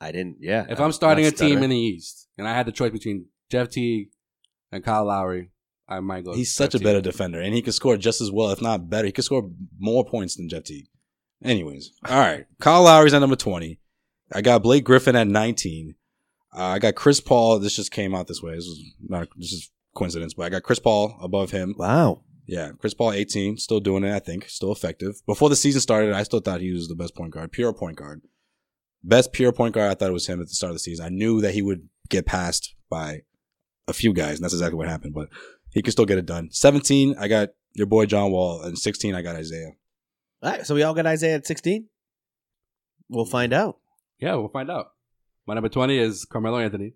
S5: I didn't. Yeah.
S7: If I'm starting a
S5: not
S7: team
S5: stuttering.
S7: in the East and I had the choice between Jeff Teague and Kyle Lowry, I might go.
S6: He's such a
S7: Jeff
S6: better
S7: Teague.
S6: defender, and he could score just as well, if not better. He could score more points than Jeff Teague. Anyways, all right. Kyle Lowry's at number 20. I got Blake Griffin at 19. Uh, I got Chris Paul. This just came out this way. This is not this is coincidence, but I got Chris Paul above him.
S5: wow.
S6: Yeah, Chris Paul 18, still doing it, I think, still effective. Before the season started, I still thought he was the best point guard, pure point guard. Best pure point guard, I thought it was him at the start of the season. I knew that he would get passed by a few guys, and that's exactly what happened, but he could still get it done. 17, I got your boy John Wall, and 16, I got Isaiah.
S5: All right. So we all got Isaiah at 16. We'll find out.
S7: Yeah, we'll find out. My number 20 is Carmelo Anthony.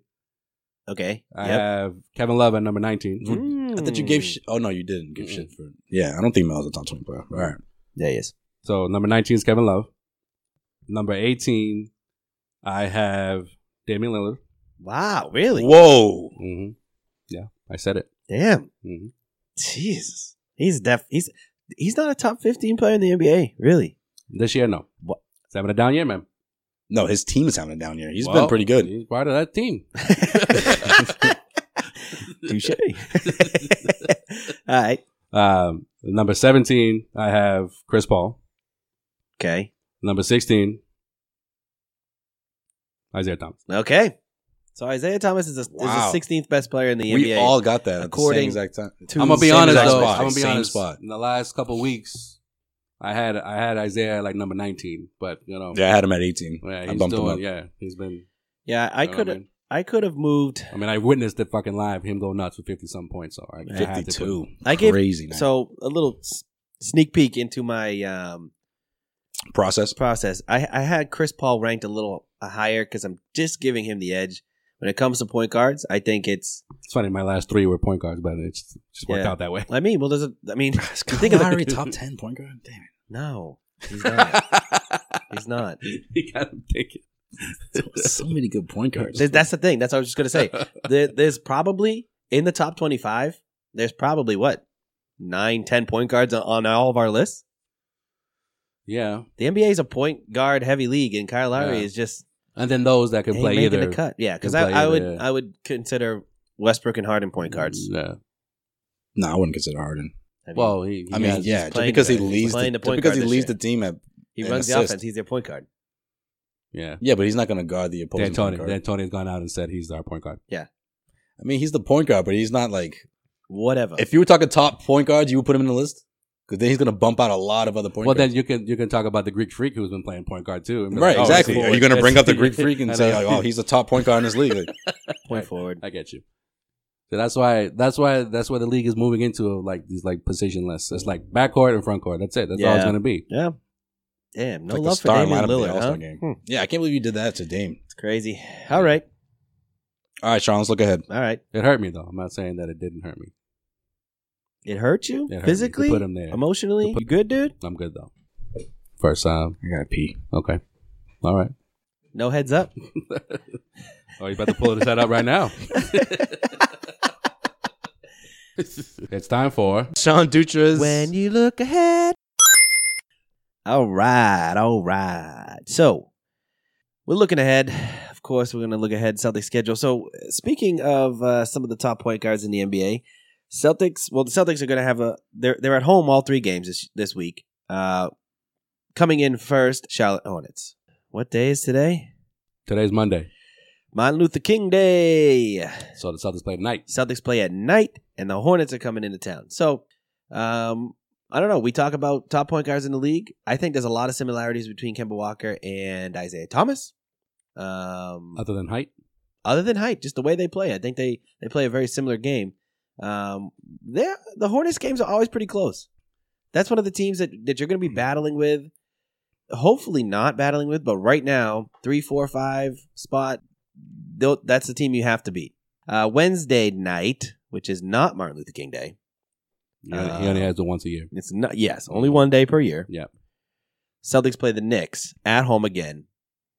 S5: Okay.
S7: I
S5: Yep. Hmm.
S7: have Kevin Love at number 19.
S6: I thought you
S7: Hmm.
S6: gave shit. Oh, no, you didn't give shit for Yeah, I don't think Mel's a top 20 player. All right.
S5: Yeah. Yes.
S7: So number 19 is Kevin Love. Number 18, I have Damian Lillard.
S5: Wow. Really?
S6: Whoa.
S7: Mm-hmm. Yeah, I said it.
S5: Damn.
S7: hmm
S5: Jesus. He's def. He's he's not a top 15 player in the NBA. Really.
S7: This year, no.
S5: What?
S7: He's having a down year, man.
S6: No, his team is having it down here. He's
S7: He's
S6: been pretty good.
S7: He's part of that team.
S5: Touche. all right.
S7: Um, number 17, I have Chris Paul.
S5: Okay.
S7: Number 16, Isaiah Thomas.
S5: Okay. So Isaiah Thomas is, a,
S6: Wow.
S5: is the 16th best player in the
S6: We
S5: NBA.
S6: all got that at the same
S5: According
S6: exact time.
S5: to
S7: I'm gonna be
S5: Same
S7: honest
S5: exact
S7: though.
S5: spot.
S7: I'm gonna be
S6: Same
S7: honest.
S6: spot.
S7: In the last couple weeks, I had I had Isaiah like number 19, but you know,
S6: Yeah, I had him at 18.
S7: yeah,
S6: I
S7: he's
S6: bumped him
S7: doing,
S6: up.
S7: yeah, he's been.
S5: Yeah, I
S7: you know what
S5: could have.
S7: mean?
S5: I could have moved.
S7: I mean, I witnessed it fucking live. Him go nuts for 50 some points. So I, I had to put-
S6: 52.
S5: I gave-
S6: crazy night.
S5: So a little s- sneak peek into my um,
S6: process.
S5: process. I, I had Chris Paul ranked a little uh, higher because I'm just giving him the edge when it comes to point guards. I think it's.
S7: It's funny. My last three were point guards, but it just, just worked
S5: Yeah.
S7: out that way.
S5: I mean, well, there's a. I mean,
S6: Is
S5: You think of the-
S6: Lowry top ten point guard? Damn it.
S5: no, he's not. He's not.
S7: he got him taken.
S6: So many good point guards.
S5: Th- That's the thing. That's what I was just gonna say. There, there's probably in the top 25. There's probably what nine, ten point guards on, on all of our lists.
S7: Yeah,
S5: The NBA is a point guard heavy league, and Kyle Lowry
S7: Yeah.
S5: is just
S7: and then those that can
S5: ain't
S7: play
S5: making
S7: either.
S5: the cut. Yeah, because
S7: Can
S5: I,
S7: play
S5: I
S7: either,
S5: would
S7: yeah.
S5: I would consider Westbrook and Harden point guards.
S7: Yeah.
S6: no, I wouldn't consider Harden.
S5: I mean,
S7: Well, he, he
S6: I mean,
S7: has-
S6: yeah, just
S5: playing
S6: because he
S5: the- he's
S6: leads, the,
S5: playing the
S6: just
S5: point
S6: because
S5: guard
S6: he
S5: this
S6: leads
S5: year.
S6: the team at.
S5: he
S6: and
S5: runs the
S6: assist.
S5: offense. He's their point guard.
S7: yeah.
S6: Yeah, but he's not going to guard the opposing point
S7: D'Antoni,
S6: guard.
S7: D'Antoni's gone out and said he's our point guard.
S6: I mean, he's the point guard, but he's not like.
S5: Whatever.
S6: If you were talking top point guards, you would put him in the list because then he's going to bump out a lot of other point
S7: well,
S6: guards.
S7: then you can you can talk about the Greek Freak who's been playing point guard too. And be
S6: right,
S7: like, oh,
S6: exactly.
S7: it's
S6: Are you going to
S7: forward.
S6: bring up the Greek freak
S7: I
S6: and say, like,
S7: know.
S6: "Oh, he's the top point guard in this league"? Like,
S5: point forward.
S7: I get you. So that's why that's why that's why the league is moving into like these like position lists. It's like backcourt and front court. That's it. That's all it's
S5: Yeah.
S7: gonna be.
S5: Yeah. Damn. No
S6: Like the
S5: love for
S6: starting lineup
S5: Damian
S6: of the
S5: Lillard.
S6: All-Star
S5: huh?
S6: game.
S5: Hmm,
S6: yeah, I can't believe you did that to Dame.
S5: it's crazy. All right.
S6: All right, Sean, let's look ahead.
S5: All right.
S7: It hurt me though. I'm not saying that it didn't hurt me.
S5: It hurt
S7: It
S5: you
S7: hurt me to
S5: physically,
S7: put him there.
S5: emotionally.
S7: To put-
S5: you good, dude?
S7: I'm good though. First time.
S6: I got to pee.
S7: Okay. All right.
S5: No heads up.
S7: Oh, you about to pull this head up right now. it's time for
S6: Sean Dutra's
S5: When you look ahead. All right, all right. So we're looking ahead. Of course, we're going to look ahead Celtics schedule. So uh, speaking of uh, some of the top point guards in the NBA, Celtics. Well, the Celtics are going to have a. They're they're at home all three games this this week. Uh, coming in first, Charlotte Hornets. What day is today?
S7: today's Monday.
S5: Martin Luther King Day.
S7: So the Celtics play tonight.
S5: Celtics play at night, and the Hornets are coming into town. So, um, I don't know. We talk about top point guards in the league. I think there's a lot of similarities between Kemba Walker and Isaiah Thomas. Um,
S7: Other than height,
S5: other than height, just the way they play, I think they they play a very similar game. Um, they're- the Hornets games are always pretty close. That's one of the teams that that you're going
S7: Hmm.
S5: to be battling with. Hopefully not battling with, but right now three, four, five spot. they'll- That's the team you have to beat. Uh, Wednesday night, which is not Martin Luther King Day.
S7: he only- he
S5: Uh,
S7: only has it once a year.
S5: It's not. Yes, only one day per year.
S7: Yep.
S5: Celtics play the Knicks at home again.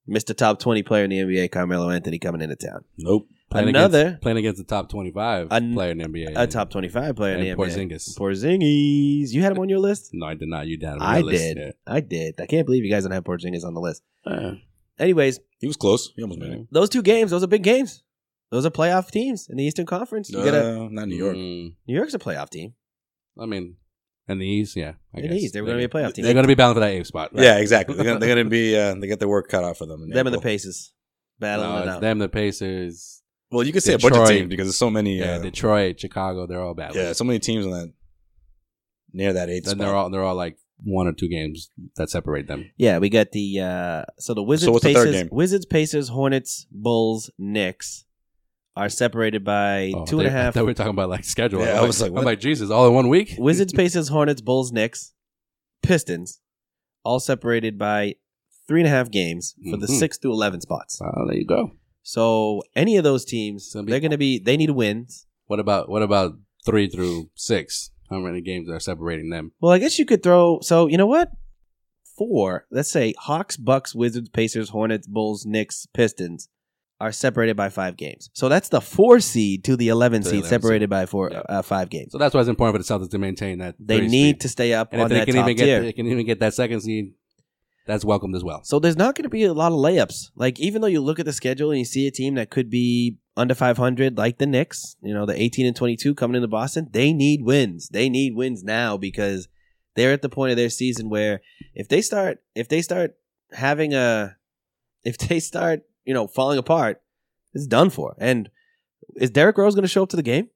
S5: Mr. Top 20 player in the NBA, Carmelo Anthony, coming into town.
S7: Nope.
S5: Another-
S7: against, playing against the top twenty-five
S5: An-
S7: player in the NBA.
S5: A top 25 player
S7: and
S5: in the NBA.
S7: Porzingis.
S5: Porzingis. You had him on your list?
S7: No, I did not. You did.
S5: I did. I did. I can't believe you guys don't have Porzingis on the list.
S7: Uh,
S5: Anyways,
S6: He was close. He almost made it.
S5: those two games, those are big games. Those are playoff teams in the Eastern Conference. You gotta,
S6: Uh, not New York.
S7: Mm,
S5: New York's a playoff team.
S7: I mean, in the East, yeah. I
S5: In the
S7: guess.
S5: East, they were gonna be a playoff team.
S7: They're going to be bound for that eighth spot.
S6: Yeah, exactly. They're gonna, they're gonna be. Uh, they got their work cut out for them. in
S5: Them and the
S6: April.
S5: Pacers battling
S7: No,
S5: it
S7: Uh, it's
S5: out.
S7: them, the Pacers.
S6: Well, you could say a
S7: Detroit.
S6: bunch of teams because there's so many.
S7: Yeah,
S6: uh,
S7: Detroit, Chicago. They're all bad.
S6: yeah, so many teams on that near that eighth
S7: then
S6: spot.
S7: they're all they're all like one or two games that separate them.
S5: Yeah, we got the uh so the Wizards,
S6: So what's the
S5: Pacers,
S6: third game?
S5: Wizards, Pacers, Hornets, Bulls, Knicks are separated by
S7: Oh,
S5: two and a
S7: they- I
S5: half.
S7: thought we were talking about like schedule.
S6: Yeah,
S7: I'm
S6: I was like,
S7: I'm
S6: what?
S7: like, Jesus, all in one week.
S5: Wizards, Pacers, Hornets, Bulls, Knicks, Pistons, all separated by three and a half games for the
S7: Mhm.
S5: six through eleven spots.
S7: Oh, there you go.
S5: So any of those teams,
S7: It's gonna be-
S5: they're going to be they need wins.
S7: What about what about three through six? How many games are separating them?
S5: Well, I guess you could throw. So you know what? Four. Let's say Hawks, Bucks, Wizards, Pacers, Hornets, Bulls, Knicks, Pistons are separated by five games. So that's the four seed to the eleven
S7: To the
S5: seed,
S7: 11
S5: separated by four
S7: Yeah.
S5: uh, five games.
S7: So that's why it's important for the Celtics to maintain that.
S5: They
S7: three
S5: need
S7: seed.
S5: to stay up
S7: and
S5: on
S7: if they
S5: that
S7: can
S5: top
S7: even get
S5: tier.
S7: they can even get that second seed, that's welcomed as well.
S5: so there's not going to be a lot of layups. Like even though you look at the schedule and you see a team that could be under 500, like the Knicks, you know, the 18 and 22 coming into Boston, they need wins. They need wins now because they're at the point of their season where if they start if they start having a if they start you know falling apart, it's done for. And is Derrick Rose going to show up to the game?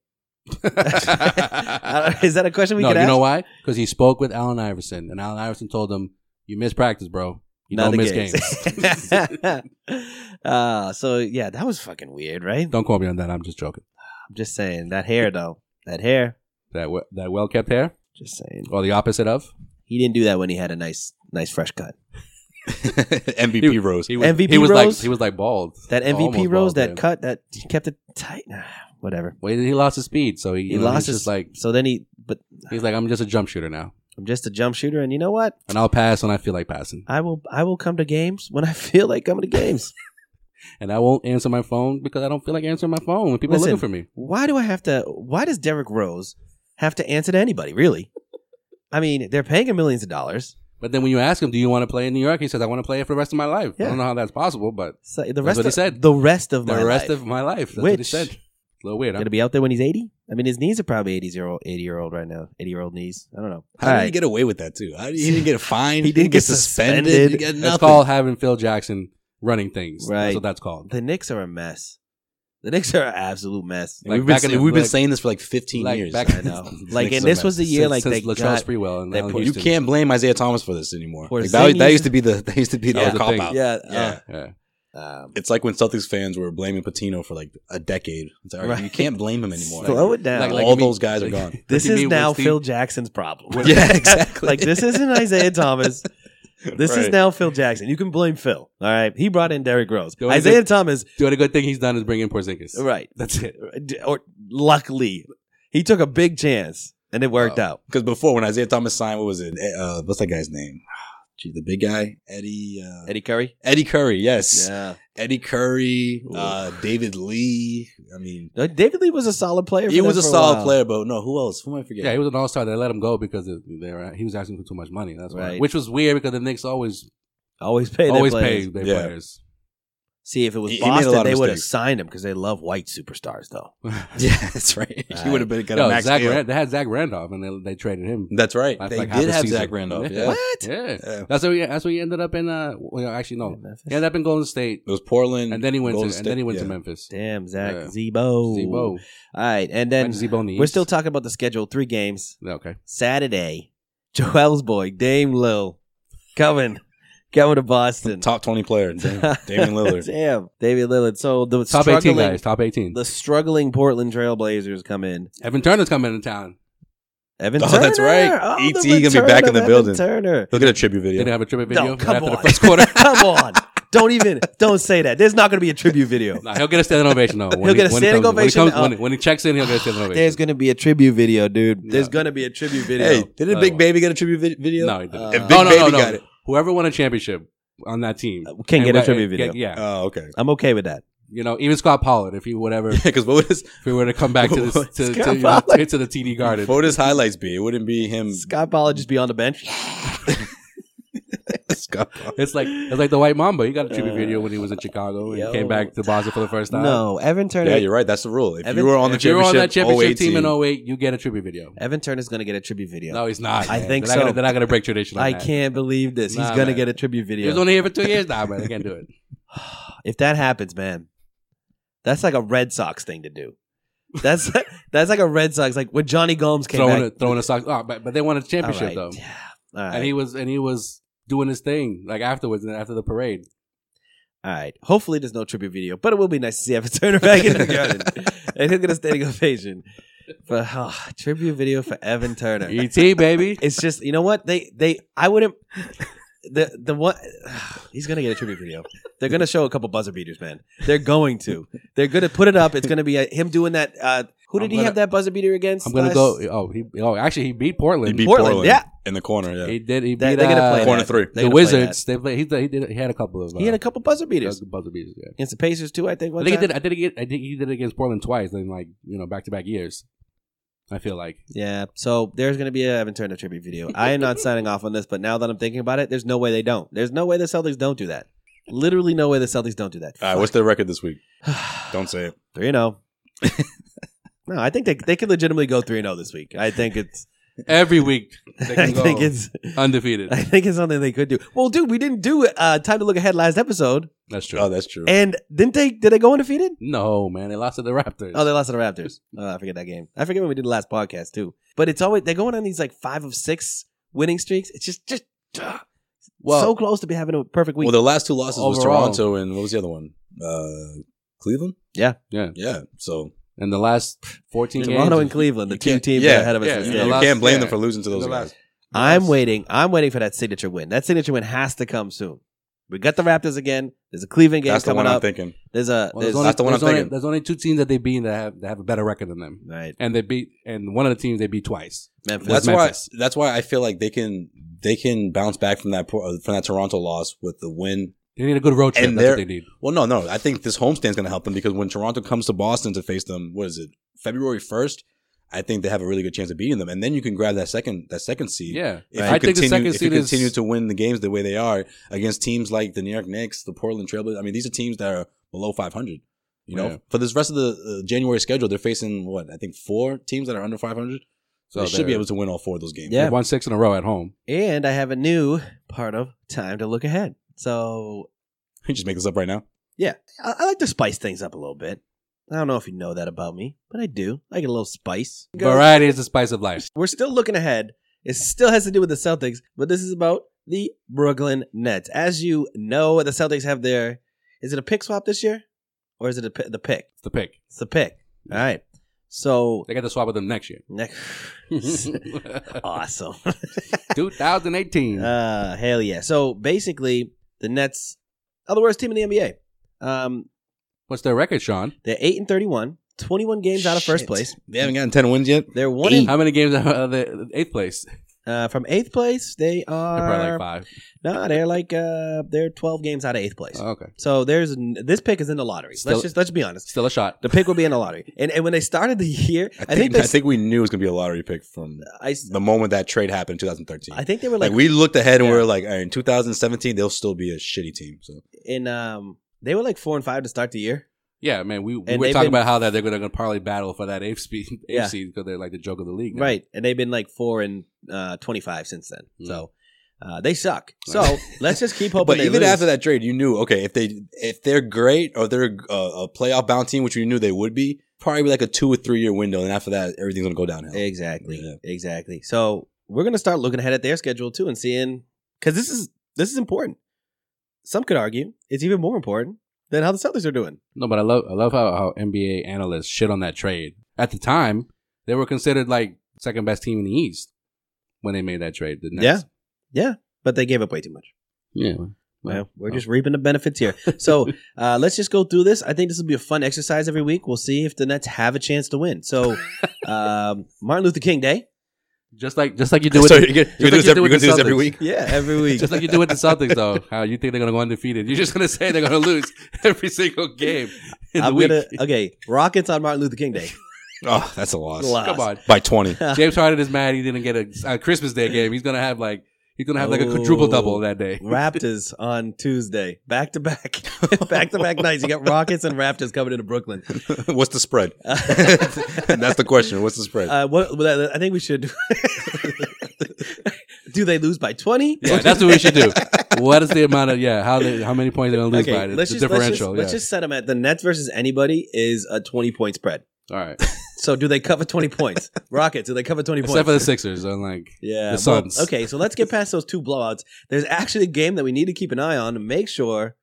S5: I don't- is that a question we
S7: no,
S5: could
S7: you
S5: ask?
S7: know why? Because he spoke with Allen Iverson, and Allen Iverson told him, "You miss practice, bro. You
S5: Not
S7: don't miss
S5: the
S7: games.
S5: games. uh, so yeah, that was fucking weird, right?
S7: don't call me on that. I'm just joking.
S5: I'm just saying that hair though. That hair.
S7: That we- that well kept hair,
S5: Just saying.
S7: or the opposite of
S5: He didn't do that when he had a nice nice fresh cut.
S6: MVP
S7: He-
S6: Rose.
S7: he was,
S5: MVP
S7: he was
S5: Rose?
S7: like he was like bald.
S5: That MVP
S7: Almost bald,
S5: rose, that
S7: yeah.
S5: cut, that he kept it tight. Ah, Whatever.
S7: Well, he lost his speed, so he,
S5: He
S7: you know,
S5: lost
S7: he's
S5: his
S7: just like
S5: like so then he but
S7: he's like I'm just a jump shooter now,
S5: I'm just a jump shooter and you know what?
S7: and I'll pass when I feel like passing,
S5: I will I will come to games when I feel like coming to games.
S7: and I won't answer my phone because I don't feel like answering my phone when people
S5: Listen,
S7: are looking for me.
S5: why do I have to why does Derrick Rose have to answer to anybody, really? I mean, they're paying him millions of dollars.
S7: But then when you ask him, "Do you want to play in New York?" He says, "I want to play it for the rest of my life."
S5: Yeah.
S7: I don't know how that's possible, but
S5: So the
S7: That's
S5: rest
S7: what
S5: of
S7: he said.
S5: the rest of my
S7: the rest
S5: life.
S7: of my life. That's what he
S5: Which-
S7: said. A little weird. Huh?
S5: Gonna be out there when he's eighty. I mean, his knees are probably eighty year old, eighty year old right now, eighty year old knees. I don't know.
S6: How
S5: All
S6: did
S5: right.
S6: he get away with that too? How did, he didn't get fined.
S5: He didn't get suspended.
S6: He got
S7: That's
S6: nothing.
S7: called having Phil Jackson running things.
S5: Right.
S7: That's what that's called.
S5: the Knicks are a mess. The Knicks are an absolute mess.
S6: And
S7: like,
S6: we've been,
S7: back in
S6: saying-
S7: the-
S6: we've been
S7: like-
S6: saying this for like 15
S7: like,
S6: years.
S7: back-
S5: I know.
S6: This
S5: like,
S6: makes
S5: and
S6: a
S5: this
S6: mess.
S5: was the year like
S7: since
S5: they
S7: Latrell
S5: got.
S7: Sprewell and
S5: they
S7: Allen
S5: put-
S6: you
S7: Houston.
S6: can't blame Isaiah Thomas for this anymore.
S5: Poor
S6: Like, that, that
S5: Porzingis.
S6: used to be the that used to be the
S7: Yeah, the
S6: cop
S7: thing.
S6: out.
S5: Yeah,
S6: yeah.
S7: Yeah.
S5: uh, um,
S6: It's like when Celtics fans were blaming Patino for like a decade. It's like, all right,
S5: Right.
S6: You can't blame him anymore.
S5: slow it down.
S7: Like- like-
S6: all
S7: you mean-
S6: those guys are
S7: like-
S6: gone.
S5: this
S7: you
S5: is
S7: mean
S5: now
S7: when Steve-
S5: Phil Jackson's problem.
S6: Yeah, exactly.
S5: like this isn't Isaiah Thomas. This is
S6: Right.
S5: now Phil Jackson. You can blame Phil. All right, he brought in Derrick Rose.
S7: The only
S5: Isaiah
S7: thing-
S5: Thomas.
S7: The only good thing he's done is bring in Porzingis.
S5: Right.
S7: That's it.
S5: Or luckily, he took a big chance and it worked
S6: Wow.
S5: out.
S6: Because before, when Isaiah Thomas signed, what was it? Uh, what's that guy's name? Gee, the big guy, Eddie. Uh,
S5: Eddie Curry.
S6: Eddie Curry. Yes,
S5: Yeah.
S6: Eddie Curry. Uh, David Lee. I mean,
S5: No, David Lee was a solid player.
S6: he
S5: for
S6: was
S5: them
S6: a
S5: for
S6: solid
S5: while.
S6: player, but no, who else? Who am I
S7: Yeah,
S6: forgetting?
S7: he was an all star. They let him go because of- they were, he was asking for too much money. That's why.
S5: Right.
S7: Which was weird because the Knicks always
S5: Always paid.
S7: always
S5: their players.
S7: pay their
S6: Yeah.
S7: players.
S5: See, if it was
S6: He- he made a lot
S5: Boston,
S6: of
S5: they would have
S6: mistakes.
S5: signed him because they love white superstars, though.
S6: Yeah, that's right. he would have been got a
S7: Yo,
S6: max
S7: Zach
S6: deal.
S7: Ran- they had Zach Randolph and they, they traded him.
S6: That's right.
S7: Like,
S6: they
S7: like half
S6: did
S7: a
S6: have
S7: season.
S6: Zach Randolph.
S7: Yeah.
S6: Yeah.
S5: What?
S7: Yeah.
S6: Yeah.
S7: That's what he, that's what he ended up in. Uh, well, actually, no,
S5: Memphis.
S7: he ended up in Golden State,
S6: It was Portland,
S7: and then he went
S6: Golden
S7: to
S6: State.
S7: and then he went to
S6: Yeah.
S7: Memphis.
S5: Damn, Zach
S7: Yeah.
S5: Zebo.
S7: Zebo.
S5: All right, Oh, and then
S7: Imagine Zebo in the
S5: we're
S7: East.
S5: still talking about the schedule. Three games
S7: okay.
S5: Saturday. Joel's boy, Dame Lil, coming, coming to Boston.
S6: Top twenty player, Dam- Damian Lillard.
S5: Damn, Damian Lillard. So the
S7: Top eighteen
S5: struggling,
S7: guys. Top eighteen.
S5: the struggling Portland Trailblazers come in.
S7: Evan Turner's coming into town.
S5: Evan
S6: Oh,
S5: Turner.
S6: that's right.
S5: Oh, the
S6: E.T. gonna be
S5: return
S6: back in
S5: of
S6: the
S5: Evan
S6: building.
S5: Turner.
S6: Look at a tribute
S7: They
S6: video.
S7: didn't have a tribute video
S5: No,
S7: but
S5: come
S7: after
S5: on.
S7: the first quarter.
S5: Come on. Don't even. Don't say that. There's not going to be a tribute video.
S7: Nah, he'll get a standing ovation though. When
S5: He'll get a
S7: when
S5: standing
S7: comes-
S5: ovation,
S7: when he, comes,
S5: uh,
S7: when, when he checks in. He'll get a standing ovation.
S5: There's going to be a tribute video, dude. There's
S7: Yeah.
S5: going to be a tribute video.
S6: Hey, did a
S7: Oh.
S6: Big Baby get a tribute vi- video?
S7: no, he didn't.
S5: Uh,
S6: If Big
S7: no, no,
S6: Baby
S7: no, no.
S6: got it.
S7: Whoever won a championship on that team.
S5: Uh,
S7: And
S5: Can't get a
S7: what-
S5: trivia
S7: and-
S5: video.
S7: Yeah,
S6: Oh, okay.
S5: I'm okay with that.
S7: you know, even Scott Pollard, if he would ever, if
S6: Because what would his
S7: he were to come back to this, to, to, you know, to, to the TD Garden,
S6: what would his highlights be? It wouldn't be him.
S5: Scott Pollard just be on the bench.
S6: Scott.
S7: it's like it's like the White Mamba. He got a tribute video when he was in Chicago and
S5: Uh, yo.
S7: came back to Boston for the first time.
S5: No, Evan Turner.
S6: Yeah, you're right. That's the rule. If
S5: Evan-
S6: you were on the
S7: if you were
S6: championship,
S7: on that championship
S6: 08
S7: team in
S6: team,
S7: 08, you get a tribute video.
S5: Evan Turner's gonna get a tribute video.
S7: No, he's not.
S5: I
S7: man.
S5: think
S7: they're Not
S5: so.
S7: gonna, they're not going to break tradition. on
S5: I
S7: that.
S5: can't believe this. He's
S7: Nah,
S5: gonna
S7: man.
S5: get a
S7: He
S5: tribute video.
S7: was only here for two years now, man. I can't do it.
S5: if that happens, man, that's like a Red Sox thing to do. That's that's like a Red Sox. Like when Johnny Gomes came
S7: Throwing a,
S5: back,
S7: throwing a sock. Oh, but, but they won a
S5: All
S7: championship
S5: right.
S7: though,
S5: Yeah. All right.
S7: and he was and he was doing his thing like afterwards and after the parade.
S5: All right. Hopefully, there's no tribute video, but it will be nice to see Evan Turner back in the garden, and he'll get a standing ovation. But oh, tribute video for Evan Turner.
S7: Et E baby.
S5: It's just you know what they they I wouldn't the the one he's gonna get a tribute video. They're gonna show a couple buzzer beaters, man. They're going to. They're gonna put it up. It's gonna be uh him doing that. Uh, who did
S7: I'm
S5: he
S7: gonna-
S5: have that buzzer beater against? Uh,
S7: I'm gonna
S5: last-
S7: go. Oh, he, oh, actually, he beat Portland.
S6: he beat
S5: Portland,
S6: Portland,
S5: yeah.
S6: in the corner. Yeah,
S7: He did. He
S5: They-
S7: beat.
S5: they're gonna
S7: uh,
S5: play that.
S6: corner three.
S5: They're
S7: the
S5: gonna play that.
S7: Wizards. They play. He, did- he did. He had a couple of. Uh,
S5: He had a couple buzzer beaters
S7: uh, buzzer beaters. Yeah.
S5: against the Pacers too. I think.
S7: I
S5: One
S7: think he
S5: time.
S7: did. I think he did. I think he did it against Portland twice in like you know back to back years. I feel like
S5: Yeah. So there's gonna be a Evan Turner tribute video. I am not signing off on this, but now that I'm thinking about it, there's no way they don't. There's no way the Celtics don't do that. Literally, no way the Celtics don't do that.
S6: All right, what's their record this week? Don't say it.
S5: Three and zero. No, I think they they could legitimately go three and zero this week. I think it's
S7: every week they
S5: I
S7: can go
S5: think it's
S7: undefeated.
S5: I think it's something they could do. Well, dude, we didn't do uh, time to look ahead last episode,
S7: That's true.
S6: Oh, that's true.
S5: and didn't they? Did they go undefeated?
S7: no man, they lost to the Raptors.
S5: Oh, they lost to the Raptors. Oh, I forget that game. I forget when we did the last podcast too. But it's always they're going on these like five of six winning streaks. It's just just uh,
S7: Well-
S5: so close to be having a perfect week.
S6: well, their last two losses was
S7: Overall.
S6: Toronto and what was the other one? Uh, Cleveland.
S5: Yeah.
S7: Yeah.
S6: yeah. So
S7: and the last 14
S5: Toronto
S7: games,
S5: and Cleveland, the
S6: you
S5: two
S6: can't-
S5: teams
S6: yeah,
S5: that are ahead of us.
S7: yeah,
S5: in this
S7: you
S6: you
S5: game.
S7: last-
S6: can't blame
S7: yeah.
S6: them for losing to those
S7: The
S6: guys.
S7: last-
S5: I'm waiting. I'm waiting for that signature win. That signature win has to come soon. We got the Raptors again. There's a Cleveland game
S6: That's the
S5: coming
S6: one I'm
S5: up.
S6: thinking.
S5: There's a
S7: Well,
S5: there's
S7: there's, only,
S6: that's the one
S7: there's
S6: I'm
S7: only-
S6: thinking.
S7: there's only two teams that they beat that have that have a better record than them,
S5: right
S7: and they beat and one of the teams they beat twice.
S5: Memphis.
S7: Was
S6: That's why.
S7: Memphis.
S6: That's why I feel like they can they can bounce back from that Por- from that Toronto loss with the win
S7: They need a good road trip.
S6: And
S7: That's
S6: they're-
S7: what they need.
S6: Well, no, no. I think this homestand's going to help them because when Toronto comes to Boston to face them, what is it, February first? I think they have a really good chance of beating them, and then you can grab that second that second seed.
S7: Yeah,
S6: If
S7: I
S6: you
S7: think
S6: continue,
S7: the second
S6: if you
S7: seed is
S6: continue to win the games the way they are against teams like the New York Knicks, the Portland Trailblazers, I mean, these are teams that are below 500. You know,
S7: Yeah.
S6: for this rest of the uh, January schedule, they're facing what I think four teams that are under 500. So they should be
S7: Oh, they're-
S6: able to win all four of those games.
S5: Yeah.
S7: They won six in a row at home.
S5: and I have a new part of time to look ahead. So
S6: you just make this up right now.
S5: I, I like to spice things up a little bit. I don't know if you know that about me, but I do. I get a little spice.
S7: Variety is the spice of life.
S5: We're still looking ahead. It still has to do with the Celtics, but this is about the Brooklyn Nets. As you know, the Celtics have their is it a pick swap this year, or is it a, pi- the pick?
S7: It's the pick.
S5: It's the pick. All right. So
S7: They got to swap with them next year.
S5: next, awesome.
S7: 2018.
S5: Uh, hell yeah. So basically, the Nets are the worst team in the NBA. Um,
S7: What's their record, Sean?
S5: they're 8 and 31, 21 games out of first
S6: Shit.
S5: place.
S6: They haven't gotten 10 wins yet.
S5: They're one in,
S7: How many games are they eighth place?
S5: uh, from eighth place. They
S7: They're
S5: are
S7: probably like five.
S5: nah, they're like uh, they're twelve games out of eighth place.
S7: Oh, okay.
S5: so there's n- this pick is in the lottery. let's
S7: Still-
S5: just let's be honest.
S7: Still a shot.
S5: The pick will be in the lottery. And and when they started the year, I think,
S6: I think,
S5: they,
S6: I think we knew it was going to be a lottery pick from
S5: I, s-
S6: the moment that trade happened in 2013.
S5: I think they were
S6: like,
S5: like,
S6: we looked ahead and we
S5: Yeah.
S6: were like, all right, in 2017 they'll still be a shitty team. So
S5: in um they were like four and five to start the year.
S7: Yeah, man. We, we
S5: And
S7: were
S5: they've
S7: talking
S5: been-
S7: about how that they're going to probably battle for that eighth seed eighth
S5: Yeah.
S7: seed because they're like the joke of the league. now.
S5: Right. And they've been like four and uh, 25 since then. So uh, they suck. So let's just keep hoping
S6: Hmm. but
S5: they
S6: even
S5: lose.
S6: after that trade, you knew okay if they if they're great or they're a, a playoff bound team, which we knew they would be, probably like a two or three year window, and after that everything's going to go downhill.
S5: Exactly.
S6: Yeah.
S5: Exactly. So we're going to start looking ahead at their schedule too and seeing, because this is this is important. Some could argue it's even more important than how the Celtics are doing.
S7: No, but I love I love how, how NBA analysts shit on that trade. At the time, they were considered like second best team in the East when they made that trade. The Nets.
S5: Yeah. But they gave up way too much.
S7: Yeah.
S5: Well,
S7: Well,
S5: we're just reaping the benefits here. So uh, let's just go through this. I think this will be a fun exercise every week. We'll see if the Nets have a chance to win. So um, Martin Luther King Day,
S7: Just like just like you do with
S6: so
S7: the-
S6: you're gonna,
S7: just
S6: you're gonna do
S7: like
S6: this every,
S7: you
S6: you're gonna
S7: do with
S6: do
S7: the
S6: this every
S7: Celtics.
S6: week.
S5: Yeah, every week.
S7: Just like you do with the Celtics, though. How you think they're gonna go undefeated? You're just gonna say they're gonna lose every single game in the
S5: I'm
S7: week.
S5: gonna okay. Rockets on Martin Luther King Day.
S6: Oh, that's a loss.
S5: Lost.
S7: Come on,
S6: By 20.
S7: James Harden is mad he didn't get a, a Christmas Day game. He's gonna have like he's gonna have like a
S5: Oh.
S7: quadruple double that day.
S5: Raptors on Tuesday, back to back, back to back nights. You got Rockets and Raptors coming into Brooklyn.
S6: What's the spread? that's the question. What's the spread?
S5: Uh, what, well, I think we should. do they lose by twenty?
S7: Yeah, that's what we should do. What is the amount of yeah? How they, how many points they're gonna lose by?
S5: Okay,
S7: The,
S5: let's
S7: the
S5: just, let's, just,
S7: differential.
S5: let's
S7: yeah.
S5: just set them at the Nets versus anybody is a twenty point spread.
S7: All right.
S5: So do they cover twenty points? Rockets, do they cover twenty
S7: Except
S5: points?
S7: for the Sixers, I'm like
S5: yeah,
S7: the Suns.
S5: okay, so let's get past those two blowouts. There's actually a game that we need to keep an eye on to make sure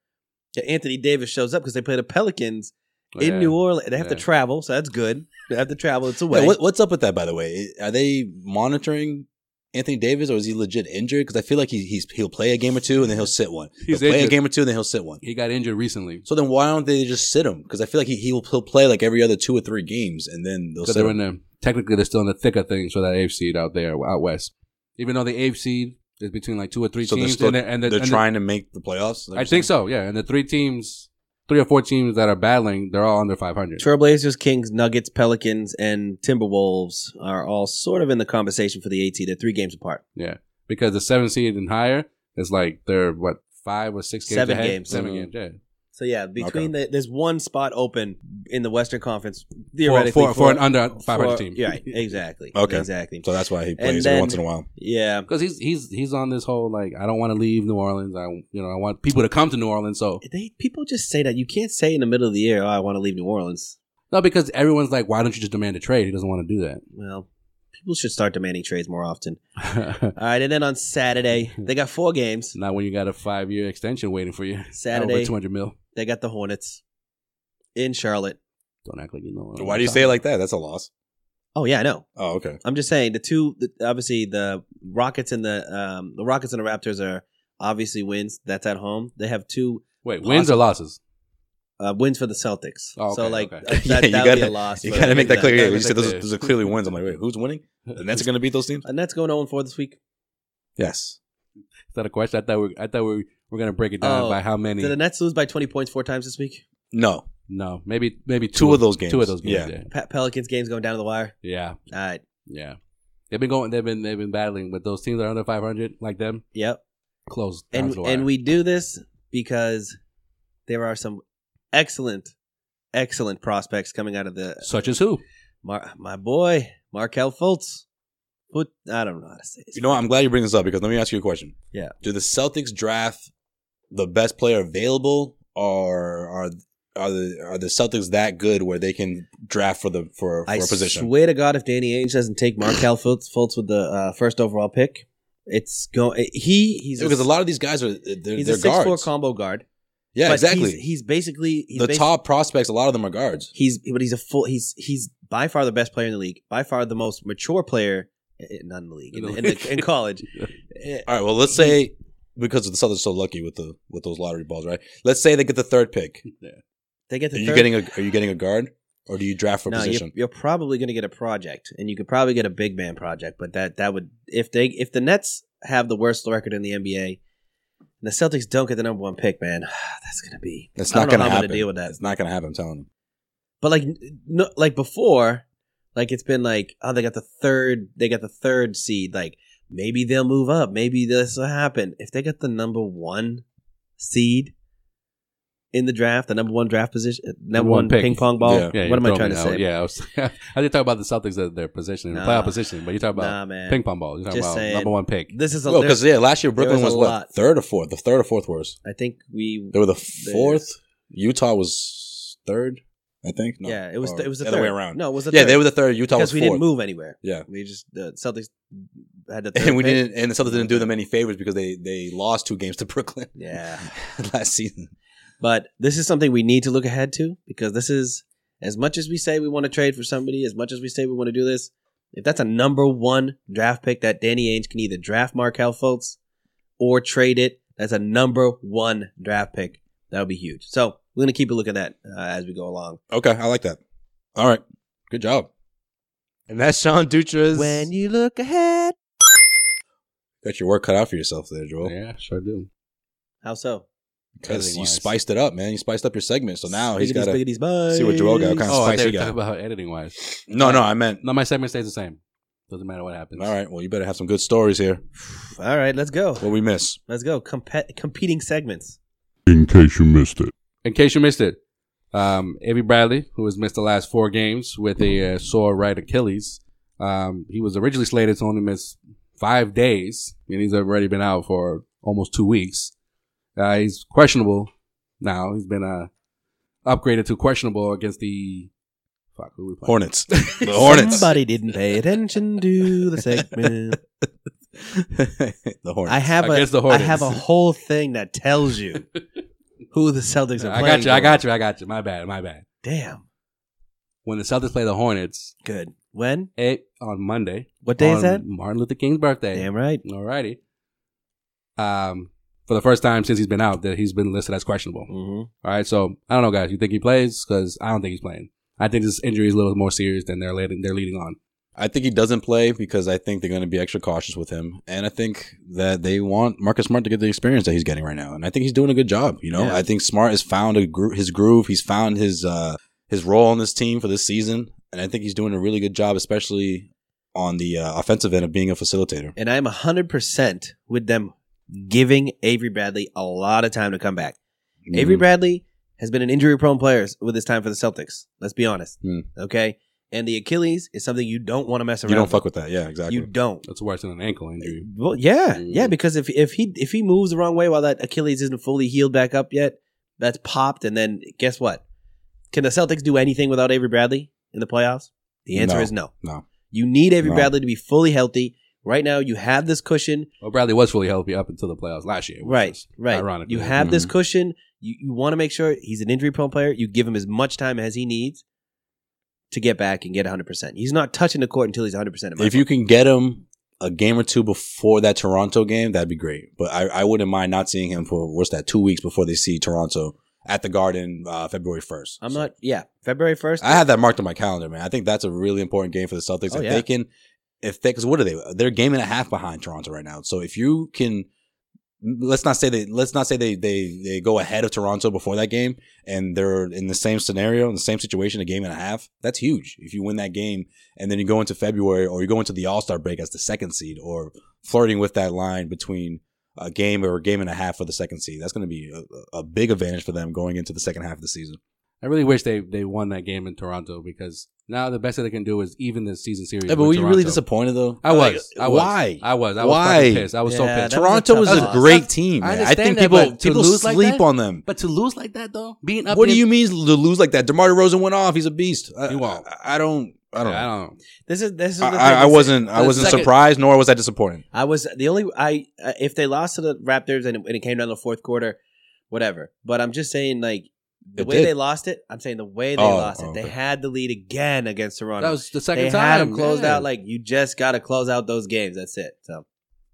S5: that Anthony Davis shows up because they play the Pelicans in
S7: Oh, Yeah.
S5: New Orleans. They have to
S7: Yeah.
S5: travel, so that's good. They have to travel. It's
S6: Yeah,
S5: away.
S6: what, what's up with that, by the way? Are they monitoring Anthony Davis or is he legit injured? Because I feel like he, he's, he'll play a game or two and then he'll sit one.
S7: He's
S6: he'll play
S7: injured.
S6: a game or two and then he'll sit one.
S7: He got injured recently.
S6: So then why don't they just sit him? Because I feel like he, he'll, he'll play like every other two or three games and then they'll
S7: So
S6: sit
S7: they're
S6: him.
S7: in the technically they're still in the thick of things for that eighth seed out there out west. Even though the eighth seed is between like two or three
S6: so they're,
S7: teams,
S6: still,
S7: and
S6: they're,
S7: they're, and they're, and
S6: trying to make the playoffs.
S7: I think so. Yeah, and the three teams, three or four teams that are battling, they're all under 500.
S5: Trailblazers, Kings, Nuggets, Pelicans, and Timberwolves are all sort of in the conversation for the AT. They're three games apart.
S7: Yeah, because the seven seed and higher is like they're what five or six games
S5: Seven
S7: ahead?
S5: games.
S7: seven
S5: Mhm.
S7: games. Yeah,
S5: So yeah, between the, there's one spot open in the Western Conference theoretically
S7: for, for, for an under 500
S5: for-
S7: team.
S5: Yeah, right, exactly.
S6: Okay.
S5: exactly.
S6: So that's why he plays
S5: then-
S6: every once in a while.
S5: Yeah,
S7: because he's he's he's on this whole like I don't want to leave New Orleans. I you know I want people to come to New Orleans. So
S5: they people just say that you can't say in the middle of the year, "Oh, I want to leave New Orleans."
S7: no, because everyone's like, why don't you just demand a trade? He doesn't want to do that.
S5: Well, people should start demanding trades more often. All right, and then on Saturday they got four games.
S7: Not when you got a five year extension waiting for you.
S5: Saturday.
S7: two hundred mil.
S5: They got the Hornets in Charlotte.
S7: Don't act like you know. uh,
S6: Why do you say it like that? That's a loss.
S5: Oh yeah, I know.
S6: Oh, okay.
S5: I'm just saying the two, the, obviously the Rockets and the um, the Rockets and the Raptors are obviously wins. That's at home. They have two
S7: Wait, wins or losses?
S5: uh, wins for the Celtics.
S7: Oh,
S5: so
S7: okay,
S5: like
S7: okay.
S5: uh, that,
S6: Yeah, you
S5: that would be a
S6: gotta-
S5: loss.
S6: You
S5: for-
S6: got to make that clear.
S7: Gotta
S6: Yeah, you
S7: make that
S6: said those,
S7: clear.
S6: those are clearly wins. I'm like, wait, who's winning? The Nets are going to beat those teams?
S5: And that's going 0 4 this week.
S6: Yes.
S7: Is that a question? I thought we I thought we were gonna break it down
S5: Oh,
S7: by how many.
S5: Did the Nets lose by 20 points four times this week?
S6: No.
S7: no, maybe maybe two,
S6: Two of those games.
S7: Two of those games.
S6: Yeah.
S7: Yeah.
S5: Pat Pelicans game's going down to the wire. Uh,
S7: yeah,
S5: All right.
S7: yeah. They've been going. They've been they've been battling with those teams that are under five hundred, like them.
S5: Yep.
S7: Close. down
S5: And
S7: to the
S5: and
S7: wire.
S5: we do this because there are some excellent, excellent prospects coming out of the
S7: such as who?
S5: Mar- my boy Markel Fultz. Put I don't know how to say this.
S6: You know what? I'm glad you bring this up because let me ask you a question.
S5: Yeah.
S6: Do the Celtics draft the best player available, or are are the are the Celtics that good where they can draft for the for, for
S5: I
S6: a position?
S5: swear to God, if Danny Ainge doesn't take Markel Fultz, Fultz with the uh, first overall pick, it's going. He he's
S6: because a
S5: a,
S6: lot of these guys are they're,
S5: he's
S6: they're
S5: a six four
S6: guards.
S5: combo guard.
S6: yeah,
S5: but
S6: exactly.
S5: He's, he's basically he's
S6: the
S5: basi-
S6: top prospects, a lot of them are guards.
S5: He's but he's a full. He's he's by far the best player in the league. By far the most mature player, eh, eh, not in the league, in, in, the, in college. Eh,
S6: All right. Well, let's say because the Celtics are so lucky with the with those lottery balls, right? Let's say they get the third pick.
S5: They get
S6: Are
S5: the
S6: you
S5: third-
S6: getting a Are you getting a guard, or do you draft for
S5: no, you're,
S6: position?
S5: you're probably going to get a project, and you could probably get a big man project. But that that would if they if the Nets have the worst record in the NBA, and the Celtics don't get the number one pick, man, that's going to be
S6: That's
S5: I don't
S6: not going
S5: know
S6: to
S5: how I'm
S6: happen.
S5: gonna deal with that.
S6: It's not going to happen. I'm telling you.
S5: But like no, like before, like it's been like oh they got the third they got the third seed. Like maybe they'll move up. Maybe this will happen. If they get the number one seed in the draft, the number one draft position, uh, number
S7: One
S5: one,
S7: pick.
S5: ping pong ball.
S6: Yeah.
S7: you
S5: Uh, what am I
S7: throw
S5: trying
S7: me
S5: to
S7: out.
S5: say?
S7: Yeah, I was. I didn't talk about the Celtics that their position,
S5: Nah.
S7: playoff position, but you talk about
S5: nah, man.
S7: ping pong balls. You talk
S5: Just
S7: about
S5: saying.
S7: number one pick.
S5: This is a.
S6: Well, because yeah, last year Brooklyn
S5: was a
S6: was, what
S5: lot.
S6: third or fourth, the third or fourth worst.
S5: I think we.
S6: They were the fourth. Utah was third, I think. No.
S5: yeah, it was.
S6: Or
S5: it was the
S6: other
S5: third.
S6: way around.
S5: No, it was the
S6: yeah,
S5: third.
S6: they were the third. Utah was
S5: because we
S6: fourth.
S5: didn't move anywhere.
S6: Yeah,
S5: We just the Celtics had the. Third
S6: and we
S5: pick.
S6: didn't, and the Celtics didn't do them any favors because they they lost two games to Brooklyn
S5: Yeah.
S6: last season.
S5: But this is something we need to look ahead to because this is as much as we say we want to trade for somebody, as much as we say we want to do this. If that's a number one draft pick that Danny Ainge can either draft Markel Fultz or trade it, that's a number one draft pick. That would be huge. So we're gonna keep a look at that uh, as we go along.
S6: Okay, I like that. All right, good job.
S1: And that's Sean Dutra's.
S5: When you look ahead.
S6: Got your work cut out for yourself there, Joel.
S7: Yeah, sure do.
S5: How so?
S6: Because you
S7: Editing-wise.
S6: spiced it up, man. You spiced up your segment. So now he's got to.
S5: Spaghetti's butt.
S6: see what Joel got, kinda-
S7: Oh, I
S6: spicy
S7: thought you were
S6: guy.
S7: talking about editing wise.
S6: No, no, I meant.
S7: No, my segment stays the same. Doesn't matter what happens.
S6: All right. Well, you better have some good stories here.
S5: All right, let's go.
S6: What we miss?
S5: Let's go. Compe- competing segments.
S9: In case you missed it.
S7: In case you missed it, um, Avery Bradley, who has missed the last four games with a uh, sore right Achilles, um, he was originally slated to only miss five days, and he's already been out for almost two weeks. Uh, he's questionable now. He's been uh, upgraded to questionable against the fuck who we playing? Uh,
S6: Hornets. The Hornets.
S5: Somebody didn't pay attention to the segment.
S6: the Hornets.
S5: I have a I
S7: Against the Hornets.
S5: have a whole thing that tells you who the Celtics are
S7: I
S5: playing.
S7: got you. I
S5: for.
S7: got you. I got you. My bad. My bad.
S5: Damn.
S7: When the Celtics play the Hornets,
S5: Good. When?
S7: it on Monday.
S5: What day
S7: on
S5: is that?
S7: Martin Luther King's birthday.
S5: Damn right.
S7: Alrighty. Um, for the first time since he's been out, that he's been listed as questionable.
S5: Mm-hmm.
S7: All right, so I don't know, guys. You think he plays? Because I don't think he's playing. I think this injury is a little more serious than they're leading, they're leading on.
S6: I think he doesn't play because I think they're going to be extra cautious with him, and I think that they want Marcus Smart to get the experience that he's getting right now, and I think he's doing a good job. You know,
S5: Yeah.
S6: I think Smart has found a gro- his groove. He's found his uh, his role on this team for this season, and I think he's doing a really good job, especially on the uh, offensive end of being a facilitator.
S5: And I'm hundred percent with them giving Avery Bradley a lot of time to come back.
S7: Mm-hmm.
S5: Avery Bradley has been an injury prone player with his time for the Celtics. Let's be honest.
S7: Hmm.
S6: Mm.
S5: Okay? And the Achilles is something you don't want to mess around
S6: Mm-hmm. you don't
S5: with.
S6: fuck with that, yeah, exactly.
S5: You don't.
S7: That's worse than an ankle injury.
S5: Well, yeah,
S7: Mm.
S5: yeah. Because if if he if he moves the wrong way while that Achilles isn't fully healed back up yet, that's popped. And then guess what? Can the Celtics do anything without Avery Bradley in the playoffs? The answer
S6: No.
S5: is no.
S6: No.
S5: You need Avery
S6: No.
S5: Bradley to be fully healthy. Right now, you have this cushion.
S7: Well, Bradley was fully healthy up until the playoffs last year. which
S5: Right,
S7: is
S5: right.
S7: ironic.
S5: You have this
S6: Mm-hmm.
S5: cushion. You, you want to make sure he's an injury prone player. You give him as much time as he needs to get back and get 100%. He's not touching the court until he's 100%. in my
S6: if you can get him a game or two before that Toronto game, that'd be great. But I, I wouldn't mind not seeing him for what's that two weeks before they see Toronto at the Garden uh, February first.
S5: I'm not, yeah, February 1st.
S6: I had that marked on my calendar, man. I think that's a really important game for the Celtics.
S5: Oh,
S6: if
S5: yeah.
S6: they can, if they, because what are they? They're a game and a half behind Toronto right now. So if you can, let's not say they, let's not say they, they, they go ahead of Toronto before that game and they're in the same scenario, in the same situation, a game and a half. That's huge. If you win that game and then you go into February or you go into the All Star break as the second seed or flirting with that line between a game or a game and a half for the second seed, that's going to be a, a big advantage for them going into the second half of the season.
S7: I really wish they, they won that game in Toronto because now the best that they can do is even this season series.
S6: Yeah, but
S7: with
S6: were you really
S7: Toronto.
S6: disappointed though?
S7: I was. I was.
S6: Why?
S7: I was. I was
S6: Why?
S7: fucking pissed. I was so
S5: Yeah,
S7: pissed.
S5: that was
S6: Toronto
S5: tough
S6: was a
S5: loss.
S6: great team.
S7: I
S6: man. I,
S7: understand
S6: think
S7: that,
S6: people
S7: but to
S6: people
S7: lose like
S6: sleep
S7: that?
S6: on them.
S7: But to lose like that though, being up.
S6: what do
S7: in-
S6: you mean to lose like that? Demar Derozan went off. He's a beast. I,
S7: He won't.
S6: I, I don't. I don't.
S7: I
S6: know.
S7: don't know.
S5: this is, this is
S6: I,
S5: the
S6: I,
S5: thing
S6: I
S5: that's-
S6: wasn't. I
S7: The
S6: wasn't
S7: second-
S6: surprised, nor was I disappointed.
S5: I was the only I uh, if they lost to the Raptors and it, and it came down to the fourth quarter, whatever. But I'm just saying like the
S6: It
S5: way
S6: did.
S5: they lost it. I'm saying the way they
S6: Oh,
S5: lost it.
S6: oh,
S5: They
S6: okay.
S5: had the lead again against Toronto.
S7: That was the second
S5: they
S7: time.
S5: had them closed
S7: yeah.
S5: out. Like you just got to close out those games. That's it. So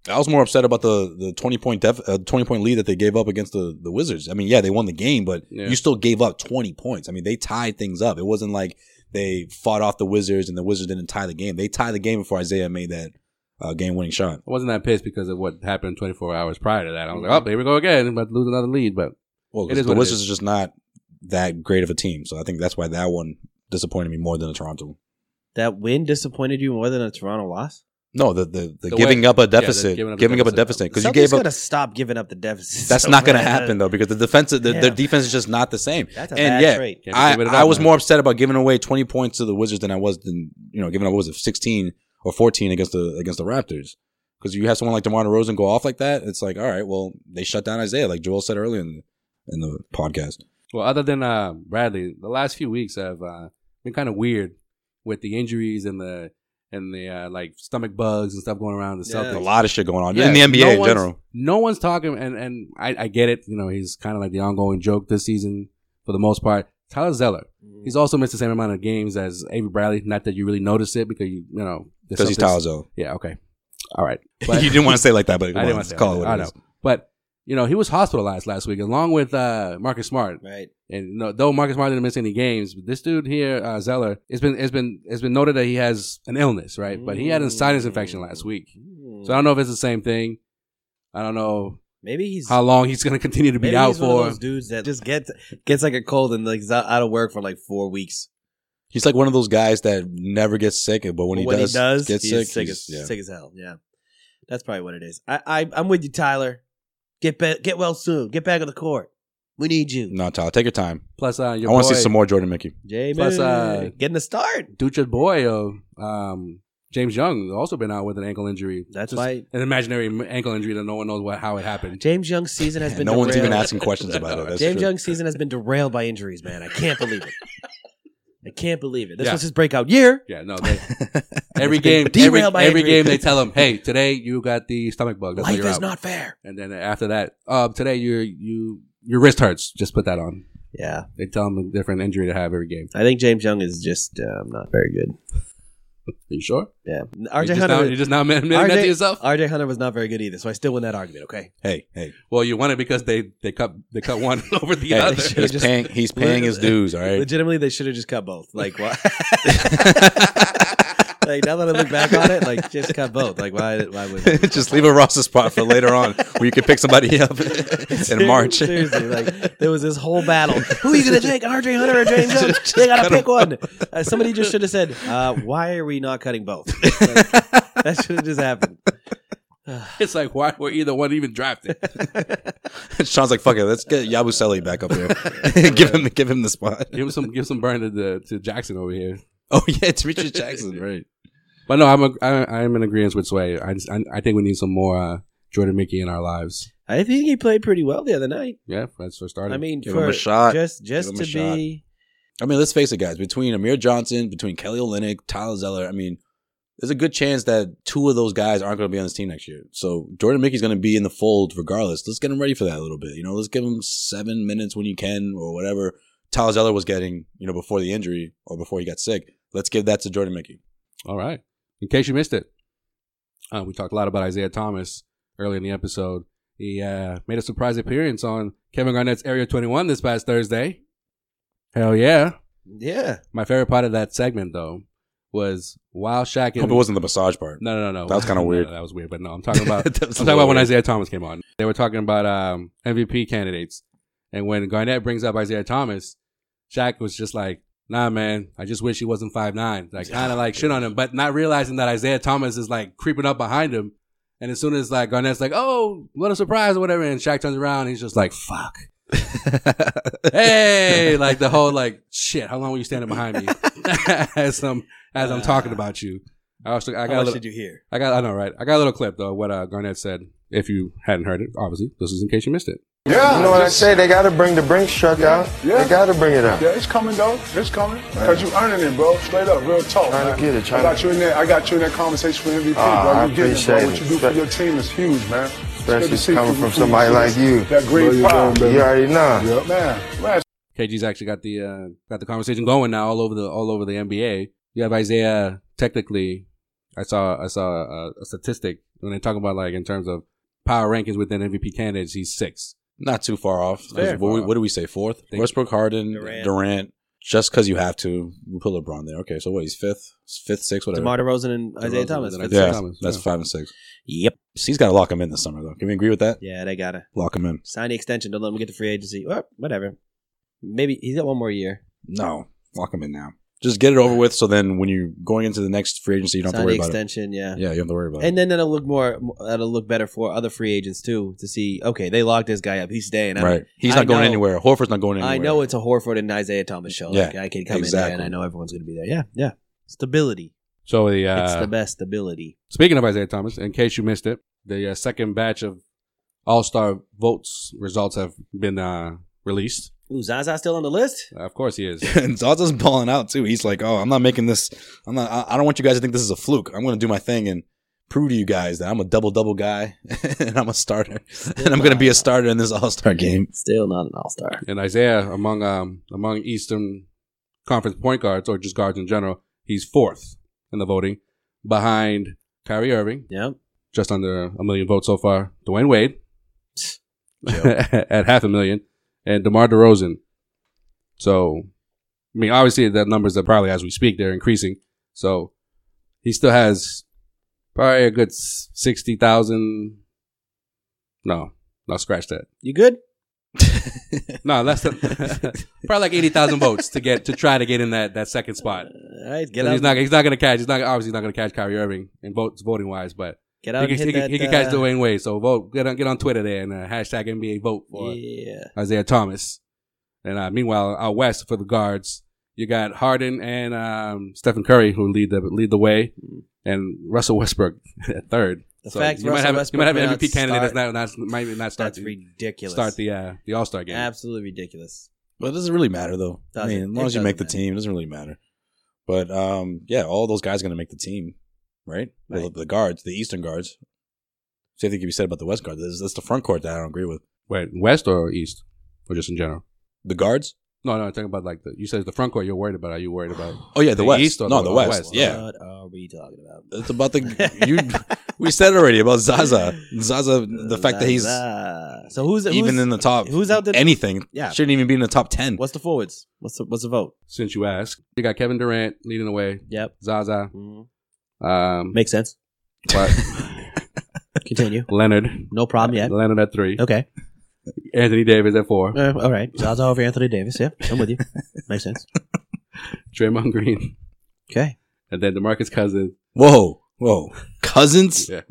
S6: I was more upset about the the twenty point def, uh, twenty point lead that they gave up against the the Wizards. I mean, yeah, they won the game, but
S7: Yeah.
S6: you still gave up twenty points. I mean, they tied things up. It wasn't like they fought off the Wizards and the Wizards didn't tie the game. They tied the game before Isaiah made that uh, game winning shot.
S7: I wasn't that pissed because of what happened 24 hours prior to that. I was like, oh, here we go again. I'm about to lose another lead. But
S6: Well,
S7: It
S6: 'cause
S7: is
S6: the
S7: what it
S6: Wizards
S7: is.
S6: are just not that great of a team, so I think that's why that one disappointed me more than the Toronto.
S5: that win disappointed you more than a Toronto loss.
S6: No, the the, the,
S7: The
S6: giving
S7: way-
S6: up a
S7: the
S6: deficit,
S7: giving
S6: giving
S7: up
S6: up, a
S7: a deficit.
S6: deficit because you
S5: Celtics
S6: gave up.
S5: gotta stop giving up the deficit.
S6: That's
S5: so
S6: not going to
S5: bad.
S6: happen though because the defensive their, their
S5: Yeah.
S6: defense is just not the same.
S5: That's a
S6: And
S5: bad
S6: yet-
S5: trait.
S7: can't be
S6: I,
S7: giving it
S6: I
S7: up,
S6: was
S7: man.
S6: more upset about giving away twenty points to the Wizards than I was than you know giving up what was it sixteen or fourteen against the against the Raptors because you have someone like DeMar DeRozan go off like that. It's like all right, well they shut down Isaiah like Joel said earlier in, in the podcast.
S7: Well, other than uh, Bradley, the last few weeks have uh, been kind of weird with the injuries and the and the uh, like stomach bugs and stuff going around the
S5: Yeah.
S7: Celtics.
S6: A lot of shit going on
S7: Yeah,
S6: in the NBA
S7: no
S6: in
S7: one's-
S6: general.
S7: No one's talking, and and I, I get it. You know, he's kind of like the ongoing joke this season for the most part. Tyler Zeller,
S6: Mm-hmm.
S7: he's also missed the same amount of games as Avery Bradley. Not that you really notice it because you you know the
S6: Because he's
S7: Celtics-
S6: Tyler Zeller.
S7: Yeah, okay, all right. But-
S6: you didn't want to say it like that, but
S7: I didn't want to say
S6: call it
S7: that.
S6: what
S7: I
S6: it
S7: know.
S6: is.
S7: But you know, he was hospitalized last week along with uh, Marcus Smart.
S5: Right.
S7: And you know, though Marcus Smart didn't miss any games, but this dude here, uh, Zeller, it's been it's been it's been noted that he has an illness, right? But he had a sinus infection last week,
S5: Hmm.
S7: so I don't know if it's the same thing. I don't know
S5: Maybe he's
S7: how long he's going to continue to be
S5: maybe
S7: out
S5: he's one
S7: for.
S5: of those dudes that just gets gets like a cold and like is out, out of work for like four weeks.
S6: He's like one of those guys that never gets sick, but when,
S5: But
S6: he, does get
S5: he's
S6: sick,
S5: sick,
S6: he's-
S5: as,
S6: yeah.
S5: sick as hell. Yeah, that's probably what it is. I, I I'm with you, Tyler. Get back, get well soon. Get back on the court. We need you,
S6: No, Tyler, take your time.
S7: Plus, uh, your
S6: I want to
S7: boy-
S6: see some more Jordan Mickey.
S5: Jamie.
S7: Plus, uh,
S5: getting the start.
S7: Dude, your boy, uh, um, James Young, also been out with an ankle injury.
S5: That's
S7: Just
S5: why-
S7: an imaginary m- ankle injury that no one knows what, how it happened.
S5: James Young's season has been
S6: No one's even
S5: derailed.
S6: asking questions about it. That's
S5: James
S6: true.
S5: Young's season has been derailed by injuries, man. I can't believe it. I can't believe it. This
S7: Yeah.
S5: was his breakout year.
S7: Yeah, no. They, every game, every,
S5: derailed by
S7: every
S5: injury.
S7: game they tell him, "Hey, today you got the stomach bug. That's why
S5: Life
S7: you're
S5: is
S7: out."
S5: not fair.
S7: and then after that, um, today you you your wrist hurts. Just put that on.
S5: Yeah,
S7: They tell him a different injury to have every game.
S5: I think James Young is just uh, not very good.
S7: Are you sure?
S5: Yeah,
S7: you
S5: RJ
S7: just now,
S5: Hunter.
S7: you just now admitting that to yourself.
S5: RJ Hunter was not very good either, so I still win that argument. Okay,
S6: hey, hey,
S7: Well, you won it because they they cut they cut one over the
S6: hey,
S7: other.
S5: should've
S6: he's
S5: just-
S6: paying. He's paying his dues. All right.
S5: legitimately, they should have just cut both. Like, why? like now that I look back on it, like just cut both. Like, why? Why would?
S6: Just leave a roster spot for later on, where you can pick somebody up in March.
S5: Seriously, like there was this whole battle. Who are you gonna take, RJ Hunter or James Young? They gotta pick one. Uh, somebody just should have said, uh, "Why are we not cutting both?" Like, that should have just happened.
S7: it's like why were either one even drafted?
S6: Sean's like, "Fuck it, let's get Yabusele back up here. give him, give him the spot."
S7: give some give some burn to the, to Jackson over here.
S6: Oh yeah, it's Richard Jackson, right?
S7: But no, I'm a, I, I'm in agreement with Sway. I, just, I I think we need some more uh, Jordan Mickey in our lives.
S5: I think he played pretty well the other night.
S7: Yeah, that's for starting.
S5: I mean,
S6: Give
S5: for
S6: him a shot.
S5: just just
S6: him
S5: to
S6: a shot.
S5: be
S6: I mean, let's face it, guys. Between Amir Johnson, between Kelly Olynyk, Tyler Zeller, I mean, there's a good chance that two of those guys aren't going to be on this team next year. So Jordan Mickey's going to be in the fold regardless. Let's get him ready for that a little bit. You know, let's give him seven minutes when you can or whatever Tyler Zeller was getting, you know, before the injury or before he got sick. Let's give that to Jordan Mickey.
S7: All right. In case you missed it, uh, we talked a lot about Isaiah Thomas earlier in the episode. He uh, made a surprise appearance on Kevin Garnett's Area 21 this past Thursday. Hell yeah.
S5: yeah.
S7: My favorite part of that segment, though, was while Shaq.
S6: Hope it wasn't the massage part.
S7: No, no, no, no.
S6: That was kinda
S7: No, no,
S6: weird.
S7: that was weird, but no, I'm talking about. I'm
S6: That was a
S7: talking about
S6: little
S7: when
S6: weird.
S7: Isaiah Thomas came on. They were talking about um, MVP candidates, and when Garnett brings up Isaiah Thomas, Shaq was just like, "Nah, man, I just wish he wasn't five nine. Like, kind of like shit on him, but not realizing that Isaiah Thomas is like creeping up behind him. And as soon as like Garnett's like, "Oh, what a surprise" or whatever, and Shaq turns around, and he's just like, "Fuck." hey, like the whole like shit. How long were you standing behind me as I'm as I'm talking about you? I also I
S5: How
S7: got a
S5: much
S7: little,
S5: did you hear?
S7: I got, I know, right? I got a little clip though. What uh, Garnett said. If you hadn't heard it, obviously, this is in case you missed it.
S10: You know what I say? They gotta bring the Brinks truck out.
S3: Yeah.
S10: They gotta bring it out.
S3: Yeah, it's coming though. It's coming. Cause you earning it, bro. Straight up, real talk.
S10: Trying to
S3: man.
S10: get it, trying
S3: I got
S10: to-
S3: you in that. I got you in that conversation for MVP,
S10: Ah,
S3: bro.
S10: I
S3: You getting it, bro.
S10: appreciate
S3: What
S10: it.
S3: you do for
S10: Spe-
S3: your team is huge, man. It's good
S10: Especially
S3: to see
S10: coming
S3: you-
S10: from
S3: you-
S10: somebody like you.
S3: That
S10: Where
S3: green
S10: you
S3: pie,
S10: going, You already know.
S3: Yep. man. Man,
S7: KG's actually got the uh, got the conversation going now all over the all over the NBA. You have Isaiah. Technically, I saw I saw a, a statistic when they talk about like in terms of power rankings within MVP candidates. He's six.
S6: Not too far off.
S7: Fair.
S6: What, we- what do we say? Fourth?
S7: Think-
S6: Westbrook, Harden,
S5: Durant.
S6: Durant. Just because you have to, we put LeBron there. Okay, so what? He's fifth, fifth, sixth, whatever.
S5: DeMar DeRozan and Isaiah
S7: DeRozan,
S5: Thomas.
S7: then I-
S6: yeah,
S7: Thomas,
S6: that's
S7: yeah.
S6: five and six.
S5: Yep.
S6: He's got to lock him in this summer, though. Can we agree with that?
S5: Yeah, they gotta.
S6: Lock him in.
S5: sign the extension. Don't let him get the free agency. Well, whatever. Maybe he's got one more year.
S6: No, lock him in now. Just get it over with. So then, when you're going into the next free agency, you don't
S5: sign
S6: have to worry
S5: the
S6: about it.
S5: extension.
S6: Yeah,
S5: Yeah.
S6: you don't have to worry about
S5: And then that'll look more. That'll look better for other free agents too to see. Okay, they locked this guy up. He's staying.
S6: it.
S5: I
S6: Right? He's
S5: I
S6: not going
S5: know-
S6: anywhere. Horford's not going anywhere.
S5: I know it's a Horford and Isaiah Thomas show. Like,
S6: Yeah,
S5: I can come
S6: exactly.
S5: in there and I know everyone's going to be there. Yeah, yeah. Stability.
S7: So the uh,
S5: it's the best stability.
S7: Speaking of Isaiah Thomas, in case you missed it, the uh, second batch of All Star votes results have been uh, released.
S5: Ooh, Zaza still on the list?
S7: Uh, of course, he is.
S6: and Zaza's balling out too. He's like, "Oh, I'm not making this. I'm not. I, I don't want you guys to think this is a fluke. I'm going to do my thing and prove to you guys that I'm a double double guy and I'm a starter and I'm going to be a starter in this All Star game."
S5: Still not an all star.
S7: And Isaiah, among um, among Eastern Conference point guards or just guards in general, he's fourth in the voting, behind Kyrie Irving,
S5: Yeah.
S7: just under a million votes so far. Dwayne Wade, at half a million, and DeMar DeRozan. So, I mean, obviously, the numbers are probably as we speak they're increasing. So, he still has probably a good s- sixty thousand. No, no, scratch that.
S5: You good?
S7: No, that's the, probably like eighty thousand votes to get to try to get in that that second spot.
S5: All right, get
S7: So
S5: out.
S7: he's not he's not gonna catch. He's not obviously he's not gonna catch Kyrie Irving in votes voting wise, but
S5: get
S7: he
S5: out.
S7: can,
S5: and hit
S7: he, can,
S5: that,
S7: he can catch
S5: uh,
S7: Dwayne Wade. So vote get on get on Twitter there and uh, hashtag NBA vote for
S5: Yeah.
S7: Isaiah Thomas. And uh, meanwhile, out west for the guards, you got Harden and um, Stephen Curry who lead the lead the way, and Russell Westbrook at third.
S5: Mm. The fact
S7: you might
S5: Russell
S7: have
S5: Westbrook
S7: you might have
S5: may
S7: an
S5: not
S7: MVP candidate
S5: start.
S7: that's not, not might not start
S5: That's
S7: to
S5: ridiculous.
S7: start the uh, the All Star game.
S5: Absolutely ridiculous.
S6: But it doesn't really matter though. I
S5: Doesn't.
S6: mean, as long
S5: It
S6: as you make the
S5: doesn't matter.
S6: team, it doesn't really matter. But um, yeah, all those guys are gonna make the team, right? The-
S5: Right.
S6: The, guards, the Eastern guards. Same thing can be said about the West guards. That's, that's the front court that I don't agree with.
S7: Wait, West or East, or just in general?
S6: The guards?
S7: No, no, I'm talking about like the. You said it's the front court. You're worried about. Are you worried about?
S6: Oh yeah, the,
S7: The
S6: West.
S7: East or
S6: no,
S7: the
S6: the West.
S7: West?
S6: Yeah,
S5: What are we talking about?
S6: it's about the you. We said it already about Zaza. Zaza, the fact that he's
S5: Zaza. uh, so who's
S6: even
S5: who's,
S6: in the top.
S5: who's out there-
S6: Anything?
S5: Yeah.
S6: shouldn't even be in the top ten.
S5: What's the forwards? What's the, what's the vote?
S7: Since you asked, you got Kevin Durant leading the way.
S5: Yep.
S7: Zaza,
S5: Mhm.
S7: um,
S5: Makes sense.
S7: but
S5: Continue.
S7: Leonard,
S5: No problem yet.
S7: Leonard at three,
S5: Okay.
S7: Anthony Davis at four,
S5: Uh, all right. Zaza over Anthony Davis. Yeah, I'm with you. Makes sense.
S7: Draymond Green,
S5: Okay.
S7: and then DeMarcus Cousins.
S6: Whoa, whoa, Cousins
S7: Yeah.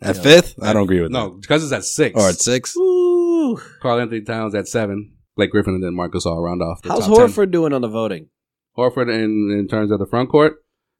S6: at fifth? I don't agree with
S7: No, Cousins at six.
S6: that. Or at six?
S5: Ooh.
S7: Carl Anthony Towns at seven. Blake Griffin and then Marcus all round off. The
S5: How's
S7: top 10.
S5: Horford doing on the voting?
S7: Horford in, in terms of the front court,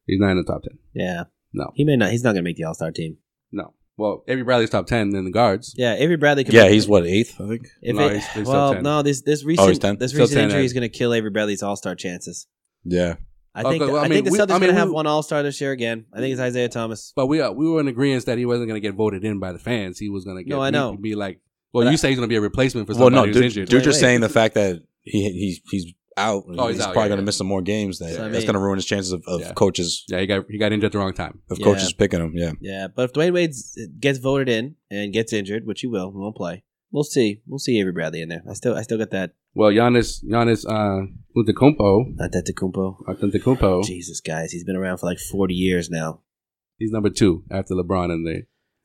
S7: he's not in the top ten.
S5: Yeah.
S7: No.
S5: He may not. He's not going to make the All Star team.
S7: No. Well, Avery Bradley's top ten in the guards.
S5: Yeah. Avery Bradley. Could
S6: Yeah,
S5: make
S6: he's
S5: it.
S6: what eighth, I think.
S5: If
S7: No,
S5: it-
S7: he's- he's still
S5: well,
S7: 10.
S5: no. This this
S6: he's
S5: recent
S6: 10?
S5: this
S7: Still
S5: recent
S7: 10,
S5: injury
S7: yeah.
S5: is going to kill Avery Bradley's All Star chances.
S6: Yeah,
S5: I
S7: Okay,
S5: think.
S7: well, Oh, I
S5: I,
S7: mean,
S5: think the
S7: we-
S5: Celtics
S7: I mean,
S5: going to have
S7: we-
S5: one All Star this year again. I think it's Isaiah Thomas.
S7: But we uh, we were in agreement that he wasn't going to get voted in by the fans. He was going to get
S5: No, I
S7: be-
S5: know.
S7: be like. Well, you say he's going to be a replacement for
S6: Well,
S7: somebody
S6: no,
S7: who's
S6: dude,
S7: injured.
S6: dude
S5: Wait,
S6: just
S5: wait.
S6: saying the fact that he he's he's out.
S7: Oh, he's
S6: he's
S7: out,
S6: probably
S7: yeah,
S6: gonna
S7: yeah.
S6: miss some more games. That
S5: So, I
S6: that's
S5: mean-
S6: gonna ruin his chances of, of
S7: Yeah.
S6: coaches
S7: yeah, he got he got injured at the wrong time.
S6: of
S5: Yeah.
S6: coaches picking him. Yeah,
S5: Yeah, but if Dwayne Wade gets voted in and gets injured, which he will, he won't play. We'll see. We'll see Avery Bradley in there. I still I still got that
S7: Well, Giannis Giannis uh, Antetokounmpo,
S5: not that Tacumpo.
S7: Antetokounmpo,
S5: Jesus, guys, he's been around for like forty years now.
S7: he's number two after LeBron in the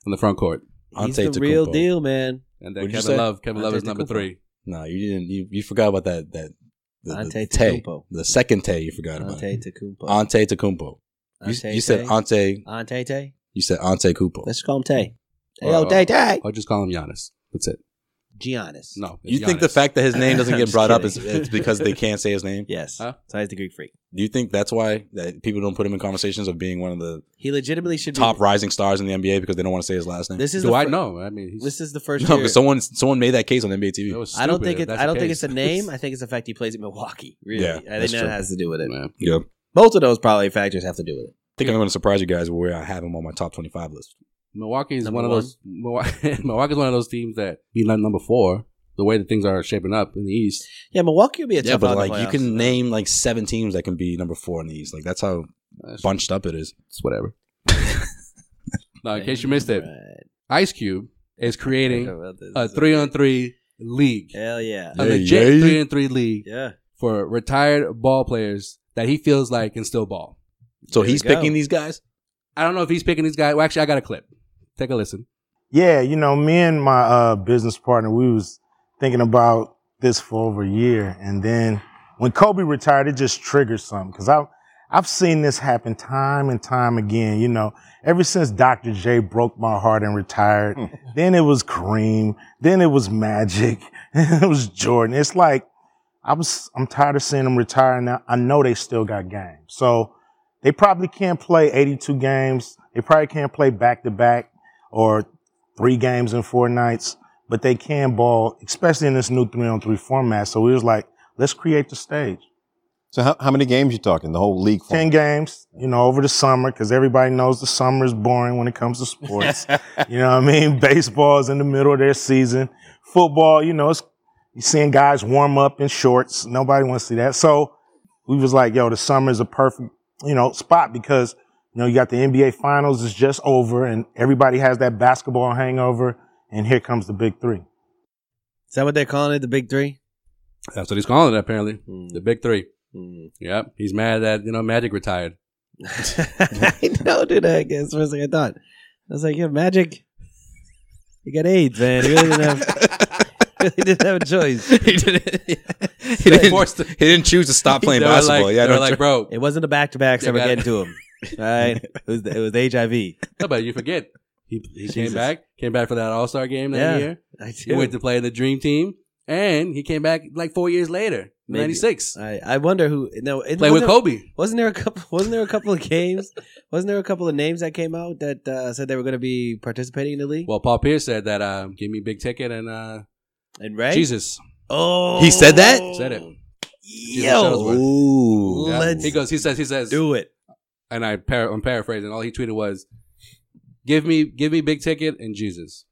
S7: in the front court,
S5: He's the
S6: Ante
S5: real
S6: Tecumpo.
S5: deal, man.
S7: and then
S6: What'd you say?
S7: Kevin Love. Kevin Love is number
S5: Antetokounmpo.
S7: three.
S6: No, you didn't. You, you forgot about that that the, the,
S5: Ante
S6: the Tay,
S5: Tecumpo.
S6: the second Tay. You forgot about
S5: Ante Tacumpo.
S6: Ante Tecumpo. You, you said Ante.
S5: Ante Tay.
S6: You said Ante Kupo.
S5: Let's call him Tay. Hey,
S7: Well,
S5: yo, Tay Tay.
S7: I'll just call him Giannis. That's it.
S5: Giannis.
S7: No, it's
S6: You think the
S7: Giannis.
S6: fact that his name doesn't
S5: I'm
S6: get
S5: just
S6: brought up is
S5: kidding.
S6: it's because they can't say his name?
S5: Yes.
S7: Huh?
S5: So he's the Greek freak.
S6: Do you think that's why that people don't put him in conversations of being one of the
S5: He legitimately should
S6: top
S5: be.
S6: rising stars in the NBA because they don't want to say his last name?
S5: This is
S7: do
S5: the
S7: I
S5: fir-
S7: know? I mean, he's,
S5: This is the first
S6: no,
S5: year.
S6: because someone someone made that case on NBA TV.
S7: that was
S5: I don't
S7: stupid
S5: think
S7: if
S5: it,
S7: that's
S5: I
S7: the
S5: don't think
S7: case.
S5: it's a name. I think it's the fact he plays in Milwaukee. Really,
S6: Yeah,
S5: I
S6: that's
S5: think that
S6: true.
S5: has to do with it.
S7: Man.
S6: yep. I
S5: Both of those probably factors have to do with it.
S6: think I'm going to surprise you guys where I have him on my top 25 list.
S7: Milwaukee is
S5: Number
S7: one of
S5: one.
S7: those. Milwaukee Milwaukee's one of those teams that be not number four. The way that things are shaping up in the East,
S5: Yeah, Milwaukee would be a
S6: Yeah,
S5: tough
S6: but
S5: out in
S6: like
S5: the
S6: you
S5: playoffs.
S6: can name like seven teams that can be number four in the East. Like that's how
S7: that's-
S6: bunched up it is.
S7: it's whatever. no,
S6: uh,
S7: in case you missed it, Ice Cube is creating a three on three league,
S5: Hell yeah,
S7: a
S6: Yeah,
S7: legit
S6: yeah.
S7: three on three league
S5: yeah.
S7: for retired ball players that he feels like can still ball.
S5: Oh.
S6: So
S5: There we
S6: he's
S5: go.
S6: picking these guys.
S7: I don't know if he's picking these guys. Well, actually, I got a clip. Take a listen.
S11: Yeah, you know, me and my uh, business partner, we was thinking about this for over a year, and then when Kobe retired, it just triggered something because I. I've seen this happen time and time again, you know, ever since Dr. J broke my heart and retired. then it was Kareem. Then it was Magic. And it was Jordan. It's like, I was, I'm tired of seeing them retire now. I know they still got games. So they probably can't play 82 games. They probably can't play back to back or three games in four nights, but they can ball, especially in this new three on three format. So we was like, let's create the stage.
S8: So how, how many games you talking? The whole league?
S11: Ten games, you know, over the summer, because everybody knows the summer is boring when it comes to sports. you know what I mean? Baseball is in the middle of their season. Football, you know, it's you're seeing guys warm up in shorts. Nobody wants to see that. So we was like, yo, the summer is a perfect, you know, spot because you know you got the NBA finals is just over and everybody has that basketball hangover, and here comes the big three.
S5: Is that what they're calling it? The big three?
S7: That's what he's calling it, apparently.
S5: Hmm.
S7: The big three.
S5: Hmm.
S7: Yep. He's mad that, you know, Magic retired.
S5: I know, dude. I guess first thing I thought. I was like, yeah, magic. You got AIDS, man. You really didn't have, really didn't have a choice.
S7: he didn't, he didn't, force to-
S6: He didn't choose to stop playing
S7: they were
S6: basketball.
S7: Like,
S6: yeah,
S7: they were
S6: no,
S7: like, bro,
S5: It wasn't the back to backs
S7: Yeah,
S5: that were
S7: got it.
S5: getting to him. All right. It was, it was HIV.
S7: no, but you forget. He, he came
S5: Jesus.
S7: back, came back for that All Star game that
S5: Yeah.
S7: year.
S5: I
S7: He
S5: do.
S7: went to play in the Dream Team, and he came back like four years later,
S5: Maybe.
S7: '96.
S5: I, I wonder who. No, it,
S7: Play
S5: wasn't
S7: with
S5: there-
S7: Kobe.
S5: Wasn't there a couple? Wasn't there a couple of games? wasn't there a couple of names that came out that uh, said they were going to be participating in the league?
S7: Well, Paul Pierce said that, uh, "Give me big ticket and uh,
S5: and Ray.
S7: Jesus."
S5: Oh,
S6: He said that?
S7: Said it. Jesus
S5: Yo,
S7: Shuttlesworth.
S6: ooh.
S7: Yeah.
S5: let's
S7: He goes. He says. He says.
S5: do it.
S7: And I par- I'm paraphrasing. All he tweeted was, "Give me, give me big ticket and Jesus."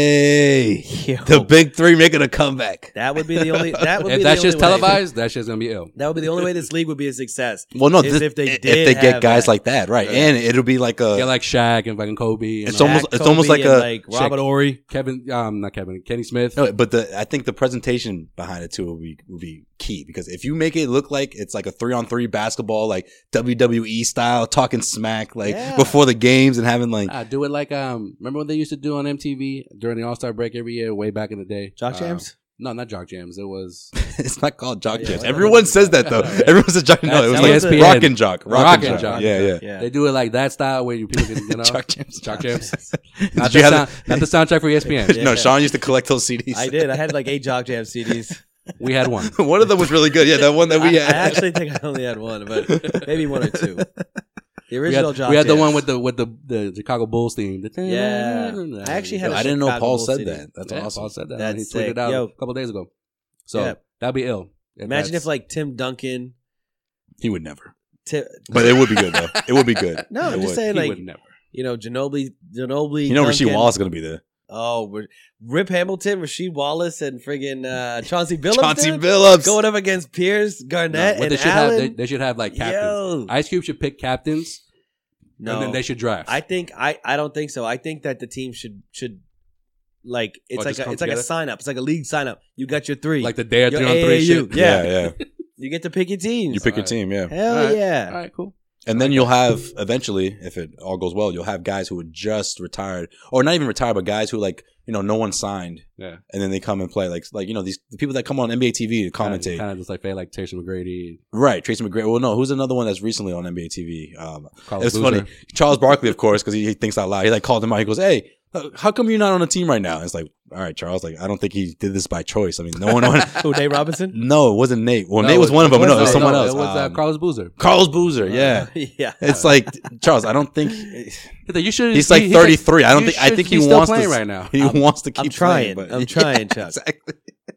S6: Hey.
S5: Yo,
S6: The big three making a comeback.
S5: that would be the only. That would
S7: If
S5: be
S7: that
S5: the
S7: shit's
S5: only way-
S7: televised, that shit's gonna be ill.
S5: That would be the only way this league would be a success.
S6: Well, no,
S5: Is
S6: this-
S5: if they
S6: if
S5: did
S6: they get
S5: have
S6: guys
S5: that.
S6: like that, right?
S7: Right.
S6: And it'll be like a
S7: Yeah, like Shaq and fucking Kobe. And
S6: It's
S7: all-
S6: almost-
S5: Shaq,
S6: it's almost
S5: Kobe,
S6: like
S5: and,
S6: a-
S5: like Robert
S7: Shaq.
S5: Ory.
S7: Kevin, um, not Kevin, Kenny Smith.
S6: No, but the I think the presentation behind it too will be will be key because if you make it look like it's like a three on three basketball, like WWE style, talking smack like
S5: Yeah.
S6: before the games and having like
S7: Ah, do it like um. Remember what they used to do on MTV during the All Star break every year, way back in the day.
S5: Jock
S6: Uh,
S7: Um,
S5: Jams?
S7: no, not jock jams. It was
S6: it's not called jock
S5: Yeah,
S6: jams.
S5: whatever.
S6: Everyone says that though.
S7: Right.
S6: Everyone says jock. No,
S7: That's-
S6: it was
S7: that
S6: like
S7: was the-
S6: rock and jock, rock,
S7: Rock
S6: and,
S7: and
S6: jock.
S7: Jock.
S6: Yeah, yeah.
S5: Yeah.
S7: they do it like that style where you people can you know
S6: Jock jams.
S7: jock jams.
S6: Did
S7: Not,
S6: you
S7: the
S6: have?
S7: sound- not the soundtrack for E ESPN.
S5: Yeah.
S6: No, Sean used to collect those CDs.
S5: I did. I had like eight Jock Jam CDs.
S7: We had one.
S6: one of them was really good. Yeah, that one that
S5: I, I
S6: we had.
S5: actually think I only had one, but maybe one or two. The
S7: We
S5: original
S7: had,
S5: Jock
S7: we had the
S5: Jams.
S7: one with the with the, the Chicago Bulls theme.
S5: Yeah. I actually had
S6: Yo,
S5: a
S6: I didn't know
S5: Chicago
S6: Paul
S5: Bulls
S6: said
S5: CD.
S6: that. That's
S7: Yeah,
S6: awesome.
S7: Paul said that.
S5: That's
S7: he tweeted
S5: sick.
S7: it out
S5: Yo.
S7: a couple days ago. So
S5: Yeah.
S7: that'd be ill. If
S5: Imagine
S7: that's-
S5: if like Tim Duncan.
S6: He would never.
S5: Ti-
S6: But it would be good though. It would be good.
S5: No, I'm
S6: It
S5: just
S6: would.
S5: saying
S7: he
S5: like
S7: would never.
S5: you know Ginobili, Ginobili.
S6: You know, Rasheed
S5: Duncan.
S6: Wallace is gonna be there.
S5: Oh, we're- Rip Hamilton, Rasheed Wallace, and friggin' uh, Chauncey Billups.
S6: Chauncey
S5: dude?
S6: Billups.
S5: going up against Pierce Garnett
S7: what
S5: and
S7: they should have
S5: Allen.
S7: they, they should have like captains.
S5: Yo,
S7: Ice Cube should pick captains
S5: no,
S7: and then they should draft.
S5: I think I, I don't think so. I think that the team should should like it's
S7: Or
S5: like
S7: just
S5: a,
S7: come
S5: it's like a
S7: together?
S5: sign up. It's like a league sign up. You got your three.
S7: like the day of
S5: Your
S7: three on three
S5: AAU.
S7: shit.
S5: Yeah.
S6: yeah. yeah.
S5: you get to pick your teams.
S6: You pick your
S7: Alright.
S6: team, yeah.
S5: Hell
S7: Alright.
S5: yeah.
S7: All right, cool.
S6: And then you'll have eventually, if it all goes well, you'll have guys who are just retired, or not even retired, but guys who like you know no one signed,
S7: Yeah.
S6: and then they come and play like like you know these the people that come on NBA TV to commentate,
S7: Kind of just like fade like Taysom McGrady.
S6: right? Tracy McGrady. Well, no, who's another one that's recently on NBA TV? Um,
S7: Carlos
S6: it's
S7: Boozer.
S6: funny, Charles Barkley, of course, because he, he thinks out loud. He like called him out. He goes, "Hey, h- how come you're not on a team right now?" And it's like, all right, Charles, like I don't think he did this by choice. I mean, no one,
S5: Who Nate Robinson?
S6: no, it wasn't Nate. Well,
S7: No,
S6: Nate was
S7: it-
S6: one of them.
S7: it
S6: but No, it
S7: wasn't-
S6: was someone
S7: no,
S6: else.
S7: It was uh,
S6: Um,
S7: Carlos Boozer.
S6: Carlos Boozer. Yeah.
S5: yeah.
S6: It's like Charles. I don't think
S7: You should.
S6: he's like
S7: he- he's
S6: 33. I don't
S7: you
S6: think. I
S7: should
S6: think
S7: be
S6: he
S7: still
S6: wants to
S7: playing
S6: s-
S7: right now. Uh,
S6: He
S5: I'm-
S6: wants to keep
S5: I'm trying.
S6: Playing, but
S5: I'm trying, Chuck.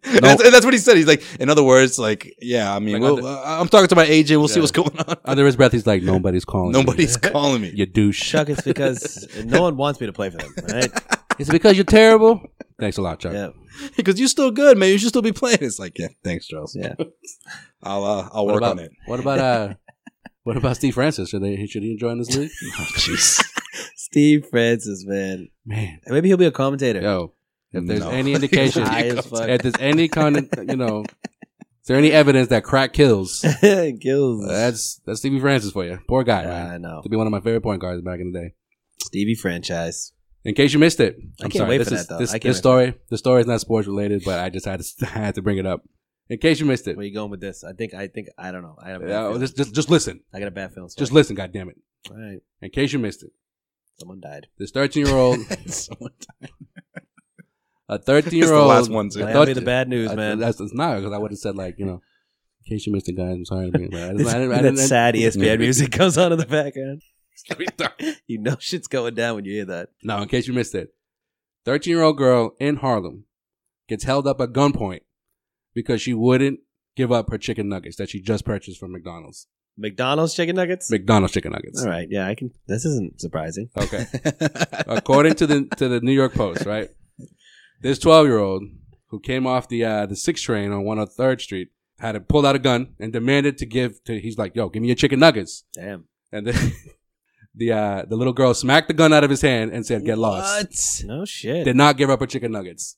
S6: Exactly. That's, and that's what he said. He's like, in other words, like, yeah. I mean,
S7: Like,
S6: we'll,
S7: under-
S6: uh, I'm talking to my agent. We'll see
S7: Yeah.
S6: what's going on.
S7: Under his breath, he's like, nobody's calling. me.
S6: Nobody's calling me.
S7: You douche.
S5: Chuck, it's because no one wants me to play for them, right?
S7: It's because you're terrible. Thanks a lot, Chuck.
S5: Yeah.
S6: Because you're still good, man. You should still be playing. It's like, yeah, thanks, Charles.
S5: Yeah.
S6: I'll uh, I'll
S7: What
S6: work
S7: about
S6: on it.
S7: what about uh, what about Steve Francis? Should they should he join this league?
S6: Jeez.
S5: Steve Francis, man.
S7: Man,
S5: Maybe he'll be a commentator.
S7: yo, if there's
S6: No.
S7: any indication,
S5: High as fuck.
S7: if there's any kind of you know, is there any evidence that crack kills?
S5: Kills.
S7: That's that's Stevie Francis for you. Poor guy,
S5: Yeah,
S7: man.
S5: I know.
S7: To be one of my favorite point guards back in the day.
S5: Stevie franchise.
S7: In case you missed it,
S5: I
S7: I'm
S5: can't
S7: sorry.
S5: wait
S7: this
S5: for
S7: is,
S5: that, though.
S7: This,
S5: I can't
S7: this
S5: wait for
S7: story, the story is not sports related, but I just had to, I had to bring it up. In case you missed it,
S5: Where you going with this? I think I think I don't know. I, have a bad
S7: uh,
S5: feeling.
S7: just, just just listen,
S5: I got a bad feeling.
S7: just
S5: Sorry.
S7: listen. God damn it!
S5: All right.
S7: In case you missed it,
S5: Someone died.
S7: this 13 year old,
S6: Someone-
S7: a 13
S6: It's
S7: year
S6: the
S7: old,
S6: last one too.
S5: That'll be the bad news,
S7: I-
S5: man.
S7: That's it's not because I would have said like you know, in case you missed it, guys. I'm sorry. To be, but I didn't, I didn't, I
S5: that
S7: didn't,
S5: sad E ESPN music comes on in the background. you know shit's going down when you hear that.
S7: No, in case you missed it, 13 year old girl in Harlem gets held up at gunpoint because she wouldn't give up her chicken nuggets that she just purchased from McDonald's.
S5: McDonald's chicken nuggets.
S7: McDonald's chicken nuggets.
S5: All right. Yeah, I can. This isn't surprising.
S7: Okay. According to the to the New York Post, right? This 12 year old who came off the uh, the six train on 103rd Street had it pulled out a gun and demanded to give to. He's like, "Yo, give me your chicken nuggets."
S5: Damn.
S7: And then the uh, the little girl smacked the gun out of his hand and said, "Get lost."
S5: No shit.
S7: Did not give up her chicken nuggets.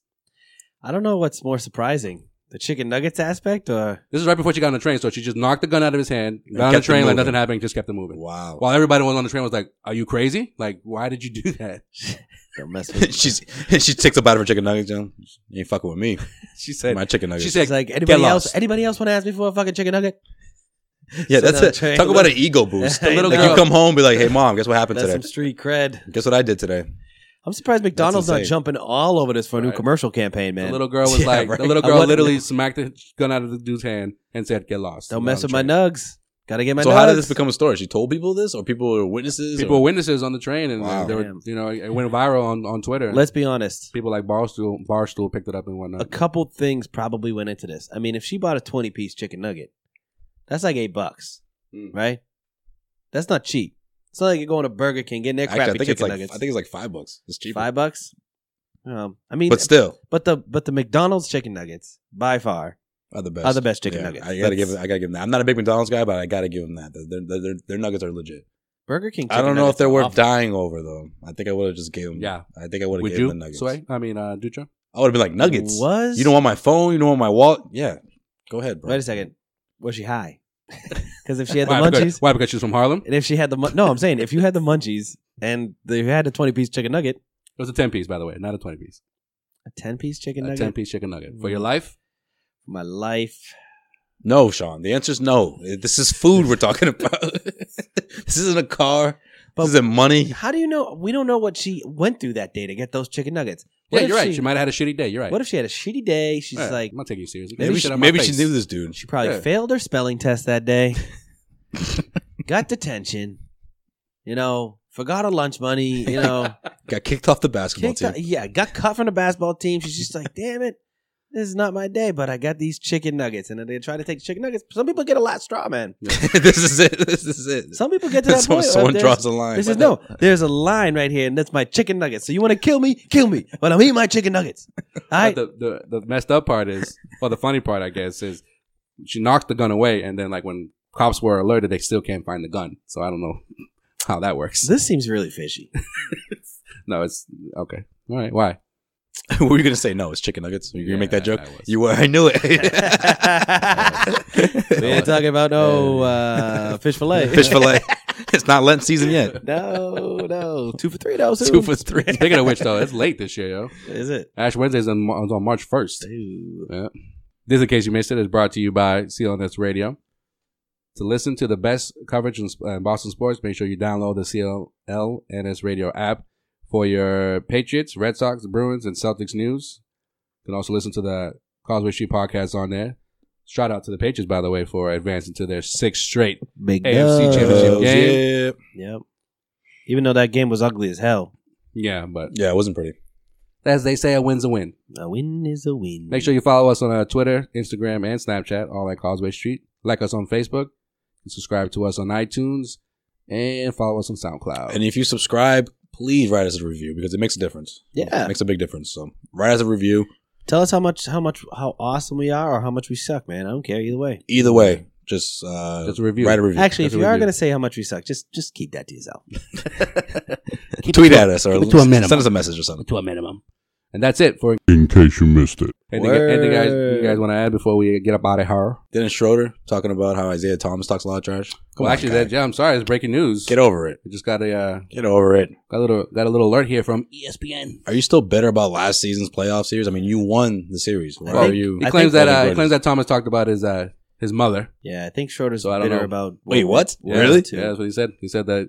S5: I don't know what's more surprising, the chicken nuggets aspect or
S7: This is right before she got on the train, so she just knocked the gun out of his hand, got on the
S6: kept it
S7: train like
S6: moving.
S7: nothing happened, just kept it moving.
S6: Wow.
S7: While everybody was on the train was like, "Are you crazy? Like, why did you do that?"
S5: don't mess with.
S6: She's she takes a bite of her chicken nuggets. You know? You ain't fucking with me.
S7: She said,
S6: My chicken nuggets.
S7: "She said,
S5: It's like anybody else.
S7: lost.
S5: Anybody else want to ask me for a fucking chicken nugget?
S6: yeah,
S5: sit
S6: that's
S5: on the
S6: it.
S5: train
S6: Talk
S5: with-
S6: about an ego boost.
S5: The little
S6: like
S5: girl.
S6: you come home, be like, "Hey, mom, guess what happened
S5: That's
S6: today?
S5: some street cred.
S6: guess what I did today?
S5: I'm surprised McDonald's not
S6: insane.
S5: jumping all over this for a new
S7: Right.
S5: commercial campaign, man.
S7: the little girl was
S6: Yeah,
S7: like,
S6: right.
S7: the little
S5: I
S7: girl
S5: wouldn't-
S7: literally smacked the gun out of the dude's hand and said, "Get lost."
S5: don't
S7: Got
S5: mess
S7: on
S5: with
S7: the
S5: my
S7: train.
S5: nugs. Got to get my
S6: so
S5: nugs.
S6: how did this become a story? She told people this, or people were witnesses?
S7: People were
S6: or-
S7: witnesses on the train, and
S6: Wow.
S7: they were,
S5: Damn.
S7: you know, it went viral on, on Twitter.
S5: Let's be honest.
S7: people like Barstool Barstool picked it up and whatnot.
S5: a couple things probably went into this. I mean, if she bought a 20 piece chicken nugget, that's like eight bucks,
S7: Mm.
S5: right? That's not cheap. It's not like you're going to Burger King getting their
S6: Actually, I
S5: crappy
S6: think it's
S5: chicken
S6: like
S5: nuggets.
S6: I think it's like five bucks. It's cheaper,
S5: five bucks. Um, I mean,
S6: but
S5: but,
S6: still,
S5: the but the McDonald's chicken nuggets by far
S6: are the best.
S5: are the best chicken nuggets.
S6: I gotta
S5: That's-
S6: give. I gotta give them that. I'm not a big McDonald's guy, but I gotta give them that. Their, their, their, their nuggets are legit.
S5: Burger King.
S6: I
S5: chicken
S6: don't know if
S5: nuggets
S6: they're
S5: are
S6: worth
S5: awful.
S6: dying over though. I think I would have just gave them.
S7: Yeah.
S6: I think I would have
S7: Would
S6: given
S7: you?
S6: them the nuggets.
S7: Sway? I mean, uh, Dutra.
S6: I would have been like nuggets.
S5: Was
S6: You don't want my phone. You don't want my wallet. Yeah, go ahead, bro.
S5: Wait a second. Was she high? Because if she had the
S7: Why? Because,
S5: munchies,
S7: why? Because she's from Harlem. It
S5: and if she had the mun- no, I'm saying if you had the munchies and you had a 20 piece chicken nugget,
S7: was a ten piece, by the way, not a twenty piece.
S5: a 10 piece chicken
S7: A
S5: nugget,
S7: ten piece chicken nugget for your life.
S5: my life.
S6: No, Sean. The answer is no. This is food we're talking about. this isn't a car.
S5: But-
S6: this isn't money.
S5: How do you know? We don't know what she went through that day to get those chicken nuggets. What
S7: Yeah,
S5: if
S7: you're right. She might have had a shitty day. You're right.
S5: What if she had a shitty day?
S6: Eh,
S5: She's
S7: Right.
S5: like,
S7: I'm not taking you seriously.
S6: Maybe
S7: Get
S6: she,
S7: shit out of my
S6: maybe she
S7: face.
S6: knew this dude.
S5: she probably
S7: Yeah.
S5: failed her spelling test that day, got detention, you know, forgot her lunch money, you know,
S6: Got kicked off the basketball
S5: kicked
S6: team.
S5: out, yeah, got cut from the basketball team. She's just like, damn it, this is not my day, but I got these chicken nuggets, and then they try to take chicken nuggets. Some people get a lot straw man.
S6: this is it. This is it.
S5: Some people get to that
S6: someone
S5: point. where
S6: someone
S5: there's-
S6: draws a line.
S5: This is no. There's a line right here, and that's my chicken nuggets. So you want to kill me? Kill me. But I'm eating my chicken nuggets. All right.
S7: But the, the the messed up part is, well, the funny part, I guess, is she knocked the gun away, and then like when cops were alerted, they still can't find the gun. So I don't know how that works.
S5: this seems really fishy.
S7: No, it's okay. All right, why?
S6: Were you gonna say no? It's chicken nuggets. Were you gonna make that
S7: Yeah,
S6: joke?
S7: I was.
S6: You were. I knew it.
S5: we ain't talking about no uh, fish fillet.
S6: Fish fillet. It's not Lent season yet.
S5: No, no. Two for three, though. soon.
S6: Two for three.
S7: Speaking of which, though, it's late this year, yo.
S5: Is it?
S7: Ash Wednesday's on, is on March first.
S5: Ooh.
S7: Yeah. This, in case you missed it, is brought to you by CLNS Radio. To listen to the best coverage in, uh, Boston sports, make sure you download the CLNS Radio app for your Patriots, Red Sox, Bruins, and Celtics news. You can also listen to the Causeway Street podcast on there. Shout out to the Patriots, by the way, for advancing to their sixth straight.
S5: Big
S7: AFC
S5: dubs.
S7: Championship game.
S6: Oh, Yeah.
S5: Yep. Even though that game was ugly as hell,
S7: Yeah, but
S6: Yeah, it wasn't pretty.
S7: as they say, a win's a win.
S5: a win is a win.
S7: Make sure you follow us on uh, Twitter, Instagram, and Snapchat, all at Causeway Street. Like us on Facebook, and subscribe to us on iTunes, and follow us on SoundCloud.
S6: And if you subscribe, please write us a review because it makes a difference.
S5: Yeah.
S6: It makes a big difference. So write us a review.
S5: Tell us how much, how much, how awesome we are, or how much we suck, man. I don't care either way.
S6: Either way, just uh,
S7: Just a review.
S6: Write a review.
S5: Actually, if
S7: That's
S5: you
S7: what we
S5: are
S7: do.
S5: going to say how much we suck, just just keep that to yourself.
S6: tweet at us or
S7: keep it to a minimum.
S6: send us a message or something.
S7: to a minimum. And that's it for
S9: In case you missed it.
S7: anything, anything guys, you guys want to add before we get up out of here.
S6: Dennis Schroeder talking about how Isaiah Thomas talks a lot of trash. Come
S7: Well,
S6: on,
S7: actually,
S6: guy.
S7: that, yeah, I'm sorry, it's breaking news.
S6: get over it.
S7: we just got a uh,
S6: Get over it.
S7: got a little got a little alert here from ESPN.
S6: Are you still bitter about last season's playoff series? I mean, you won the series. Why
S5: Well,
S6: are you?
S7: He
S5: I
S7: claims
S5: think-
S7: that
S6: I
S7: uh,
S6: think
S7: he claims that Thomas talked about his uh, his mother.
S5: Yeah, I think Schroeder's
S7: So I don't
S5: bitter
S7: know.
S5: about.
S6: Wait, what?
S5: we're
S6: Really?
S5: up to.
S7: Yeah, that's what he said. He said that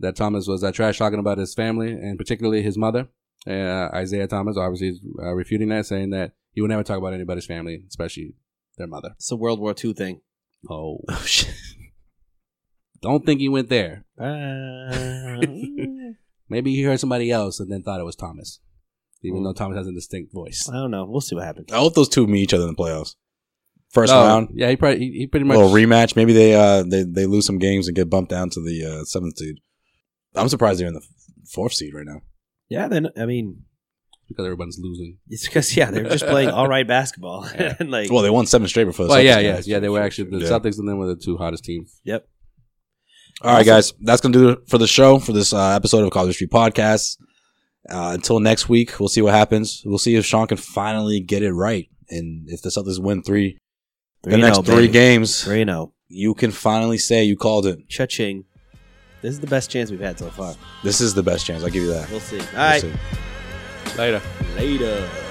S7: that Thomas was uh, trash talking about his family and particularly his mother. And uh, Isaiah Thomas obviously is uh, refuting that, saying that he would never talk about anybody's family, especially their mother.
S5: It's a World War II thing.
S7: Oh, don't think he went there.
S5: I
S7: Maybe he heard somebody else and then thought it was Thomas,
S6: Hmm.
S7: even though Thomas has a distinct voice.
S5: don't know. We'll see what happens.
S6: I hope those two meet each other in the playoffs. First
S7: Oh,
S6: round,
S7: yeah, he probably he, he pretty much
S6: little rematch. Maybe they uh they, they lose some games and get bumped down to the uh, seventh seed. I'm surprised they're in the f- fourth seed right now.
S5: Yeah, then I mean,
S7: because everyone's losing.
S5: it's because yeah, they're just playing all right basketball and like
S6: Well, they won seven straight before. The
S7: Well,
S6: Celtics
S7: yeah,
S6: game.
S7: yeah, yeah. They were actually the
S6: Yeah.
S7: Celtics and then were the two hottest teams.
S5: yep.
S6: All right, guys, that's gonna do it for the show for this uh, episode of College Street Podcast. Uh, until next week, we'll see what happens. We'll see if Sean can finally get it right, and if the Celtics win three, the
S5: 3-0,
S6: next three
S5: baby.
S6: games,
S5: Reno,
S6: you can finally say you called it.
S5: cha-ching. This is the best chance we've had so far.
S6: This is the best chance. I'll give you that.
S5: We'll see. All
S6: We'll
S5: right.
S6: see.
S7: Later.
S5: Later.